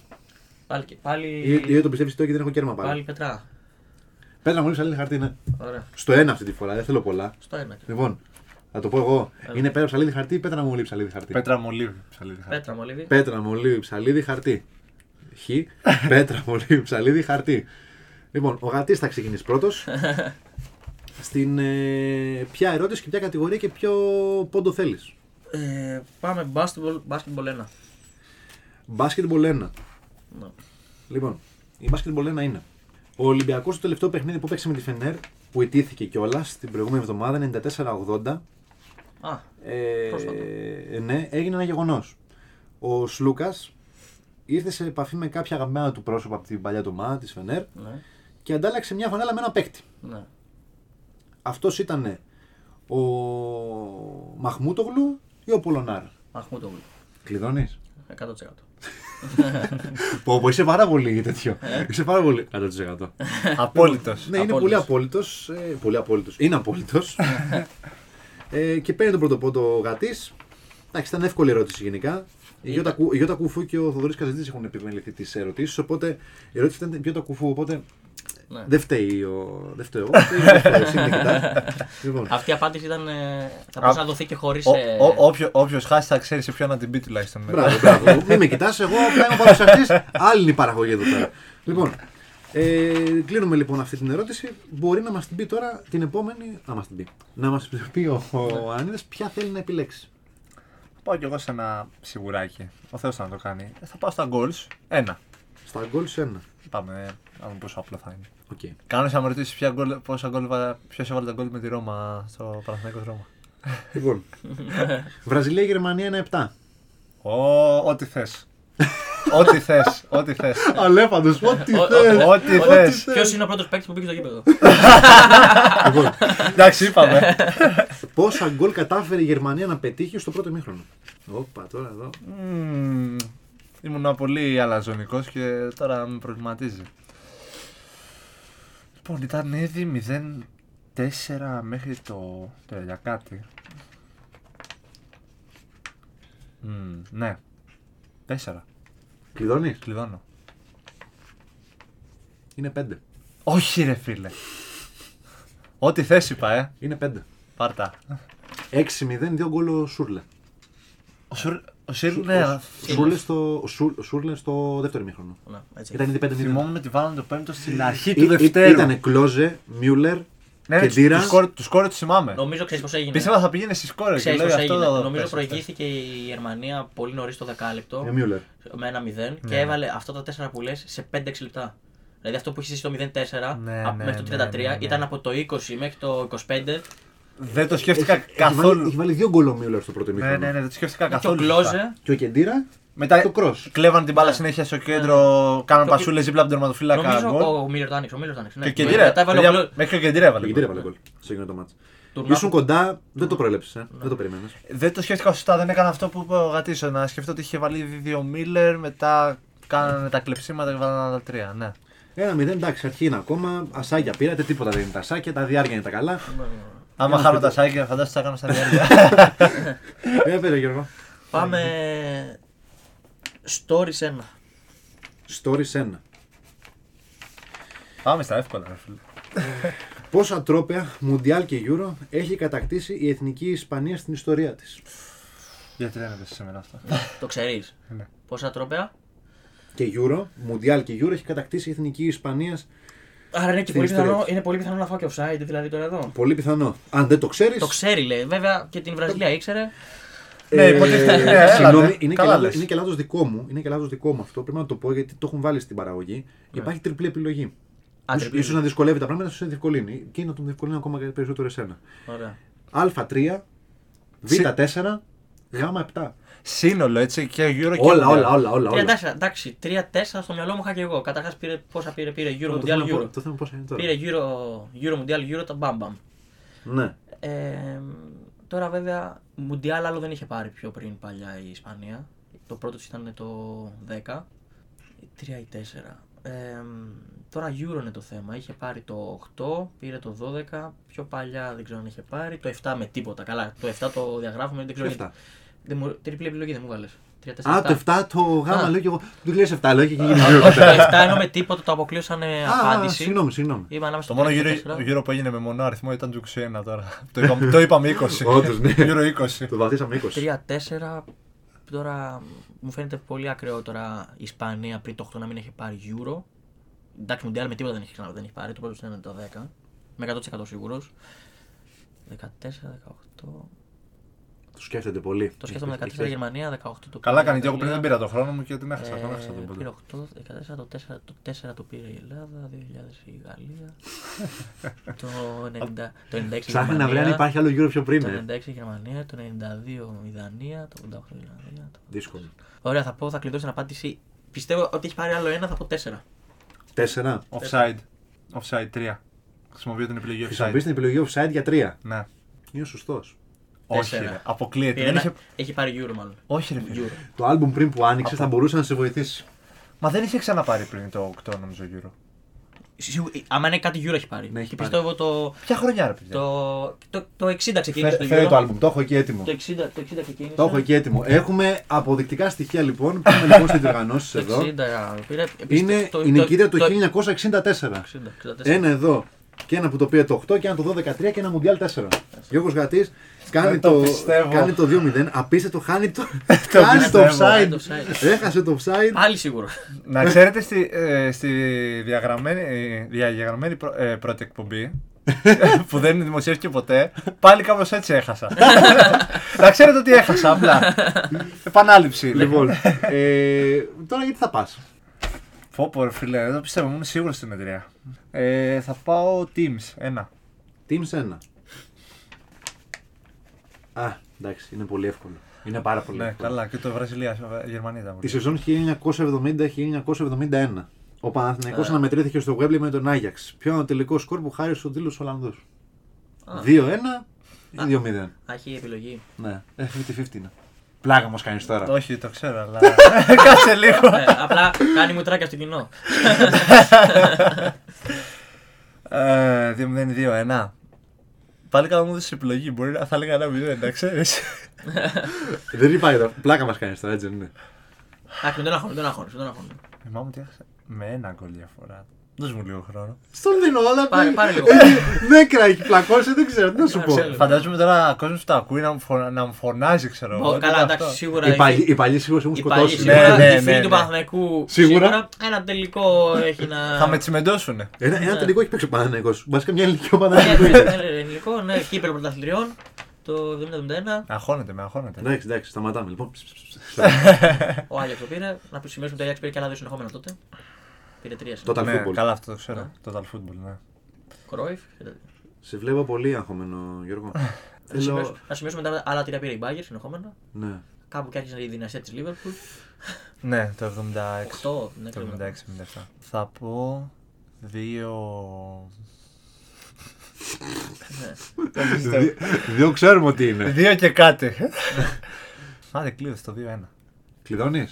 Speaker 2: Πάλι, και- πάλι,
Speaker 1: Ή, ή δεν το πιστεύεις τώρα και δεν έχω κέρμα πάλι.
Speaker 2: Ε, πάλι
Speaker 1: πάλι.
Speaker 2: πετρά.
Speaker 1: Πέτρα μου άλλη χαρτί, ναι.
Speaker 2: Ωραία.
Speaker 1: Στο ένα αυτή τη φορά, δεν θέλω πολλά.
Speaker 2: Στο ένα. και-
Speaker 1: Λοιπόν, θα το πω εγώ. Είναι πέτρα ψαλίδι χαρτί ή πέτρα μου ψαλίδι χαρτί.
Speaker 3: Πέτρα μολύβι, ψαλίδι. χάρη.
Speaker 2: Πέτρα, μολύβι.
Speaker 1: Πέτρα, μολύβι, ψαλίδι, χαρτί. Χ. Πέτρα, μολύβι, ψαλίδι, χαρτί. Λοιπόν, ο γατής θα ξεκινήσει πρώτος. Στην ε, ποια ερώτηση και ποια κατηγορία και ποιο πόντο θέλεις.
Speaker 2: Ε, πάμε basketball, basketball 1.
Speaker 1: Μπάσκετμπολ 1.
Speaker 2: Ναι.
Speaker 1: Λοιπόν, η μπάσκετμπολ 1 είναι. Ο Ολυμπιακός στο τελευταίο παιχνίδι που παίξε με τη Φενέρ, που ιτήθηκε κιόλας την προηγούμενη εβδομάδα, 94-80,
Speaker 2: Α,
Speaker 1: Ε,
Speaker 2: Πρόσφατα.
Speaker 1: ε, ναι, έγινε ένα γεγονός. Ο Σλούκα ήρθε σε επαφή με κάποια αγαπημένα του πρόσωπα από την παλιά του ομάδα, της Φενέρ,
Speaker 2: ναι,
Speaker 1: και αντάλλαξε μια φανέλα με ένα παίκτη.
Speaker 2: ναι.
Speaker 1: Αυτός ήταν ο Μαχμούτογλου ή ο Πολωνάρ.
Speaker 2: Μαχμούτογλου.
Speaker 1: Κλειδώνεις.
Speaker 2: 100%.
Speaker 1: Πω, πω, είσαι πάρα πολύ τέτοιο. είσαι πάρα πολύ. 100%.
Speaker 3: Απόλυτος.
Speaker 1: ναι, είναι
Speaker 2: Απόλυτος.
Speaker 1: πολύ απόλυτος. Ε, πολύ απόλυτος. Είναι απόλυτος. ε, και παίρνει τον πρώτο πόντο ο Γατής. Εντάξει, ήταν εύκολη ερώτηση γενικά. Η Γιώτα, Κου- η Γιώτα Κουφού και ο Θοδωρής Καζαντής έχουν επιμεληθεί τις ερωτήσεις. Οπότε η ερώτηση ήταν η Γιώτα Κουφού. Οπότε
Speaker 2: Ναι.
Speaker 1: δεν φταίει ο. Δεν φταίω. εγώ, φταίει ο Θεός, είναι και τα. Λοιπόν,
Speaker 2: Αυτή η απάντηση ήταν. ε, θα μπορούσε να δοθεί και ε, χωρί.
Speaker 3: Όποιο χάσει θα ξέρει σε ποιον να την πει τουλάχιστον μετά.
Speaker 1: Μπράβο, μπράβο. Μην με κοιτάς, εγώ απλά είμαι παρουσιαστή. Άλλη είναι η παραγωγή εδώ πέρα. Λοιπόν, ε, κλείνουμε λοιπόν αυτή την ερώτηση. Μπορεί να μας την πει τώρα την επόμενη. Να μας την πει. Να μας πει ο, ο Ανίδας ποια θέλει να επιλέξει.
Speaker 3: Πάω κι εγώ σε ένα σιγουράκι. Ο Θεός θα το κάνει. Ε, Θα πάω στα goals. Ένα.
Speaker 1: Στα γκολ σε ένα.
Speaker 3: Πάμε, ε, να δούμε πόσο απλό θα είναι.
Speaker 1: Οκ.
Speaker 3: Κάνω να με ρωτήσεις ποια γκολ, πόσα γκολ, βα- ποιος έβαλε τα γκολ με τη Ρώμα στο Παναθηναϊκός Ρώμα.
Speaker 1: Λοιπόν. Βραζιλία-Γερμανία 1-7.
Speaker 3: Ω, ό,τι θες. ό,τι θες, ό,τι θες.
Speaker 1: Αλέφαντος, ό,τι
Speaker 2: Ο- ο- θες.
Speaker 3: ό,τι θες.
Speaker 2: Ποιος είναι ο πρώτος παίκτης που μπήκε στο γήπεδο.
Speaker 3: Εντάξει, είπαμε.
Speaker 1: Λοιπόν, Πόσα γκολ κατάφερε η Γερμανία να πετύχει στο πρώτο μήχρονο. Όπα, τώρα εδώ.
Speaker 3: Μμμ, Ήμουν πολύ αλαζονικός και τώρα με προβληματίζει. Λοιπόν, ήταν ήδη 0-4 μέχρι το τέλεια κάτι. Μμμ, ναι. 4.
Speaker 1: Κλειδώνει.
Speaker 3: Κλειδώνω.
Speaker 1: Είναι 5.
Speaker 3: Όχι ρε φίλε. Ό,τι θες είπα, ε.
Speaker 1: Είναι 5.
Speaker 3: Πάρτα.
Speaker 1: 6-0, 2 γκολ ο Σούρλε.
Speaker 3: Ο Σουρ, ο Σιρ, ναι, α,
Speaker 1: Σούρλε στο, ο Σούρ- ο Σούρλε στο δεύτερο μήχρονο.
Speaker 2: Ναι, έτσι.
Speaker 1: Ήταν ήδη 5-0.
Speaker 3: θυμόμουν ότι βάλανε το πέμπτο στην αρχή του δευτέρου.
Speaker 1: Ήταν Κλόζε, Μιούλερ,
Speaker 3: ναι, ναι,
Speaker 1: Κεντήρα.
Speaker 3: Του σκόρ, του σκόρ τους θυμάμαι.
Speaker 2: Νομίζω ξέρεις πώς έγινε.
Speaker 3: Πίστευα θα πηγαίνει στη σκόρ και
Speaker 2: Ξέρεις
Speaker 3: λέω
Speaker 2: πώς
Speaker 3: αυτό
Speaker 2: έγινε.
Speaker 3: θα το
Speaker 2: Νομίζω
Speaker 3: πες,
Speaker 2: προηγήθηκε η Γερμανία πολύ νωρίς το δεκάλεπτο
Speaker 1: Ε, Μιούλερ.
Speaker 2: με ένα 0
Speaker 3: Ναι.
Speaker 2: και έβαλε αυτά τα τέσσερα που λες σε 5-6 λεπτά. Δηλαδή αυτό που έχεις εσύ το 0-4
Speaker 3: Ναι,
Speaker 2: απ-
Speaker 3: ναι,
Speaker 2: μέχρι το
Speaker 3: ναι,
Speaker 2: 33
Speaker 3: ναι, ναι.
Speaker 2: ήταν από το 20 μέχρι το 25
Speaker 3: Δεν το σκέφτηκα
Speaker 1: Έχει- έχει βάλει- Έχει
Speaker 3: καθόλου.
Speaker 1: βάλει δύο γκολ ο Μιούλερ στο πρώτο
Speaker 3: Ναι,
Speaker 1: μήχρονο.
Speaker 3: ναι, ναι, δεν το σκέφτηκα
Speaker 2: και ο
Speaker 3: καθόλου. σωστά.
Speaker 2: Κλόζε.
Speaker 1: Και ο Κεντήρα
Speaker 3: Μετά
Speaker 1: το cross.
Speaker 3: κλέβαν την μπάλα συνέχεια στο κέντρο, κάναν
Speaker 2: Ναι. Το-
Speaker 3: πασούλες δίπλα από τον τερματοφύλακα. γκολ.
Speaker 2: Νομίζω ο Μίλλερ το άνοιξε. Ο Μίλλερ το άνοιξε.
Speaker 3: Και ο
Speaker 2: ναι.
Speaker 3: Κεντήρα.
Speaker 2: Μετά έβαλε ο
Speaker 3: παιδιά,
Speaker 2: Κλόζε.
Speaker 3: Μέχρι και ο Κεντήρα
Speaker 1: Ο
Speaker 3: έβαλε.
Speaker 1: Κεντήρα
Speaker 3: γκολ.
Speaker 1: έβαλε γκολ σε εκείνο το μάτς.
Speaker 2: Τουρνά-
Speaker 1: Ήσουν κοντά, δεν το προέλεψες.
Speaker 3: Ναι.
Speaker 1: Δεν το περίμενες.
Speaker 3: Δεν το σκέφτηκα σωστά, δεν έκανα αυτό που είπε ο Γατίσο. Να σκεφτώ ότι είχε βάλει ήδη δύο Μίλλερ, μετά κάνανε τα κλεψίματα και βάλανε τα τρία. Ναι.
Speaker 1: Ένα μηδέν, εντάξει, αρχή είναι ακόμα. Ασάκια πήρατε, τίποτα δεν είναι τα ασάκια, τα διάρκεια είναι τα καλά.
Speaker 3: Άμα
Speaker 1: Ένας
Speaker 3: χάνω
Speaker 1: μετά.
Speaker 3: τα σάκια, φαντάζομαι θα κάνω στα διάρκεια.
Speaker 1: Ε, πέρα Γιώργο.
Speaker 3: Ναι.
Speaker 2: Πάμε. Stories 1.
Speaker 1: Stories 1.
Speaker 3: Πάμε στα εύκολα, ρε φίλε.
Speaker 1: Πόσα τρόπαια, Μουντιάλ και Euro, έχει κατακτήσει η εθνική Ισπανία στην ιστορία της.
Speaker 3: Γιατί δεν έπεσε σε μένα αυτό.
Speaker 2: Το ξέρεις.
Speaker 3: Ναι.
Speaker 2: Πόσα τρόπαια.
Speaker 1: Και Euro, Μουντιάλ και Euro έχει κατακτήσει η εθνική Ισπανία.
Speaker 2: Άρα είναι, και
Speaker 1: Στην
Speaker 2: πολύ
Speaker 1: ιστορία
Speaker 2: πιθανό,
Speaker 1: της.
Speaker 2: είναι πολύ πιθανό να φάω και offside δηλαδή τώρα εδώ.
Speaker 1: Πολύ πιθανό. Αν δεν το ξέρεις.
Speaker 2: Το ξέρει λέει. Βέβαια και την Βραζιλία ήξερε.
Speaker 3: Ναι, υποτίθεται.
Speaker 2: ε,
Speaker 3: Ναι, έλα, ναι.
Speaker 1: ε, Συγγνώμη, είναι και
Speaker 3: Καλά
Speaker 1: λάθος-
Speaker 3: λες.
Speaker 1: είναι και λάθος δικό μου. Είναι και λάθος δικό μου αυτό. Πρέπει να το πω γιατί το έχουν βάλει στην παραγωγή. Υπάρχει τριπλή επιλογή.
Speaker 2: Ναι. Α,
Speaker 1: Ίσως-
Speaker 2: τριπλή.
Speaker 1: Ίσως να δυσκολεύει τα πράγματα, ίσως να διευκολύνει. Και να τον διευκολύνει ακόμα και περισσότερο εσένα.
Speaker 2: Ωραία.
Speaker 1: Α3, Β4, Γ7.
Speaker 3: Σύνολο έτσι και γύρω και.
Speaker 1: Όλα,
Speaker 3: Mundial.
Speaker 1: όλα, όλα. όλα, όλα.
Speaker 2: 34, εντάξει, 3-4 στο μυαλό μου είχα και εγώ. Καταρχάς πήρε πόσα πήρε, πήρε Euro
Speaker 1: Το
Speaker 2: Mundial
Speaker 1: θέμα
Speaker 2: Euro.
Speaker 1: πο- Το θέμα πόσα είναι τώρα.
Speaker 2: Πήρε Euro, Euro Mundial Euro τα μπάμπαμ.
Speaker 1: Ναι.
Speaker 2: Ε, τώρα βέβαια Mundial άλλο δεν είχε πάρει πιο πριν παλιά η Ισπανία. Το πρώτο της ήταν το 10. 3 ή 4. Ε, τώρα Euro είναι το θέμα. Είχε πάρει το 8, πήρε το 12. Πιο παλιά δεν ξέρω αν είχε πάρει. Το 7 με τίποτα. Καλά, το 7 το διαγράφουμε. Δεν ξέρω.
Speaker 1: Ποιο
Speaker 2: γιατί. Δεν μου, τριπλή επιλογή δεν μου βάλε.
Speaker 1: Α, το 7 το
Speaker 2: Α.
Speaker 1: γάμα λέω και εγώ. Το 2007 λέω και εκεί γίνει
Speaker 2: Όχι, το
Speaker 1: 2007.
Speaker 2: 7 ενώ με τίποτα το αποκλείωσαν ε,
Speaker 1: Α,
Speaker 2: απάντηση.
Speaker 1: συγγνώμη, συγγνώμη.
Speaker 2: Είμαι ανάμεσα στο
Speaker 3: Το μόνο
Speaker 2: 3 και
Speaker 3: γύρο,
Speaker 2: 4.
Speaker 3: γύρο που έγινε με μονό αριθμό ήταν του 21 τώρα. το, είπαμε, το είπαμε 20.
Speaker 1: Όντως, ναι.
Speaker 3: Γύρω 20.
Speaker 1: Το βαθίσαμε 20.
Speaker 2: 3-4. Τώρα μου φαίνεται πολύ ακραίο τώρα η Ισπανία πριν το 8 να μην έχει πάρει Euro. Εντάξει, Μουντιάλ με τίποτα δεν έχει, ξανα- δεν έχει πάρει. Το πρώτο ήταν το 10. Με 100% σίγουρο. 14-18.
Speaker 1: Το σκέφτεται πολύ.
Speaker 2: Το σκέφτομαι 14
Speaker 1: Έχει-
Speaker 2: Γερμανία, 18 το
Speaker 3: Καλά
Speaker 2: πήρε
Speaker 3: κάνει
Speaker 2: η
Speaker 3: και εγώ πριν δεν
Speaker 2: Ιταλία.
Speaker 3: πήρα το χρόνο μου και την έχασα.
Speaker 2: ναι. Ε,
Speaker 3: Τον έχασα τον
Speaker 2: πήρε
Speaker 3: πόντο.
Speaker 2: 8, 14, το 4, το 4 το πήρε η Ελλάδα, 2000 η Γαλλία, το 90 το 96 η
Speaker 1: Ψάχνει να βρει αν
Speaker 2: Γερμανία,
Speaker 1: υπάρχει άλλο γύρω πιο πριν.
Speaker 2: το
Speaker 1: ε.
Speaker 2: 96 η Γερμανία, το 92 η Δανία, το 88 η Ιρλανδία. το-
Speaker 1: Δύσκολο.
Speaker 2: Ωραία, θα πω, θα κλειδώσω την απάντηση. Πιστεύω ότι έχει πάρει άλλο ένα, θα πω 4.
Speaker 1: 4.
Speaker 3: Offside. Offside 3. Χρησιμοποιώ την επιλογή offside.
Speaker 1: Χρησιμοποιείς την επιλογή offside για 3.
Speaker 3: Ναι.
Speaker 1: Είναι σωστός.
Speaker 3: Όχι,
Speaker 2: Τέσσερα.
Speaker 3: ρε. αποκλείεται. Δεν είχε...
Speaker 2: Ε, Έχει πάρει Euro μάλλον.
Speaker 3: Όχι, ρε φίλε.
Speaker 2: Euro.
Speaker 1: Το album πριν που άνοιξες θα μπορούσε να σε βοηθήσει.
Speaker 3: Μα δεν είχε ξαναπάρει πριν το 8, νομίζω γύρω.
Speaker 2: Σίγου- ε, Άμα είναι κάτι Euro έχει πάρει.
Speaker 1: Ναι, έχει
Speaker 2: Και
Speaker 1: πάρει.
Speaker 2: πιστεύω το,
Speaker 3: Ποια χρονιά, ρε παιδιά.
Speaker 2: το, το, το 60 ξεκίνησε
Speaker 1: Φέρε
Speaker 2: το
Speaker 1: φέρε το
Speaker 2: Euro.
Speaker 1: album, το έχω εκεί έτοιμο.
Speaker 2: Το 60, το 60 ξεκίνησε.
Speaker 1: Το έχω εκεί έτοιμο. Έχουμε αποδεικτικά στοιχεία λοιπόν. Πάμε λοιπόν στις διοργανώσεις
Speaker 2: Το
Speaker 1: εδώ.
Speaker 2: 60 πήρε.
Speaker 1: Είναι
Speaker 2: το-
Speaker 1: η
Speaker 2: το-
Speaker 1: νικήτρια του
Speaker 2: το-
Speaker 1: 1964.
Speaker 2: 60, 64.
Speaker 1: Ένα εδώ και ένα που το πήρε το 8 και ένα το 12-13 και ένα Μουντιάλ 4. Γιώργος Γατής κάνει
Speaker 3: Δεν το
Speaker 1: το,
Speaker 3: πιστεύω.
Speaker 1: κάνει το 2-0, απίστευτο, χάνει το,
Speaker 3: το
Speaker 1: χάνει το
Speaker 3: πιστεύω.
Speaker 1: offside.
Speaker 2: Offside.
Speaker 1: Έχασε το offside.
Speaker 2: Πάλι σίγουρο.
Speaker 3: Να ξέρετε στη, ε, στη διαγραμμένη, ε, διαγεγραμμένη πρω- ε, πρώτη εκπομπή που δεν δημοσιεύτηκε ποτέ, πάλι κάπως έτσι έχασα. να ξέρετε ότι έχασα απλά. Επανάληψη. είναι.
Speaker 1: λοιπόν, ε, τώρα γιατί θα πας.
Speaker 3: Πω πω ρε φίλε, δεν το πιστεύω, ήμουν σίγουρος στην εταιρεία. Ε, θα πάω Teams, ένα.
Speaker 1: Teams 1. Α, εντάξει, είναι πολύ εύκολο. Είναι πάρα πολύ
Speaker 3: Ναι,
Speaker 1: εύκολο.
Speaker 3: καλά, και το Βραζιλία, Γερμανία ήταν.
Speaker 1: Τη σεζόν 1970-1971. Ο
Speaker 2: Ε.
Speaker 1: Παναθηναϊκός αναμετρήθηκε στο Wembley με τον Άγιαξ. Ποιο ήταν το τελικός σκορ που χάρισε στον τίτλο στους Ολλανδούς. 2-1 ή 2-0.
Speaker 2: Α, Έχει επιλογή.
Speaker 1: Ναι, 50-50 είναι. Πλάκα μας κάνεις τώρα.
Speaker 3: Όχι, το ξέρω, αλλά. Κάτσε λίγο.
Speaker 2: Ε, Απλά κάνει μουτράκια στο κοινό.
Speaker 3: Ε, 2-0-2-1. Πάλι καλά μου έδωσε επιλογή. Μπορεί να θα έλεγα ένα 0, να ξέρεις.
Speaker 1: Δεν υπάρχει τώρα. Πλάκα μας κάνεις τώρα, έτσι δεν είναι.
Speaker 2: Εντάξει, με τον αγχώνεις, τον αγχώνεις. τον αγχώνεις.
Speaker 3: Θυμάμαι ότι έχασα με ένα γκολ διαφορά. Δώσ' μου λίγο χρόνο.
Speaker 1: Στον δίνω όλα.
Speaker 2: Πάρε-
Speaker 1: που-
Speaker 2: πάρε λίγο. Ε,
Speaker 1: Ε, Νέκρα έχει πλακώσει, δεν ξέρω τι να σου πω.
Speaker 2: Ξέρω.
Speaker 3: Φαντάζομαι τώρα ο κόσμος που τα ακούει να μου, φωνα- να μου φωνάζει, ξέρω
Speaker 2: Ω,
Speaker 3: εγώ.
Speaker 2: Καλά,
Speaker 3: τι είναι
Speaker 2: εντάξει,
Speaker 3: αυτό.
Speaker 2: σίγουρα.
Speaker 1: Οι
Speaker 2: η-
Speaker 1: παλιοί- Οι παλιοί σίγουρα σε έχουν
Speaker 2: Οι παλιοί
Speaker 1: σκοτώσει.
Speaker 3: Ναι,
Speaker 2: σίγουρα,
Speaker 3: ναι,
Speaker 2: οι
Speaker 3: ναι,
Speaker 2: φίλοι του
Speaker 3: ναι.
Speaker 2: Παναθηναϊκού
Speaker 1: Σίγουρα.
Speaker 2: Ένα τελικό έχει να.
Speaker 3: Θα με τσιμεντώσουνε.
Speaker 1: Ένα, ένα τελικό έχει παίξει ο Παναθηναϊκός. Βασικά μια ηλικία ο
Speaker 2: Ναι,
Speaker 1: Παναθηναϊκός.
Speaker 2: ναι, ναι, ναι, ελληνικό, ναι, κύπελο πρωταθλητριών το 70-71.
Speaker 3: Αγχώνεται, με αγχώνεται.
Speaker 1: Εντάξει, εντάξει, σταματάμε λοιπόν.
Speaker 2: Ο Άγιαξ το πήρε. Να σημειώσουμε ότι ο Άγιαξ πήρε και άλλα δύο συνεχόμενα τότε. Πήρε τρία
Speaker 1: Το
Speaker 2: συνεχόμενα.
Speaker 1: Total
Speaker 3: Ναι,
Speaker 1: Football.
Speaker 3: καλά, αυτό το ξέρω.
Speaker 2: Ναι.
Speaker 3: Total football, ναι.
Speaker 2: Κρόιφ. και τέτοια.
Speaker 1: Σε βλέπω πολύ αγχωμένο, Γιώργο.
Speaker 2: Να σημειώσουμε-
Speaker 1: Θέλω.
Speaker 2: Να σημειώσουμε τα άλλα τρία πήρε η Μπάγκερ συνεχόμενα.
Speaker 1: Ναι.
Speaker 2: Κάπου και άρχισε η δυνασία τη Λίβερπουλ.
Speaker 3: Ναι, το 76.
Speaker 2: 8, ναι,
Speaker 3: Το
Speaker 2: κρύβομαι.
Speaker 3: 76-77. Θα πω. Δύο.
Speaker 2: Ναι.
Speaker 1: Δύ- Δύο ξέρουμε ότι είναι.
Speaker 3: Δύο και κάτι.
Speaker 2: Ναι.
Speaker 3: Άντε, κλείδωσε το 2-1.
Speaker 1: Κλειδώνει.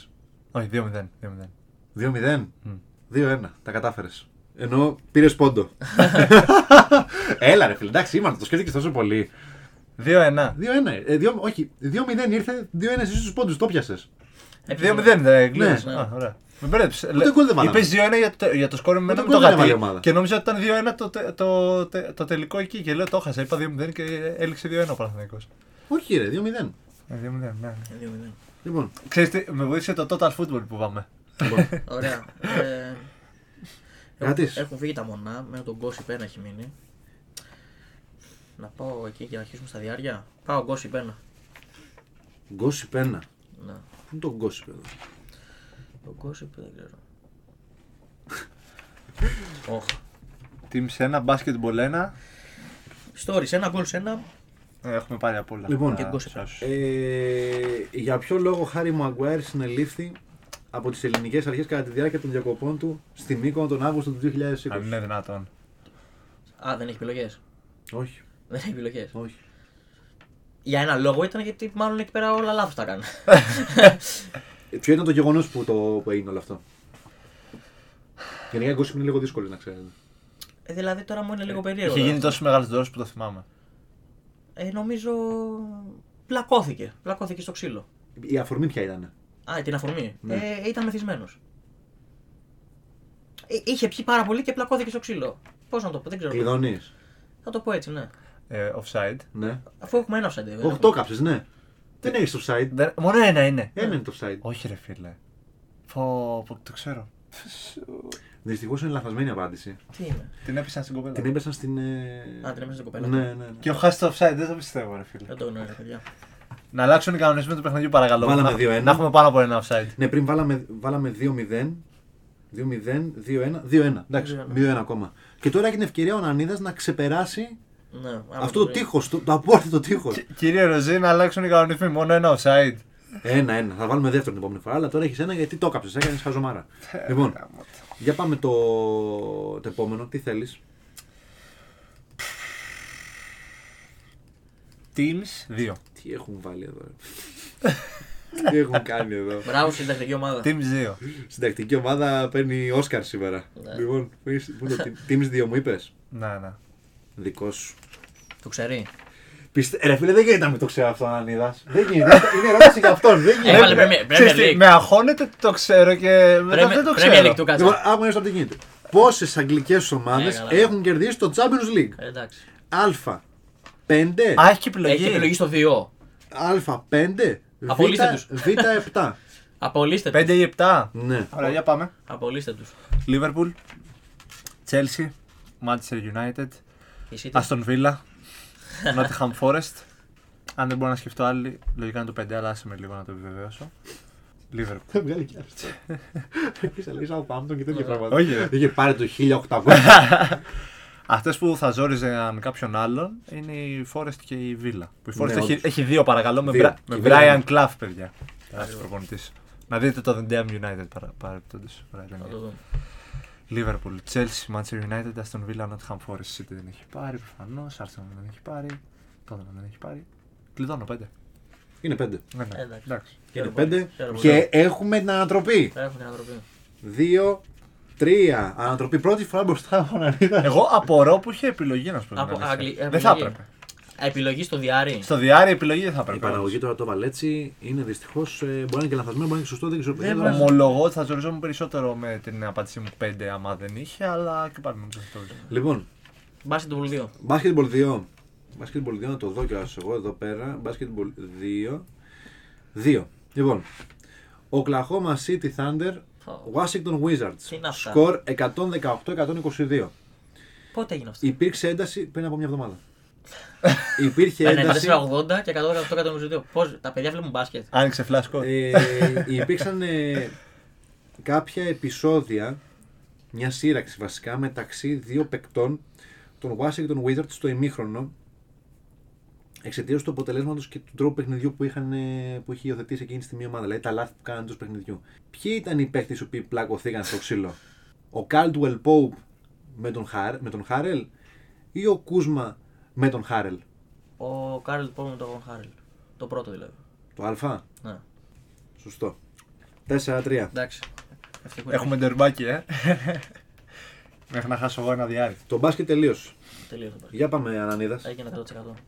Speaker 3: Όχι, 2-0. 2-0.
Speaker 1: 2-0.
Speaker 3: Μμ.
Speaker 1: 2-1. Τα κατάφερες. Ενώ πήρες πόντο. Έλα ρε φίλε, εντάξει, ήμασταν, το σκέφτηκες τόσο πολύ.
Speaker 3: 2-1.
Speaker 1: 2-1. Ε, δύο, όχι, 2-0 ήρθε, 2-1 εσύ του πόντους, το πιασε.
Speaker 3: 2-0 δεν κλείνεις.
Speaker 1: Ναι.
Speaker 3: Α, ωραία. Με μπέρδεψε.
Speaker 1: Ούτε γκολ δεν βάλαμε.
Speaker 3: Είπες 2-1 για το, για το σκόρ με
Speaker 1: Ούτε
Speaker 3: με
Speaker 1: γκολ
Speaker 3: το
Speaker 1: δεν έβαλε η
Speaker 3: γατί.
Speaker 1: ομάδα.
Speaker 3: Και νόμιζα ότι ήταν 2-1 το, τε- το, τε- το τελικό εκεί. Και λέω το έχασα. Είπα 2-0 και έληξε 2-1 ο Παναθηναϊκός.
Speaker 1: Όχι, ρε, 2-0.
Speaker 3: Ε, 2-0, ναι, ναι.
Speaker 1: Λοιπόν,
Speaker 3: Ξέρεις τι, με βοήθησε το total football που πάμε.
Speaker 1: λοιπόν.
Speaker 2: Ωραία. Ε,
Speaker 1: Κρατήσεις.
Speaker 2: έχουν φύγει τα μονά, με τον Gossip 1 έχει μείνει. Να πάω εκεί και να αρχίσουμε στα διάρκεια. Πάω Gossip 1.
Speaker 1: Γκόσιπ 1.
Speaker 2: Να.
Speaker 1: Πού είναι το γκόσιπ εδώ.
Speaker 2: Το Gossip δεν ξέρω. Όχ.
Speaker 3: Team 1, basketball 1.
Speaker 2: Stories 1, goals 1,
Speaker 3: Ε, Έχουμε πάρει από όλα.
Speaker 1: Λοιπόν,
Speaker 3: τα-
Speaker 2: και Gossip.
Speaker 3: σας.
Speaker 1: Ε, για ποιο λόγο Χάρη Μαγκουάιρ συνελήφθη από τις ελληνικές αρχές κατά τη διάρκεια των διακοπών του στη Μύκονο τον Αύγουστο του 2020.
Speaker 3: Αν είναι δυνατόν.
Speaker 2: Α, δεν έχει επιλογές.
Speaker 1: Όχι,
Speaker 2: Δεν έχει επιλογές.
Speaker 1: όχι.
Speaker 2: Για ένα λόγο ήταν γιατί μάλλον εκεί πέρα όλα λάθος τα έκανε.
Speaker 1: Ε, Ποιο ήταν το γεγονός που, το, που έγινε όλο αυτό. Γενικά οι γκόσυπ είναι λίγο δύσκολο να ξέρετε.
Speaker 2: ε, δηλαδή τώρα μου είναι λίγο περίεργο.
Speaker 3: Είχε γίνει
Speaker 2: αυτό.
Speaker 3: τόσο μεγάλο δώρο που το θυμάμαι.
Speaker 2: Ε, νομίζω. Πλακώθηκε. Πλακώθηκε στο ξύλο.
Speaker 1: Η αφορμή ποια ήταν.
Speaker 2: Α, την αφορμή.
Speaker 1: Ναι.
Speaker 2: Ε, ήταν μεθυσμένος. είχε πιει πάρα πολύ και πλακώθηκε στο ξύλο. Πώς να το πω, δεν ξέρω.
Speaker 1: Κλειδώνεις.
Speaker 2: Θα το πω έτσι, ναι.
Speaker 3: Ε, offside.
Speaker 1: Ναι.
Speaker 2: Αφού έχουμε ένα offside. βέβαια.
Speaker 1: Οχτώ κάψες, ναι. Δεν έχεις το site.
Speaker 3: Δεν- Μόνο ένα είναι.
Speaker 1: Ένα είναι το site.
Speaker 3: Όχι ρε φίλε. Πω, πω, το ξέρω.
Speaker 1: Δυστυχώς είναι λαθασμένη η απάντηση.
Speaker 2: Τι είναι.
Speaker 3: Την έπεσαν στην κοπέλα.
Speaker 1: Την έπεσαν στην. ε,
Speaker 2: Α, την έπεσαν στην κοπέλα.
Speaker 1: Ναι, ναι. ναι.
Speaker 3: Και ο χάσει το offside, δεν το πιστεύω, ρε φίλε.
Speaker 2: Δεν το γνωρίζω, παιδιά.
Speaker 3: Να αλλάξουν οι κανονισμοί του παιχνιδιού, παρακαλώ.
Speaker 1: Βάλαμε
Speaker 3: να,
Speaker 1: 2-1.
Speaker 3: να έχουμε πάνω από ένα offside.
Speaker 1: Ναι, πριν βάλαμε, βάλαμε 2-0. 2-0, 2-1, 2-1. Εντάξει,
Speaker 2: 2-1.
Speaker 1: 0 ακόμα. Και τώρα έχει την ευκαιρία ο Νανίδας να ξεπεράσει
Speaker 2: Ναι, άμα
Speaker 1: αυτό το
Speaker 2: βρει.
Speaker 1: τείχος του, το απόρριτο τείχος.
Speaker 3: Κυ- Κύριε Ροζή, να αλλάξουν οι κανονισμοί. Μόνο ένα offside.
Speaker 1: Ένα-ένα. Θα βάλουμε δεύτερο την επόμενη φορά, αλλά τώρα έχεις ένα γιατί το έκαψες. Έκανες χαζομάρα. λοιπόν, για πάμε το, το επόμενο. Τι θέλεις.
Speaker 3: Teams 2.
Speaker 1: Τι έχουν βάλει εδώ. ρε. Τι έχουν κάνει εδώ.
Speaker 2: Μπράβο, συντακτική ομάδα.
Speaker 3: Teams 2.
Speaker 1: Συντακτική ομάδα παίρνει Όσκαρ σήμερα.
Speaker 2: Ναι.
Speaker 1: Λοιπόν, πού είσαι- πού είναι το Teams 2 μου είπες.
Speaker 3: Να, να.
Speaker 1: Δικός σου.
Speaker 2: Το ξέρει.
Speaker 3: Ε,
Speaker 1: Πιστε... Ρε φίλε, δεν γίνεται να μην το ξέρω αυτό, Ανίδα. Δεν γίνεται. Είναι ερώτηση για αυτόν. Δεν γίνεται.
Speaker 2: Έβαλε
Speaker 3: Ε,
Speaker 2: Premier-
Speaker 3: ξέρεις τι,
Speaker 2: Premier League.
Speaker 3: Με αγχώνεται ότι το ξέρω και μετά δεν το
Speaker 2: Premier League του
Speaker 3: ξέρω.
Speaker 1: Λοιπόν,
Speaker 2: κάτσε.
Speaker 1: άκου να σου πω τι γίνεται. Πόσες αγγλικές
Speaker 2: Ε,
Speaker 1: ομάδε
Speaker 2: καλά.
Speaker 1: έχουν κερδίσει το Champions League.
Speaker 2: Ε, Εντάξει.
Speaker 1: Α. 5,
Speaker 3: Α, έχει και
Speaker 2: Έχει επιλογή
Speaker 3: επιλογή.
Speaker 2: στο 2.
Speaker 1: Α5,
Speaker 2: Απολύστε τους.
Speaker 1: Β7.
Speaker 2: Απολύστε τους.
Speaker 3: 5 ή 7.
Speaker 1: Ναι.
Speaker 3: Ωραία, για πάμε.
Speaker 2: Απολύστε τους.
Speaker 3: Liverpool, Chelsea, Manchester United, Aston Villa, Nottingham Forest. Αν δεν μπορώ να σκεφτώ άλλη, λογικά είναι το 5, αλλά άσε με λίγο να το επιβεβαιώσω. Liverpool.
Speaker 1: Θα βγάλει κι άλλος. Έχει αλήθεια από Πάμπτον και τέτοια πράγματα.
Speaker 3: Όχι, ρε.
Speaker 1: Είχε πάρει το 1800.
Speaker 3: Αυτές που θα ζόριζε με κάποιον άλλον είναι η Forest και η Villa. Που η Forest
Speaker 1: Ναι,
Speaker 3: έχει,
Speaker 1: όντως.
Speaker 3: έχει δύο παρακαλώ με,
Speaker 1: Δύο.
Speaker 3: Bra-
Speaker 1: Και
Speaker 3: με
Speaker 1: η Villa
Speaker 3: Brian
Speaker 1: είναι.
Speaker 3: Clough, παιδιά. Τεράστιο προπονητής. Να δείτε το The Damn United παρα- παρεπιπτόντω. Ωραία, δεν είναι. Liverpool, Chelsea, Manchester United, Aston Villa, Nottingham Forest. City δεν έχει πάρει προφανώς. Arsenal δεν έχει πάρει. Tottenham δεν έχει πάρει. Κλειδώνω πέντε.
Speaker 1: Είναι 5.
Speaker 3: Ναι, ναι.
Speaker 2: Εντάξει.
Speaker 1: Είναι
Speaker 2: Χαίρομαι.
Speaker 1: 5.
Speaker 2: Χαίρομαι.
Speaker 1: Και έχουμε την ανατροπή.
Speaker 2: Έχουμε την ανατροπή.
Speaker 1: 2, 3. Ανατροπή πρώτη φορά μπροστά από Ανίδα.
Speaker 3: Εγώ απορώ που είχε επιλογή να σου πω. την
Speaker 2: Από
Speaker 3: αλήθεια.
Speaker 2: Άγγλοι-
Speaker 3: Δεν θα
Speaker 2: επιλογή.
Speaker 3: έπρεπε.
Speaker 2: Επιλογή στο διάρρη.
Speaker 3: Στο διάρρη επιλογή δεν θα
Speaker 1: Η
Speaker 3: έπρεπε.
Speaker 1: παραγωγή τώρα το βαλέτσι είναι δυστυχώς. Μπορεί να είναι και λανθασμένο, μπορεί να είναι και σωστό, δεν ξέρω. παιδιά,
Speaker 2: Δεν
Speaker 1: τώρα-
Speaker 2: μας-
Speaker 3: Ομολογώ ότι θα ζοριζόμουν περισσότερο με την απάντησή μου 5 άμα δεν είχε, αλλά και πάλι μου το ζοριζόμουν.
Speaker 1: Λοιπόν,
Speaker 2: Basketball 2.
Speaker 1: Basketball 2. Basketball 2 να το δω κιόλας εγώ εδώ πέρα. Basketball 2. 2. Λοιπόν. Oklahoma City Thunder.
Speaker 2: Ω.
Speaker 1: Washington Wizards.
Speaker 2: Τι είναι αυτά.
Speaker 1: Σκορ 118-122.
Speaker 2: Πότε έγινε αυτό.
Speaker 1: Υπήρξε ένταση πριν από μια εβδομάδα. Υπήρχε ένταση.
Speaker 2: 94-80 και 118-122. Πώς τα παιδιά βλέπουν μπάσκετ.
Speaker 3: Άνοιξε φλάσκο.
Speaker 1: ε, υπήρξαν ε, κάποια επεισόδια, μια σύραξη βασικά, μεταξύ δύο παικτών των Washington Wizards στο ημίχρονο εξαιτίας του αποτελέσματος και του τρόπου παιχνιδιού που, είχαν, ε, που είχε υιοθετήσει εκείνη τη στιγμή η ομάδα. Δηλαδή τα λάθη που κάνανε του παιχνιδιού. Ποιοι ήταν οι παίκτε οι οποίοι πλακωθήκαν στο ξύλο, Ο Caldwell Pope με τον, Χάρ, με τον Χάρελ ή ο Κούσμα με τον Χάρελ.
Speaker 2: Ο Κάρλ Πόλ με τον Χάρελ. Το πρώτο δηλαδή.
Speaker 1: Το Α.
Speaker 2: Ναι.
Speaker 1: Σωστό. 4-3.
Speaker 2: Εντάξει. Ευτυχώς.
Speaker 3: Έχουμε ντερμπάκι, ε. Μέχρι να χάσω εγώ ένα διάρρη.
Speaker 1: Το μπάσκετ τελείωσε.
Speaker 2: Τελείωσε το μπάσκετ.
Speaker 1: Για πάμε, Ανανίδας.
Speaker 2: Έγινε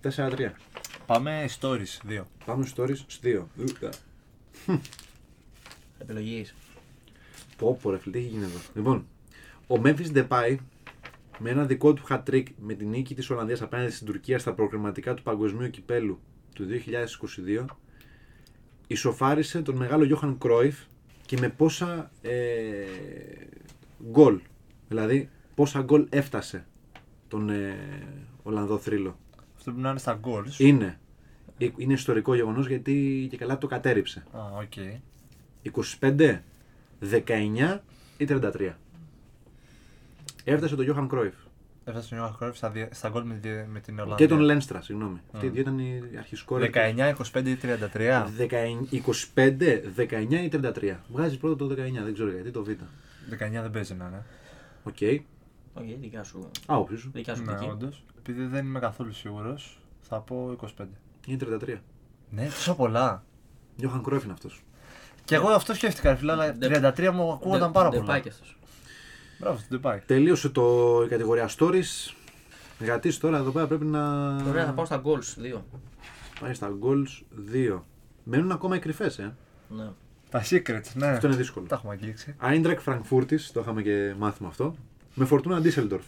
Speaker 2: 100%.
Speaker 1: 4-3.
Speaker 3: Πάμε stories 2.
Speaker 1: Πάμε στο stories 2.
Speaker 2: Επιλογής.
Speaker 1: Πω πω ρε φίλε, τι έχει γίνει εδώ. Λοιπόν, ο Memphis Depay με ένα δικό του hat-trick με την νίκη της Ολλανδίας απέναντι στην Τουρκία στα προκριματικά του Παγκοσμίου Κυπέλου του 2022 ισοφάρισε τον μεγάλο Γιώχαν Κρόιφ και με πόσα ε, γκολ, δηλαδή πόσα γκολ έφτασε τον ε, Ολλανδό θρύλο.
Speaker 3: Αυτό πρέπει να είναι στα goals.
Speaker 2: Ε.
Speaker 1: Είναι. Ε, Είναι ιστορικό γεγονός γιατί και καλά το κατέριψε.
Speaker 3: Α, οκ.
Speaker 1: 25, 19 ή 33. Έφτασε το Johan Cruyff.
Speaker 3: Έφτασε στον Ιωάννη Κρόιφ στα, δια- στα γκολ με, τη- με την Ολλανδία.
Speaker 1: Και τον Λένστρα, συγγνώμη. Αυτοί οι δύο ήταν οι αρχισκόρες.
Speaker 3: 19, 25 ή 33.
Speaker 1: 25, 19 ή 33. Βγάζει πρώτο το 19, δεν ξέρω γιατί, το Β.
Speaker 2: Ε,
Speaker 3: 19 δεν παίζει να είναι.
Speaker 1: Οκ.
Speaker 2: Όχι, δικιά σου.
Speaker 1: Άποψή σου.
Speaker 2: Δικιά σου
Speaker 3: Ναι,
Speaker 2: δική.
Speaker 3: όντως. Επειδή δεν είμαι καθόλου σίγουρος, θα πω 25.
Speaker 1: Είναι 33.
Speaker 3: Ναι, τόσο πολλά.
Speaker 1: Γιώχαν Κρόιφ είναι αυτός.
Speaker 3: Και εγώ αυτό σκέφτηκα, ρε φίλε, αλλά
Speaker 2: Ντε-
Speaker 3: 33 μου ακούγονταν πάρα
Speaker 2: Δεν- δεν πάει κι
Speaker 3: πολλά.
Speaker 2: αυτός.
Speaker 3: Μπράβο, δεν πάει.
Speaker 1: Τελείωσε το, η κατηγορία Stories. Γιατί τώρα εδώ πέρα πρέπει να.
Speaker 2: Ωραία, θα πάω στα goals. Δύο.
Speaker 1: Πάει στα goals 2. Μένουν ακόμα οι κρυφές, ε.
Speaker 2: Ναι.
Speaker 3: Τα secrets, ναι.
Speaker 1: Αυτό είναι δύσκολο.
Speaker 3: Τα έχουμε αγγίξει.
Speaker 1: Άιντρακ Φραγκφούρτη, το είχαμε και μάθημα αυτό. Με φορτούνα Ντίσελντορφ.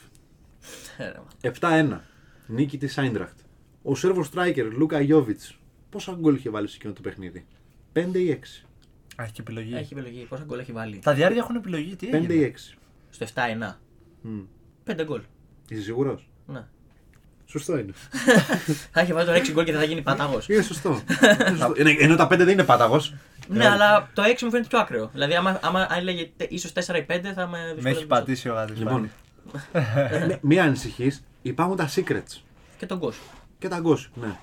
Speaker 2: Ε, ρε, μα.
Speaker 1: 7-1. Νίκη της Άιντραχτ. Ο Σέρβος Στράικερ Λούκα Γιώβιτ. Πόσα γκολ είχε βάλει σε εκείνο το παιχνίδι. 5 ή 6.
Speaker 3: Α, Έχει και επιλογή.
Speaker 2: Έχει επιλογή. Πόσα γκολ έχει βάλει.
Speaker 3: Τα διάρκεια έχουν επιλογή, τι
Speaker 1: 5
Speaker 3: έγινε.
Speaker 1: ή 6.
Speaker 2: Στο 7-1.
Speaker 1: Μμ.
Speaker 2: Πέντε γκολ.
Speaker 1: Είσαι σίγουρος.
Speaker 2: Ναι.
Speaker 1: Σωστό είναι.
Speaker 2: Θα έχει βάλει τον 6 γκολ και δεν θα γίνει πατάγο.
Speaker 1: Είναι σωστό. Είναι σωστό. Είναι- Ενώ τα 5 δεν είναι πάταγος.
Speaker 2: ναι, αλλά το 6 μου φαίνεται πιο άκραίο. Δηλαδή, άμα, άμα αν έλεγε ίσω 4 ή 5 θα με
Speaker 3: Με
Speaker 2: δυσκολεύει
Speaker 3: έχει
Speaker 2: περισσότερο.
Speaker 3: πατήσει ο Γάτης.
Speaker 1: Λοιπόν.
Speaker 3: πάλι.
Speaker 1: Ε, Μην ανησυχείς, υπάρχουν τα secrets
Speaker 2: Και τον γκολ.
Speaker 1: και τα gossip. Ναι.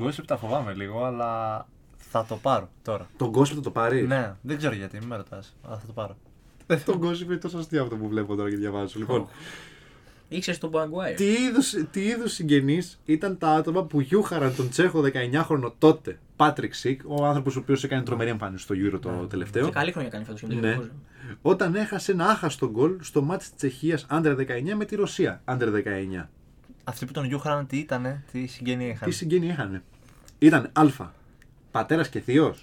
Speaker 3: Gossip τα φοβάμαι λίγο, αλλά θα το πάρω τώρα.
Speaker 1: Το gossip θα το πάρει.
Speaker 3: Ναι, δεν ξέρω γιατί, μην με ρωτάς, αλλά θα το πάρω.
Speaker 1: Το gossip είναι τόσο αστείο αυτό που βλέπω τώρα και διαβάζω. Λοιπόν,
Speaker 2: Ήξερες τον Μπαγκουάιρ.
Speaker 1: τι είδους, τι είδους συγγενείς ήταν τα άτομα που γιούχαραν τον Τσέχο 19χρονο τότε, Πάτρικ Σικ, ο άνθρωπος ο οποίος έκανε τρομερή εμφάνιση στο Euro
Speaker 3: Ναι.
Speaker 1: το
Speaker 2: Και
Speaker 1: τελευταίο,
Speaker 2: καλή χρονιά κάνει φέτος.
Speaker 1: Ναι. όταν έχασε ένα άχαστο γκολ στο μάτς της Τσεχίας Άντερ 19 με τη Ρωσία Άντερ 19.
Speaker 3: Αυτοί που τον γιούχαραν τι ήτανε, τι συγγένεια είχαν.
Speaker 1: Τι συγγένεια είχαν. Ήταν Α. Πατέρας και θείος.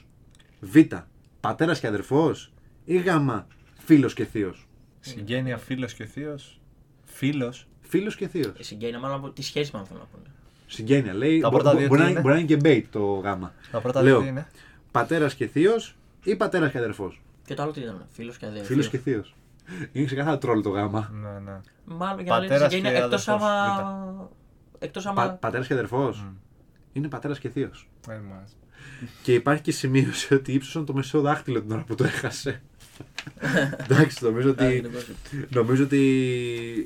Speaker 1: Β. Πατέρας και αδερφός. Ή Γ. Φίλος και θείος.
Speaker 3: Συγγένεια, φίλος και θείος. Φίλος.
Speaker 1: Φίλος και θείος.
Speaker 2: Η συγγένεια, Ε, μάλλον από τη σχέση μου θέλω να πω. ναι.
Speaker 1: Συγγένεια λέει.
Speaker 3: Τα
Speaker 1: μπο-
Speaker 3: πρώτα
Speaker 1: μπο-
Speaker 3: δύο
Speaker 1: μπορεί,
Speaker 3: τι
Speaker 1: να,
Speaker 3: είναι?
Speaker 1: μπορεί να είναι και bait το Γ.
Speaker 3: Τα πρώτα
Speaker 1: Λέω.
Speaker 3: δύο τι είναι.
Speaker 1: Πατέρας και θείος ή πατέρας και αδερφός.
Speaker 2: Και το άλλο τι ήταν. Φίλος και αδερφό.
Speaker 1: Φίλος και θείος. Είναι ξεκάθαρα τρόλ το Γ.
Speaker 3: Ναι, ναι.
Speaker 2: Μάλλον για να λέει τη
Speaker 3: Πατέρας και
Speaker 2: συγγένεια εκτός
Speaker 3: αδερφός,
Speaker 2: άμα. Εκτός άμα.
Speaker 1: πατέρας και αδερφός. Είναι πατέρας και θείος.
Speaker 3: Ε, μα.
Speaker 1: Και υπάρχει και σημείωση ότι ύψωσαν το μεσαίο δάχτυλο την ώρα που το έχασε. Εντάξει, νομίζω
Speaker 2: Κάτι για
Speaker 1: ότι.
Speaker 2: τον κόσμο.
Speaker 1: Νομίζω ότι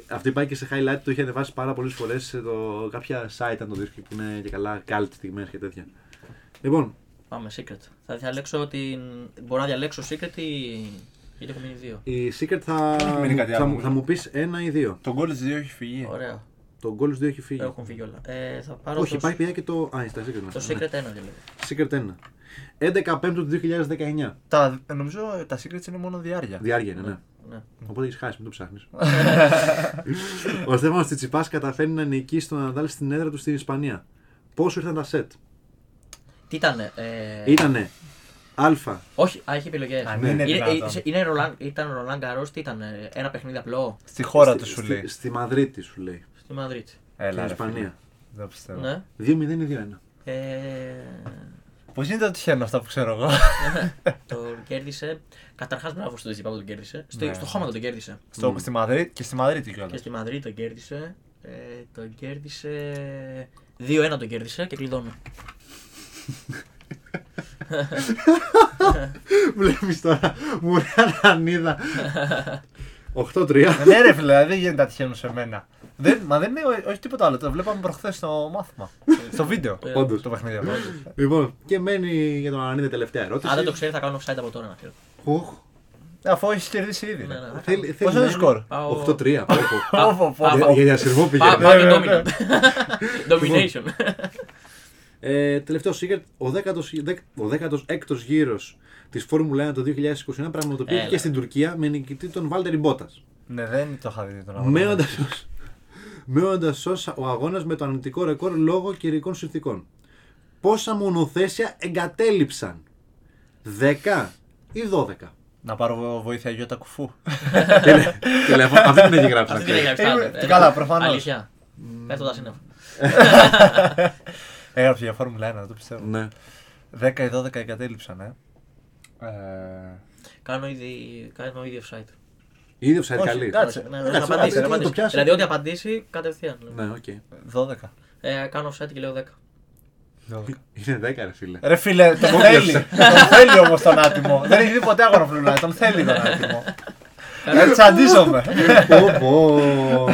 Speaker 1: αυτό υπάρχει και σε highlight, το είχε ανεβάσει πάρα πολλές φορές σε το, κάποια site αν το δεις που είναι και καλά cult στιγμές και τέτοια. Λοιπόν,
Speaker 2: Πάμε, secret. Θα διαλέξω την. Μπορώ να διαλέξω secret ή. Γιατί έχουν μείνει δύο.
Speaker 1: η Secret θα,
Speaker 3: έχει μείνει κάτι
Speaker 1: θα,
Speaker 3: άλλο.
Speaker 1: μου, θα μου πεις ένα ή δύο.
Speaker 3: Το goal 2 έχει φύγει.
Speaker 2: Ωραία.
Speaker 1: Το Goals 2 έχει φύγει.
Speaker 2: Έχουν φύγει όλα. Ε, θα πάρω
Speaker 1: Όχι,
Speaker 2: το,
Speaker 1: υπάρχει πια και το... Α, είναι στα Secret.
Speaker 2: το
Speaker 1: μας. Ναι.
Speaker 2: secret 1 δηλαδή.
Speaker 1: Secret 1. 11 Πέμπτου του 2019.
Speaker 3: Τα, νομίζω τα secrets είναι μόνο διάρκεια.
Speaker 1: Διάρκεια είναι, ναι.
Speaker 2: Ναι.
Speaker 1: Οπότε έχεις χάσει, μην το ψάχνεις. Ο Στέφανος Τσιτσιπάς καταφέρνει να νικήσει τον Ναδάλ στην έδρα του στην Ισπανία. Πόσο ήρθαν τα σετ.
Speaker 2: Τι ήταν. Ε...
Speaker 1: Ήτανε Α,
Speaker 2: Όχι, α, έχει επιλογές.
Speaker 3: Α, ναι, είναι δυνατόν.
Speaker 2: είναι Ρολάν, ήταν Ρολάν Καρός, τι ήταν. ε, Ένα παιχνίδι απλό
Speaker 3: Στη χώρα
Speaker 1: Στη-
Speaker 3: του σου
Speaker 1: στη-
Speaker 3: λέει.
Speaker 1: Στη Μαδρίτη σου λέει.
Speaker 2: στη Μαδρίτη.
Speaker 1: Στην
Speaker 3: Έλα, ρε, φίλε.
Speaker 1: Ισπανία.
Speaker 3: Δεν πιστεύω.
Speaker 2: Ναι.
Speaker 1: 2-0-2-1.
Speaker 2: Ε,
Speaker 3: Πώς γίνεται ότι τυχαίνουν αυτά που ξέρω εγώ.
Speaker 2: τον κέρδισε. Καταρχάς, μπράβο στο Δυτικά που τον κέρδισε. Στο,
Speaker 3: Ναι.
Speaker 2: στο χώμα τον κέρδισε.
Speaker 3: Στο, στη Μαδρίτη και στη Μαδρίτη
Speaker 2: Mm. Και
Speaker 3: κιόλα.
Speaker 2: στη Μαδρίτη τον κέρδισε. Ε, τον κέρδισε. 2-1 τον κέρδισε και κλειδώνω.
Speaker 1: Βλέπεις τώρα, μου ρανίδα. 8-3.
Speaker 3: ναι, ρε φίλε, δεν γίνεται να τυχαίνουν σε μένα. Δεν, μα δεν είναι ό- όχι τίποτα άλλο. Το βλέπαμε προχθές στο μάθημα. στο βίντεο.
Speaker 2: Ε,
Speaker 1: Όντως.
Speaker 3: Το παιχνίδι αυτό.
Speaker 1: Λοιπόν, και μένει για τον Ανανίδα η τελευταία ερώτηση.
Speaker 2: Αν δεν το ξέρει, θα κάνω offside από τώρα να ξέρω.
Speaker 1: Οχ,
Speaker 3: Ε, Αφού έχεις κερδίσει ήδη.
Speaker 2: Ναι, ναι.
Speaker 1: θέλει-
Speaker 3: Πώ
Speaker 1: θέλει
Speaker 3: είναι
Speaker 1: να
Speaker 3: το σκορ.
Speaker 2: Πάω-
Speaker 1: 8-3. πω, πω.
Speaker 3: Πω, πω, πω.
Speaker 2: Πάω.
Speaker 1: Για- Για διασυρμό
Speaker 2: Πά-
Speaker 1: πηγαίνει.
Speaker 2: Πάω και
Speaker 3: ναι,
Speaker 2: dominant. Domination.
Speaker 1: Ε, τελευταίο secret, ο 16ο γύρος της Φόρμουλα 1 το 2021 πραγματοποιήθηκε
Speaker 2: Έλα.
Speaker 1: στην Τουρκία με νικητή τον Βάλτερ Μπότας.
Speaker 3: Ναι, δεν το είχα δει τον αγώνα.
Speaker 1: Μένοντα Μένοντας ως ο αγώνας με το αρνητικό ρεκόρ λόγω καιρικών συνθήκων. Πόσα μονοθέσια εγκατέλειψαν, 10 ή 12.
Speaker 3: Να πάρω βο- βοήθεια Γιώτα Κουφού.
Speaker 1: Τελε- Τηλέφωνο. Αυτή την έχει γράψει. να
Speaker 2: Αυτή την
Speaker 1: ξέρεις.
Speaker 2: έγραψα.
Speaker 3: Ήμουν-
Speaker 2: άντε,
Speaker 3: Καλά,
Speaker 2: ε,
Speaker 3: προφανώς.
Speaker 2: Αλήθεια. Πέφτω τα σύννεφα.
Speaker 3: Έγραψε για Φόρμουλα 1, το πιστεύω.
Speaker 1: Ναι.
Speaker 3: 10 ή 12 εγκατέλειψαν, ε. Ε,
Speaker 2: Κάνω ήδη, κάνω ήδη offside.
Speaker 1: Ήδη ο Ψαρή
Speaker 3: Όχι,
Speaker 1: καλή.
Speaker 3: κάτσε.
Speaker 2: Ναι, ναι, θα
Speaker 1: κάτσε,
Speaker 2: απαντήσει,
Speaker 1: άντε,
Speaker 2: θα
Speaker 1: το
Speaker 2: απαντήσει.
Speaker 1: πιάσε.
Speaker 2: Δηλαδή, ό,τι απαντήσει, κατευθείαν.
Speaker 1: Ναι, οκ.
Speaker 3: 12.
Speaker 2: Ε, κάνω offside και λέω 10.
Speaker 3: 12.
Speaker 1: Είναι 10 ρε φίλε.
Speaker 3: Ρε φίλε, τον θέλει. τον θέλει όμως τον άτιμο. δεν έχει δει ποτέ αγωνοφλούνα. Τον θέλει τον άτιμο. Ε, Τσαντίζομαι.
Speaker 1: Πω, πω.
Speaker 2: 13.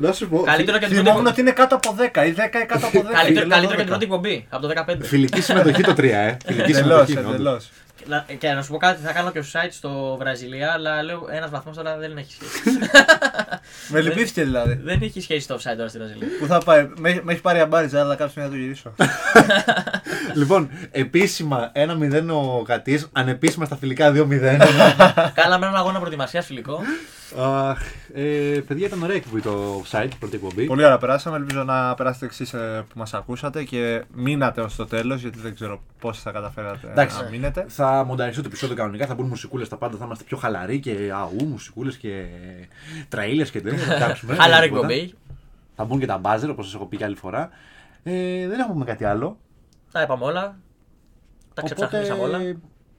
Speaker 1: Να σου πω.
Speaker 2: Καλύτερο και την
Speaker 3: Θυμόμουν
Speaker 2: πρώτη
Speaker 3: ότι είναι κάτω από 10 ή 10 ή κάτω από 10.
Speaker 2: Καλύτερο, καλύτερο και την
Speaker 3: Θέλω
Speaker 2: πρώτη εκπομπή από το 15.
Speaker 1: Φιλική συμμετοχή το 3, ε. Φιλική
Speaker 3: 12. Εντελώς,
Speaker 1: συμμετοχή. είναι, όντως.
Speaker 3: εντελώ.
Speaker 2: Να- Και να σου πω κάτι, θα κάνω και site στο Βραζιλία, αλλά λέω ένας βαθμός τώρα δεν έχει σχέση.
Speaker 3: Με
Speaker 2: Ε,
Speaker 3: λυπήθηκε δηλαδή.
Speaker 2: δεν έχει σχέση το offside τώρα στη Βραζιλία.
Speaker 3: Που θα πάει. Με, με έχει πάρει αμπάριζα, αλλά κάποια στιγμή θα το γυρίσω.
Speaker 1: Λοιπόν, επίσημα 1-0 ο Κατής, ανεπίσημα στα φιλικά 2-0.
Speaker 2: Κάναμε έναν αγώνα προετοιμασίας φιλικό.
Speaker 1: Αχ, ε, παιδιά, ήταν ωραία εκπομπή το site, πρώτη εκπομπή.
Speaker 3: Πολύ ωραία περάσαμε. Ελπίζω να περάσετε εξή που μας ακούσατε και μείνατε ως το τέλος, γιατί δεν ξέρω πόσοι θα καταφέρατε
Speaker 1: Εντάξει.
Speaker 3: να μείνετε.
Speaker 1: Θα μονταριστεί το επεισόδιο κανονικά, θα μπουν μουσικούλες τα πάντα, θα είμαστε πιο χαλαροί και αού, μουσικούλες και τραίλε και τέτοια. θα κάψουμε,
Speaker 2: Χαλαρή
Speaker 1: τίποτα.
Speaker 2: εκπομπή.
Speaker 1: Θα μπουν και τα μπάζερ, όπως σας έχω πει και άλλη φορά. Ε, δεν έχουμε κάτι άλλο.
Speaker 2: Τα είπαμε όλα. Τα ξεψαχνίσαμε όλα.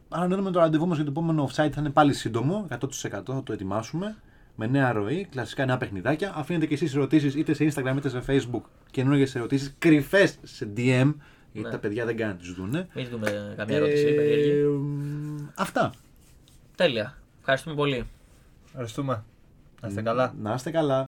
Speaker 1: αναμένουμε το ραντεβού μας για το επόμενο offside, θα είναι πάλι σύντομο. 100% θα το ετοιμάσουμε. Με νέα ροή, κλασικά νέα παιχνιδάκια. Αφήνετε και εσείς ερωτήσεις είτε σε Instagram είτε σε Facebook. Καινούργιες ερωτήσεις, κρυφές σε DM. Γιατί
Speaker 2: Ναι.
Speaker 1: τα παιδιά δεν κάνουν, τις δούνε.
Speaker 2: Μην δούμε καμία ερώτηση περίεργη.
Speaker 1: Ε, μ, αυτά.
Speaker 2: Τέλεια. Ευχαριστούμε πολύ.
Speaker 3: Ευχαριστούμε. Να είστε καλά.
Speaker 1: Να είστε καλά.